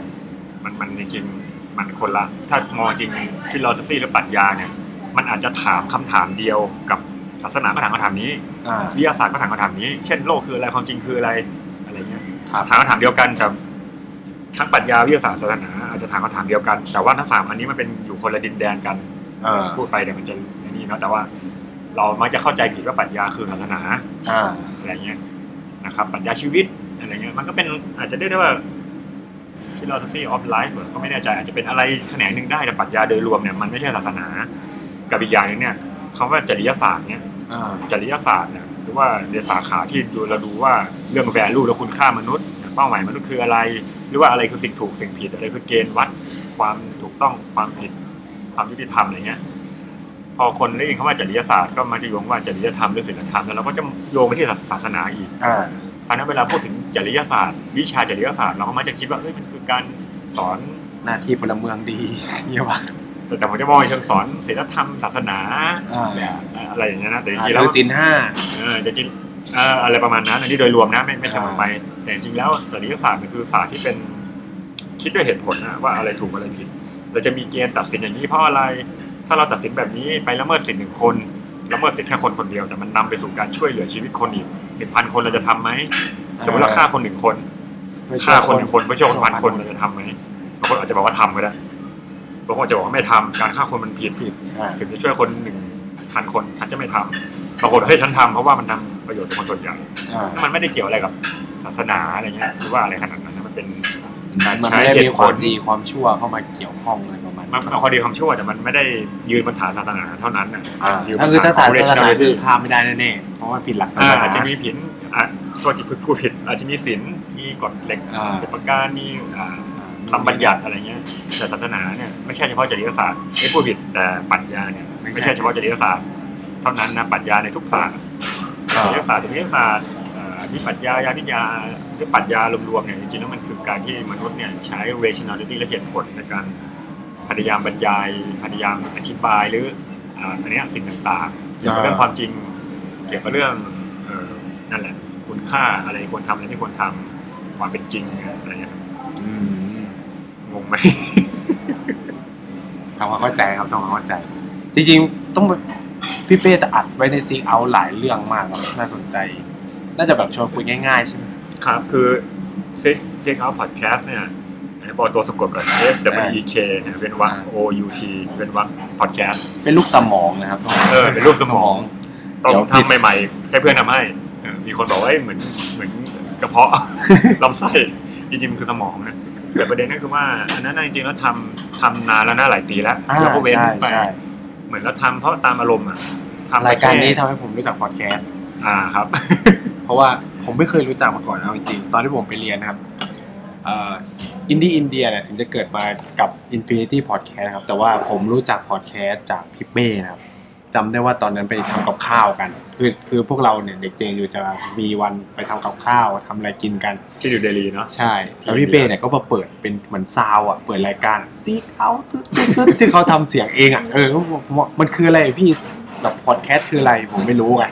S2: มันมันจริงๆมันคนละ ถ้ามองจริงฟิโลสฟีหรือปรัชญาเนี่ย มันอาจจะถามคำถามเดียวกับศาสนาก็ถามคำถามนี้
S1: อ่า
S2: วิทยาศาสตร์ก็ถามคำถามนี้ เช่นโลกคืออะไรความจริงคืออะไรอะไรเงี้ย
S1: ครับ
S2: ถามคำถามเดียวกันกับทั้งปรัชญาวิทยาศาสตร์ศาสนาอาจจะถามคำถามเดียวกัน แต่ว่าทั้งสามอันนี้มันเป็นอยู่คนละดินแดนกัน
S1: เออ
S2: พูดไปเดี๋ยวมันจะนี่เนาะแต่ว่า เรามักจะเข้าใจผิดว่าปรัชญาคือศาสนา
S1: อ่า
S2: อะไรเงี้ยนะครับปรัชญาชีวิตอะไรเงี้ยมันก็เป็นอาจจะเรียกได้ว่า philosophy of life เหรอก็ไม่แน่ใจอาจจะเป็นอะไรแขนงหนึ่งได้แต่ปรัชญาโดยรวมเนี่ยมันไม่ใช่ศาสนา กับอีกอย่างหนึงเนี่ยคำว่าจริยศาสตร์เนี่ย
S1: อ่า
S2: จริยศาสตร์เนี่ยหรือว่าในสาขาที่ดูเราดูว่าเรื่อง value และคุณค่ามนุษย์เป้าหมายมนุษย์คืออะไร หรือว่าอะไรคือสิ่งถูกสิ่งผิดอะไรคือเกณฑ์วัด ความถูกต้องความผิดความยุติธรรมอะไรเงี้ย พอคนได้ยินคำว่าจริยศาสตร์ก็มักจะโยงว่าจริยธรรมหรือศีลธรรมแล้วเราก็จะโยงไปที่ศาสนาอีก
S1: อ่า
S2: ตอนนั้นเวลาพูดถึงจริยศาสตร์ วิชาจริยศาสตร์เราก็มักจะคิดว่าเอ้ยมันคือการสอน
S1: หน้าที่พลเมืองดีเงี้ยว่ะ
S2: แต่แต่ผมจะมองในเชิงสอนศีลธรรมศาสนา
S1: อ่า
S2: อะไรอย่างเงี้ยนะแต่จ
S1: อ่า
S2: ริงๆ
S1: แล้
S2: แล้ว ว
S1: จินห้า
S2: เออแต่จริงเอ่ออะไรประมาณนั้นอันนี้โดยรวมนะไม่ไม่จำเป็นไป แต่จริงๆแล้วจริยศาสตร์มันคือศาสตร์ที่เป็นคิดด้วยเหตุผลนะว่าอะไรถูกอะไรผิด เราจะมีเกณฑ์ตัดสินอย่างนี้เพราะอะไร ถ้าเราตัดสินแบบนี้ไปละเมิดสิทธิหนึ่งคนละเมิดสิทธิแค่คนคนเดียวแต่มันนำไปสู่การช่วยเหลือชีวิตคนอีกหนึ่งพันคนเราจะทำไหมสมมติเราฆ่าคนหนึ่งคน ฆ่าคนหนึ่งคนไม่ใช่คนพันคนเราจะทำไหมบางคนอาจจะบอกว่าทำก็ได้บางคนอาจจะบอกว่าไม่ทำการฆ่าคนมันผิด
S1: ผิดอ่า
S2: ถึงจะช่วยคนหนึ่ง พันคนฉันจะไม่ทำปรากฏเฮ้ยฉันทำเพราะว่ามันทำประโยชน์กับคนส่วนใหญ่
S1: อ่า
S2: แล้วมันไม่ได้เกี่ยวอะไรกับศาสนาอะไรเงี้ยหรือว่าอะไรขนาดนั้นนะมันเป็นการ
S1: มัน
S2: ใช้
S1: ไม่ได้
S2: เห
S1: มีค
S2: ตุผ
S1: วาม
S2: ล
S1: ดีความชั่วเข้ามาเกี่ยวข้องอะไรประมาณ
S2: มันเอาข้อดีความชั่วแต่มันไม่ได้ยืนบนฐานศาสนาเท่านั้นนะ
S1: อ่า
S2: ยู่บ
S1: ก็
S2: น
S1: คือถ้า
S2: ข
S1: ตา
S2: อง
S1: ศาสนา
S2: rationality
S1: คือข้ามไม่ได้แน่ๆเพราะว่าผิดหลักศา
S2: อ่า
S1: ส
S2: อาจจะ
S1: นา
S2: มีผิดอ่ะตัวที่พูดผิด อาจจะมีศีลมีกฎเหล็ก
S1: อ่า
S2: สิบประการมีอ่าคำบัญญัติอะไรเงี้ยแต่ศาสนาเนี่ยไม่ใช่เฉพาะจริยศาสตร์ไม่พูดผิดแต่ปรัชญาเนี่ย
S1: ไม่ใช่
S2: ไม่ใช่เฉพาะจริยศาสตร์เท่านั้นนะปรัชญาในทุกศาสตร์
S1: อ่า
S2: จริยศาสตร์จริยศาสตร์เอ่อวิปัชญายานิยาหรือปรัชญารวมๆเนี่ยจริงๆแล้วมันคือการที่มนุษย์เนี่ยใช้ rationality และเหตุผลในการพยายามบรรยายพยายามอธิบายหรืออ่าอันเนี้ยสิ่งต่างๆเกี่ยวกับเรื่องความจริง เกี่ยวกับเรื่องเอ่อนั่นแหละคุณค่าอะไรควรทำอะไรไม่ควรทำความเป็นจริงอะไรเงี้ย
S1: อืม
S2: งงไหม
S1: ทำความเข้าใจครับทำความเข้าใจ จริงๆต้องพี่เป้จะอัดไว้ในซีเอาหลายเรื่องมากครับน่าสนใจ น่าจะแบบชวนคุยง่ายๆใช่ไหม
S2: ครับคือ Seek Seek Out Podcast เนี่ยบอกตัวสะกดก่อน S W E K เนี่ยเป็นวัก
S1: อ่า
S2: O U T เป็นวัก podcast
S1: เป็นลูกสมองนะครับ
S2: เออเป็นรูปสมอง ต้องทำใหม่ๆ ให้เพื่อนทำให้เออมีคนบอกว่าเอ้ยเหมือนเหมือนกระ
S1: (laughs)
S2: เพาะ ลำไส้จริงๆมันคือสมองนะแต่ประเด็นก็คือว่าอันนั้นนะจริงๆแล้วทำทำนานแล้วนะหลายปีแล้ว
S1: อ่า
S2: แล้วก็เว้น
S1: ใช่
S2: ไป
S1: ใช่
S2: เหมือนเราทำเพราะตามอารมณ์อ่ะทำ
S1: รายการนี้
S2: แค่
S1: ทำให้ผมรู้จักพอดแคสต์
S2: อ่าครับ
S1: เพราะว่าผมไม่เคยรู้จักมาก่อนเอาจริงๆ ตอนที่ผมไปเรียนนะครับเอ่ออินดี้อินเดียเนี่ยถึงจะเกิดมากับ Infinity Podcast ครับ แต่ว่าผมรู้จักพอดแคสต์จากพี่เป้นะครับจำได้ว่าตอนนั้นไปทำกับข้าวกัน คือคือพวกเราเนี่ยเด็กเจนอยู่จะมีวันไปทำกับข้าวทำอะไรกินกัน
S2: ที่อยู่เดลีเนาะ
S1: ใช่ แล้วพี่เป้เนี่ยก็มาเปิดเป็นเหมือนซาวอ่ะ เปิดรายการซีกเอาตึ๊ดตึ๊ดตึ๊ดที่เขาทำเสียงเองอ่ะ เออผมผมว่ามันคืออะไรพี่แบบพอดแคสต์คืออะไรผมไม่รู้ไง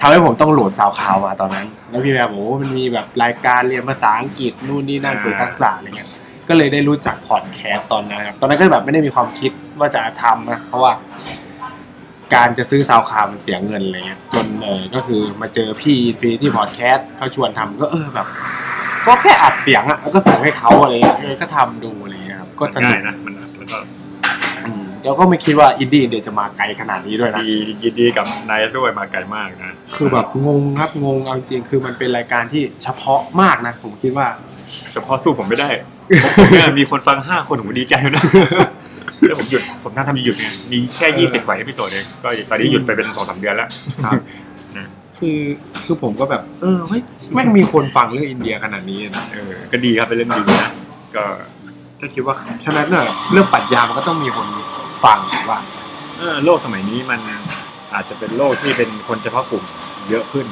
S1: ทำให้ผมต้องโหลดซาวคลาวมาตอนนั้น แล้วพี่แบบโอ้โหมันมีแบบรายการเรียนภาษาอังกฤษนู่นนี่นั่น
S2: อ่า
S1: ฝึกทักษะอะไรเงี้ย ก็เลยได้รู้จักพอดแคสต์ตอนนั้นครับตอนนั้นก็แบบไม่ได้มีความคิดว่าจะทำนะเพราะว่า การจะซื้อซาวคลาวมันเสียเงินอะไรเงี้ยจนเออก็คือมาเจอพี่ฟีที่พอดแคสต์เขาชวนทำก็เออแบบ ก็แค่อัดเสียงอ่ะแล้วก็ส่งให้เขาอะไรเงี้ยเออก็ทำดูอะไรเงี้ยครับก็สนุ
S2: ง่าย
S1: ก
S2: นะมันอัดแล้วก็
S1: อืมแล้วก็ไม่คิดว่าอินดี้เดียจะมาไกลขนาดนี้ด้วยนะ
S2: ดียินดีกับนายด้วยมาไกลมากนะ
S1: คือแบบงงครับงงเอาจริงๆคือมันเป็นรายการที่เฉพาะมากนะ ผมคิดว่า
S2: เฉพาะสู้ผม
S1: (laughs)
S2: ไม่ได้ ผมเนี่ยมีคนฟังห้าคนผมดีใจแล้วนะ (laughs) แล้วผมหยุดผมนั่งทำหยุดเนี่ยมีแค่ยี่สิบกว่าเอพิโซดเองก็ตอนนี้หยุดไปเป็นสองสามเดือนแล้ว
S1: ครับ
S2: นะ
S1: (laughs) คือคือผมก็แบบ เออเฮ้ยแม่งมีคนฟังเรื่องอินเดียขนาดนี้นะ
S2: เออก็ดีครับเป็นเรื่องดีนะก็ก็คิดว่า
S1: ฉะนั้นเนี่ยเรื่องปรัชญามันก็ต้องมีคนฟังว่า
S2: เออโลกสมัยนี้มันอาจจะเป็นโลกที่เป็นคนเฉพาะกลุ่มเยอะขึ้น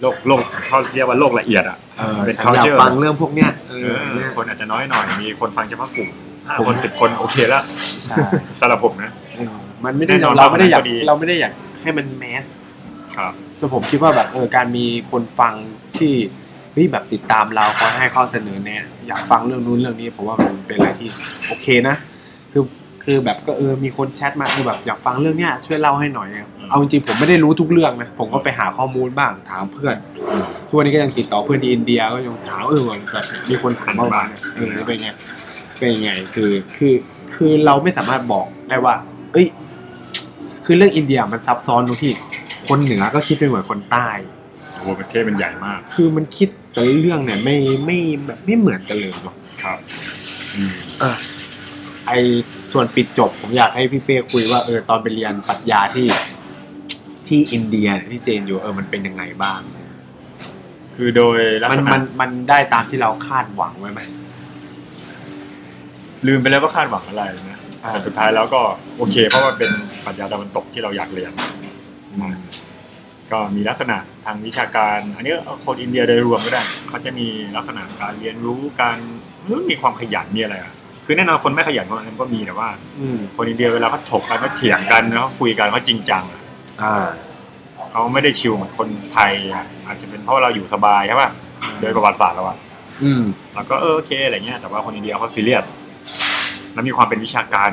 S2: โลกโลกเขาเรียกว่าโลกละเอียดอ่ะ
S1: เออ
S2: เป็น
S1: ฉันอยาก
S2: culture
S1: ฟังเรื่องพวกเนี้ยเออเนี่ย
S2: คนอาจจะน้อยหน่อยมีคนฟังเฉพาะกลุ่มห้า
S1: ผม
S2: คนสิบคนโอเคแล้ว
S1: ใช่
S2: สำหรับผมนะ
S1: เออมันไม่ได้
S2: แน่นอน
S1: เราไม่ได้อยาก
S2: เราก็ดี
S1: เราไม่ได้อยากให้มันแมส
S2: ครับ
S1: แต่ผมคิดว่าแบบเออการมีคนฟังที่เฮ้ยแบบติดตามเราคอยให้ข้อเสนอแนะอยากฟังเรื่องนู้นเรื่องนี้ผมว่ามันเป็นอะไรที่โอเคนะคือคือแบบก็เออมีคนแชทมาคือแบบอยากฟังเรื่องเนี้ยช่วยเล่าให้หน่อยอะ
S2: อืม
S1: เอาจริงๆผมไม่ได้รู้ทุกเรื่องนะผมก็ไปหาข้อมูลบ้างถามเพื่อนทุกวันนี้ก็ยังติดต่อเพื่อนที่อินเดียก็ยังถามเออแบบมีคนถามมาบ้างเออเป็นไงเป็นไงคือคือคือเราไม่สามารถบอกได้ว่า เอ้ย คือเรื่องอินเดียมันซับซ้อนตรงที่ คนเหนือก็คิดเป็นเหมือนคนใต้
S2: โอ้โหประเทศมันใหญ่มาก
S1: คือมันคิดแต่ละเรื่องเนี่ยไม่ไม่แบบไม่เหมือนกันเลยเนาะ
S2: ครับอืม
S1: เออไอส่วนปิดจบผมอยากให้พี่เป้คุยว่าเออตอนไปเรียนปรัชญาที่ที่อินเดียที่เจนอยู่เออมันเป็นยังไงบ้าง
S2: คือโดยลัก
S1: มัน
S2: ษณะ
S1: มันมันได้ตามที่เราคาดหวังไว้ไหม
S2: ลืมไปแล้วว่าคาดหวังอะไรนะ
S1: อ่า
S2: แต่สุดท้ายแล้วก็โอเค เพราะว่าเป็นปรัชญาตะวันตกที่เราอยากเรียน ก็มีลักษณะทางวิชาการ อันนี้เอาคนอินเดียโดยรวมก็ได้เขาจะมีลักษณะการเรียนรู้การมีความขยันมีอะไรอ่ะคือแน่นอนคนไม่ขยันก็มันก็มีแต่ว่า
S1: อืม
S2: คนอินเดียเวลาเขาถกกันเขาเถียงกันแล้วเขาคุยกันเขาจริงจังอะ
S1: อ่า
S2: เขาไม่ได้ชิลเหมือนคนไทยอะอาจจะเป็นเพราะเราอยู่สบายใช่ป่ะโดยประวัติศาสตร์เราอะ
S1: อืม
S2: เราก็เออโอเคอะไรเงี้ยแต่ว่าคนอินเดียเขาซีเรียสแล้วมีความเป็นวิชาการ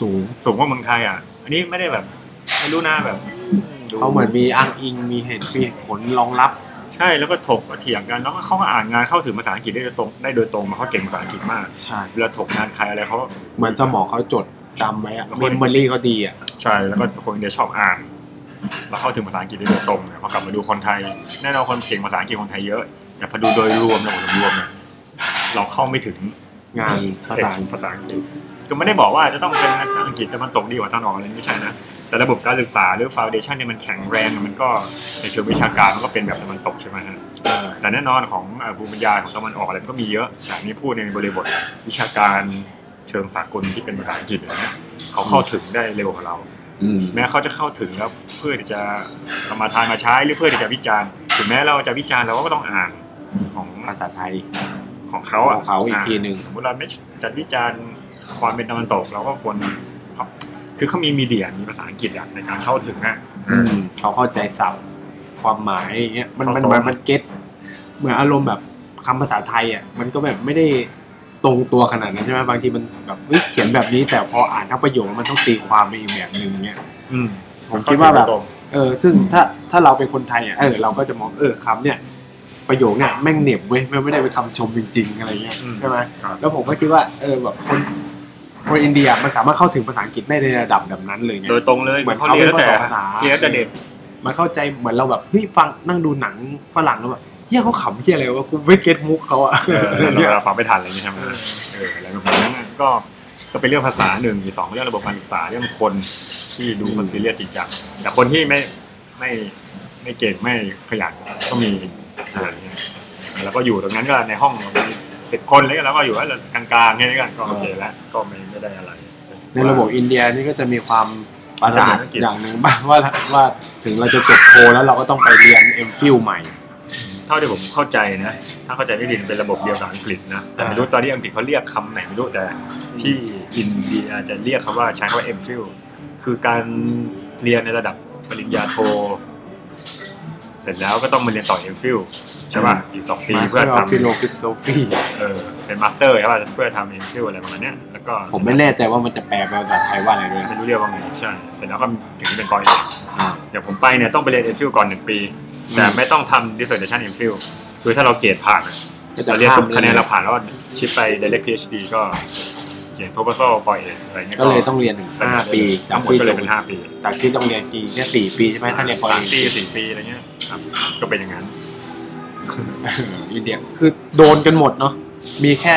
S1: สูง
S2: สูงกว่าเมืองไทยอ่ะ อันนี้ไม่ได้แบบไม่รู้นะแบบดู
S1: เขาเหมือนมีอ้างอิงมีเหตุมีผลรองรับ
S2: ใช่แล้วก็ถกก็เถียงกันแล้วก็เขาก็อ่านงานเข้าถึงภาษาอังกฤษได้โดยตรงได้โดยตรงมาเขาเก่งภาษาอังกฤษมาก
S1: ใช่
S2: เวลาถกงานใครอะไรเขา
S1: เหมือนสมองเขาจด จำไว้อะเมมโมรี่เขาดีอ่ะ
S2: ใช่แล้วก็คนอินเดียชอบอ่าน แล้วเข้าถึงภาษาอังกฤษได้โดยตรงเนี่ยพอกลับมาดูคนไทยแน่นอนคนเก่งภาษาอังกฤษคนไทยเยอะ แต่พอดูโดยรวมแล้วรวมๆเนี่ยเราเข้าไม่ถึง
S1: งานภา
S2: ภา
S1: ษา
S2: ษาภาษาอังกฤษคือไม่ได้บอกว่าจะต้องเป็นนักอังกฤษแต่มันตกดีกว่าตอนออกอะไรไม่ใช่นะ แต่ระบบการศึกษาหรือฟาวเดชันเนี่ยมันแข็งแรงมันก็ในเชิงวิชาการมันก็เป็นแบบตะวันตกใช่ไหมฮะแต่แน่นอนของเอ่อภูมิปัญญาของตะวันออกอะไรมันก็มีเยอะแต่อันนี่พูดในบริบทวิชาการเชิงสากลที่เป็นภาษาอังกฤษอย่างเงี้ยเขาเข้าถึงได้เร็วกว่าเรา
S1: อืม
S2: แม้เขาจะเข้าถึงแล้วเพื่อที่จะสมาทานมาใช้หรือเพื่อที่จะวิจารณ์ถึงแม้เราจะวิจารณ์เราก็ต้องอ่านของ
S1: ภาษาไทย
S2: ของเขาะ
S1: ของเขาอีกทีหนึ่ง
S2: สมมติเราไม่จัดวิจารณ์ความเป็นตะวันตกเราก็ควรครับคือเขามีมีเดียมีภาษาอังกฤษอะในการเข้าถึงอะ
S1: อืมเขาเข้าใจศัพท์ความหมายอย่างเงี้ยมันมันมันมันเก็ตเหมือนอารมณ์แบบคำภาษาไทยอ่ะมันก็แบบไม่ได้ตรงตัวขนาดนั้นใช่ไหมบางทีมันแบบเอ้ยเขียนแบบนี้แต่พออ่านทั้งประโยคมันต้องตีความไปอีกแบบหนึ่งอย่างเงี้ย
S2: อืม
S1: ผมคิดว่าแบบ เออซึ่งถ้าถ้าเราเป็นคนไทยอ่ะเออเราก็จะมองเออคำเนี่ย ประโยคเนี่ยแม่งเหน็บเว้ยมันไม่ได้เป็นคำชมจริง ๆ อะไรเงี้ยใช่ไหม
S2: ครับ
S1: แล้วผมก็คิดว่าเออแบบคนคนอินเดียมันสามารถเข้าถึงภาษาอังกฤษได้ในระดับแบบนั้นเลยไง
S2: โดยตรงเลย
S1: เหมือน
S2: เขาเรียนตั้งแต่
S1: เขาเป็นภาษา
S2: เรียนตั้งแต่เด็ก
S1: มันเข้าใจเหมือนเราแบบเฮ้ยฟังนั่งดูหนังฝรั่งแล้วแบบเฮียเขาขำเฮียอะไรวะกูไม่เก็ตมุกเขาอะ
S2: เออเราเราฟังไม่ทันอะไรอย่างเงี้ยใช่ไหมเอออะไรแบบนั้นอะก็ก็เป็นเรื่องภาษาหนึ่งอีกสองเรื่องระบบการศึกษาเรื่องคนที่ดูคนซีเรียสจริงจังแต่คนที่ไม่ไม่ไม่เก่งไม่ขยันก็มีอะไรอย่างเงี้ยแล้วก็อยู่ตรงนั้นก็ในห้องมีสิบคนเลยแล้วก็อยู่ว่ากลางๆแค่นี้กันก็โอเคแล้วก็ไม่ไม่ได้อะไร
S1: ในระบบอินเดียนี่ก็จะมีความประหลาด
S2: ระบบอังกฤษ
S1: อย่างหนึ่ง (laughs) บ้างว่าว่าถึงเราจะจบโทแล้วเราก็ต้องไปเรียนเอ็มฟิลใหม่
S2: เท่าที่ผมเข้าใจนะ ถ้าเข้าใจไม่ผิดเป็นระบบเดียวกับอังกฤษนะ แต่ไม่รู้ตอนนี้อังกฤษเขาเรียกคำไหนไม่รู้แต่ที่อินเดียจะเรียกคำว่าใช้คำว่า MPhil คือการเรียนในระดับปริญญาโท เสร็จแล้วก็ต้องมาเรียนต่อ MPhil ใช่ป่ะ อีกสองปีเพื่อ
S1: Master
S2: ท
S1: of Philosophy
S2: ำเออเป็นมาสเตอร์ใช่ป่ะเพื่อทำ MPhil อะไรประมาณเนี้ยแล้วก็
S1: ผมไม่แน่ใจว่ามันจะแปลเป็นภาษาไทยว่าอะไรด้วย
S2: ไม่รู้เรียกว่าไงใช่ เสร็จแล้วก็ถึงเป็นปอยเอก
S1: อ่า
S2: อย่างผมไปเนี่ยต้องไปเรียนเอ็นฟิลก่อนหนึ่งปี
S1: อืม
S2: แต่ไม่ต้องทำดิสเซอร์เดชันเอ็นฟิลคือถ้าเราเกรดผ่านอะ
S1: ก็จะ
S2: เราเรียน
S1: ข้าม
S2: ปุ๊บคะแนน
S1: เลย
S2: เราผ่านแล้วก็ชิปไป direct PhD ก็เขียน proposal ปล่อยเองอะไรเงี้ย
S1: ก็เลยต้องเรียนถึงห้าปี
S2: ทั้งหมดก็เลยเป็นห้าปี
S1: จากที่ต้องเรียนจีนแค่สี่ปีใช่ไหมถ้าเรียนป
S2: สาม
S1: ริญญาต
S2: ปี
S1: รี
S2: สี่ปีอะไรเงี้ยครับก็เป็นอย่างนั้น
S1: อินเดียคือโดนกันหมดเนาะมีแค่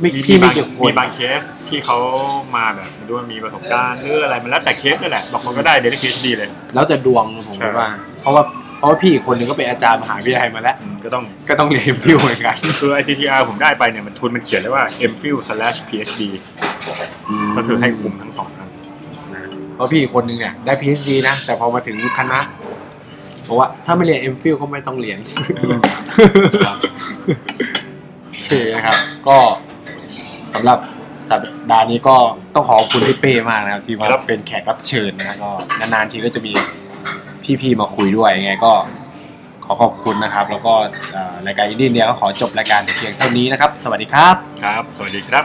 S1: ไม่
S2: มี
S1: ที่
S2: มี
S1: ไม่
S2: บาง
S1: กี่ค
S2: มี
S1: น
S2: บางเคสที่เขามาแบบดูว่ามีประสบการณ์หรืออะไรมันแล้วแต่เคสนั่นแหละบางคนก็ได้ direct PhD เลย
S1: แล้วแต่ดวงผม
S2: ใช่
S1: ว่า เพราะว่าเพราะว่าพี่อีกคนหนึงก็เป็นอาจารย์มหาวิทยาลัยมาแล้ว
S2: อืมก็ต้อง
S1: ก็ต้องเรียนพิวเหมือนกัน
S2: คือ ICTR ผมได้ไปเนี่ยมันทุนมันเขียนเลยว่า MPhil slash PhD ก็คือให้คุมทั้งสองอัน
S1: เพราะพี่อีกคนหนึงเนี่ยได้ PhD นะ แต่พอมาถึงคณะบอกว่าถ้าไม่เรียนเอ็มฟิลก็ไม่ต้องเรียนโอเคนะครับ ก็สำหรับสัปดาห์นี้ก็ต้องขอบคุณพี่เป้มากนะครับ ที่มา
S2: ครับ
S1: เป็นแขกรับเชิญนะก็นานๆทีก็จะมีพี่ๆมาคุยด้วยยังไงก็ ขอขอบคุณนะครับ แล้วก็เอ่อรายการอินดี้เนี่ยก็ขอจบรายการเพียงเท่านี้นะครับ สวัสดีครับ
S2: ครับ สวัสดีครับ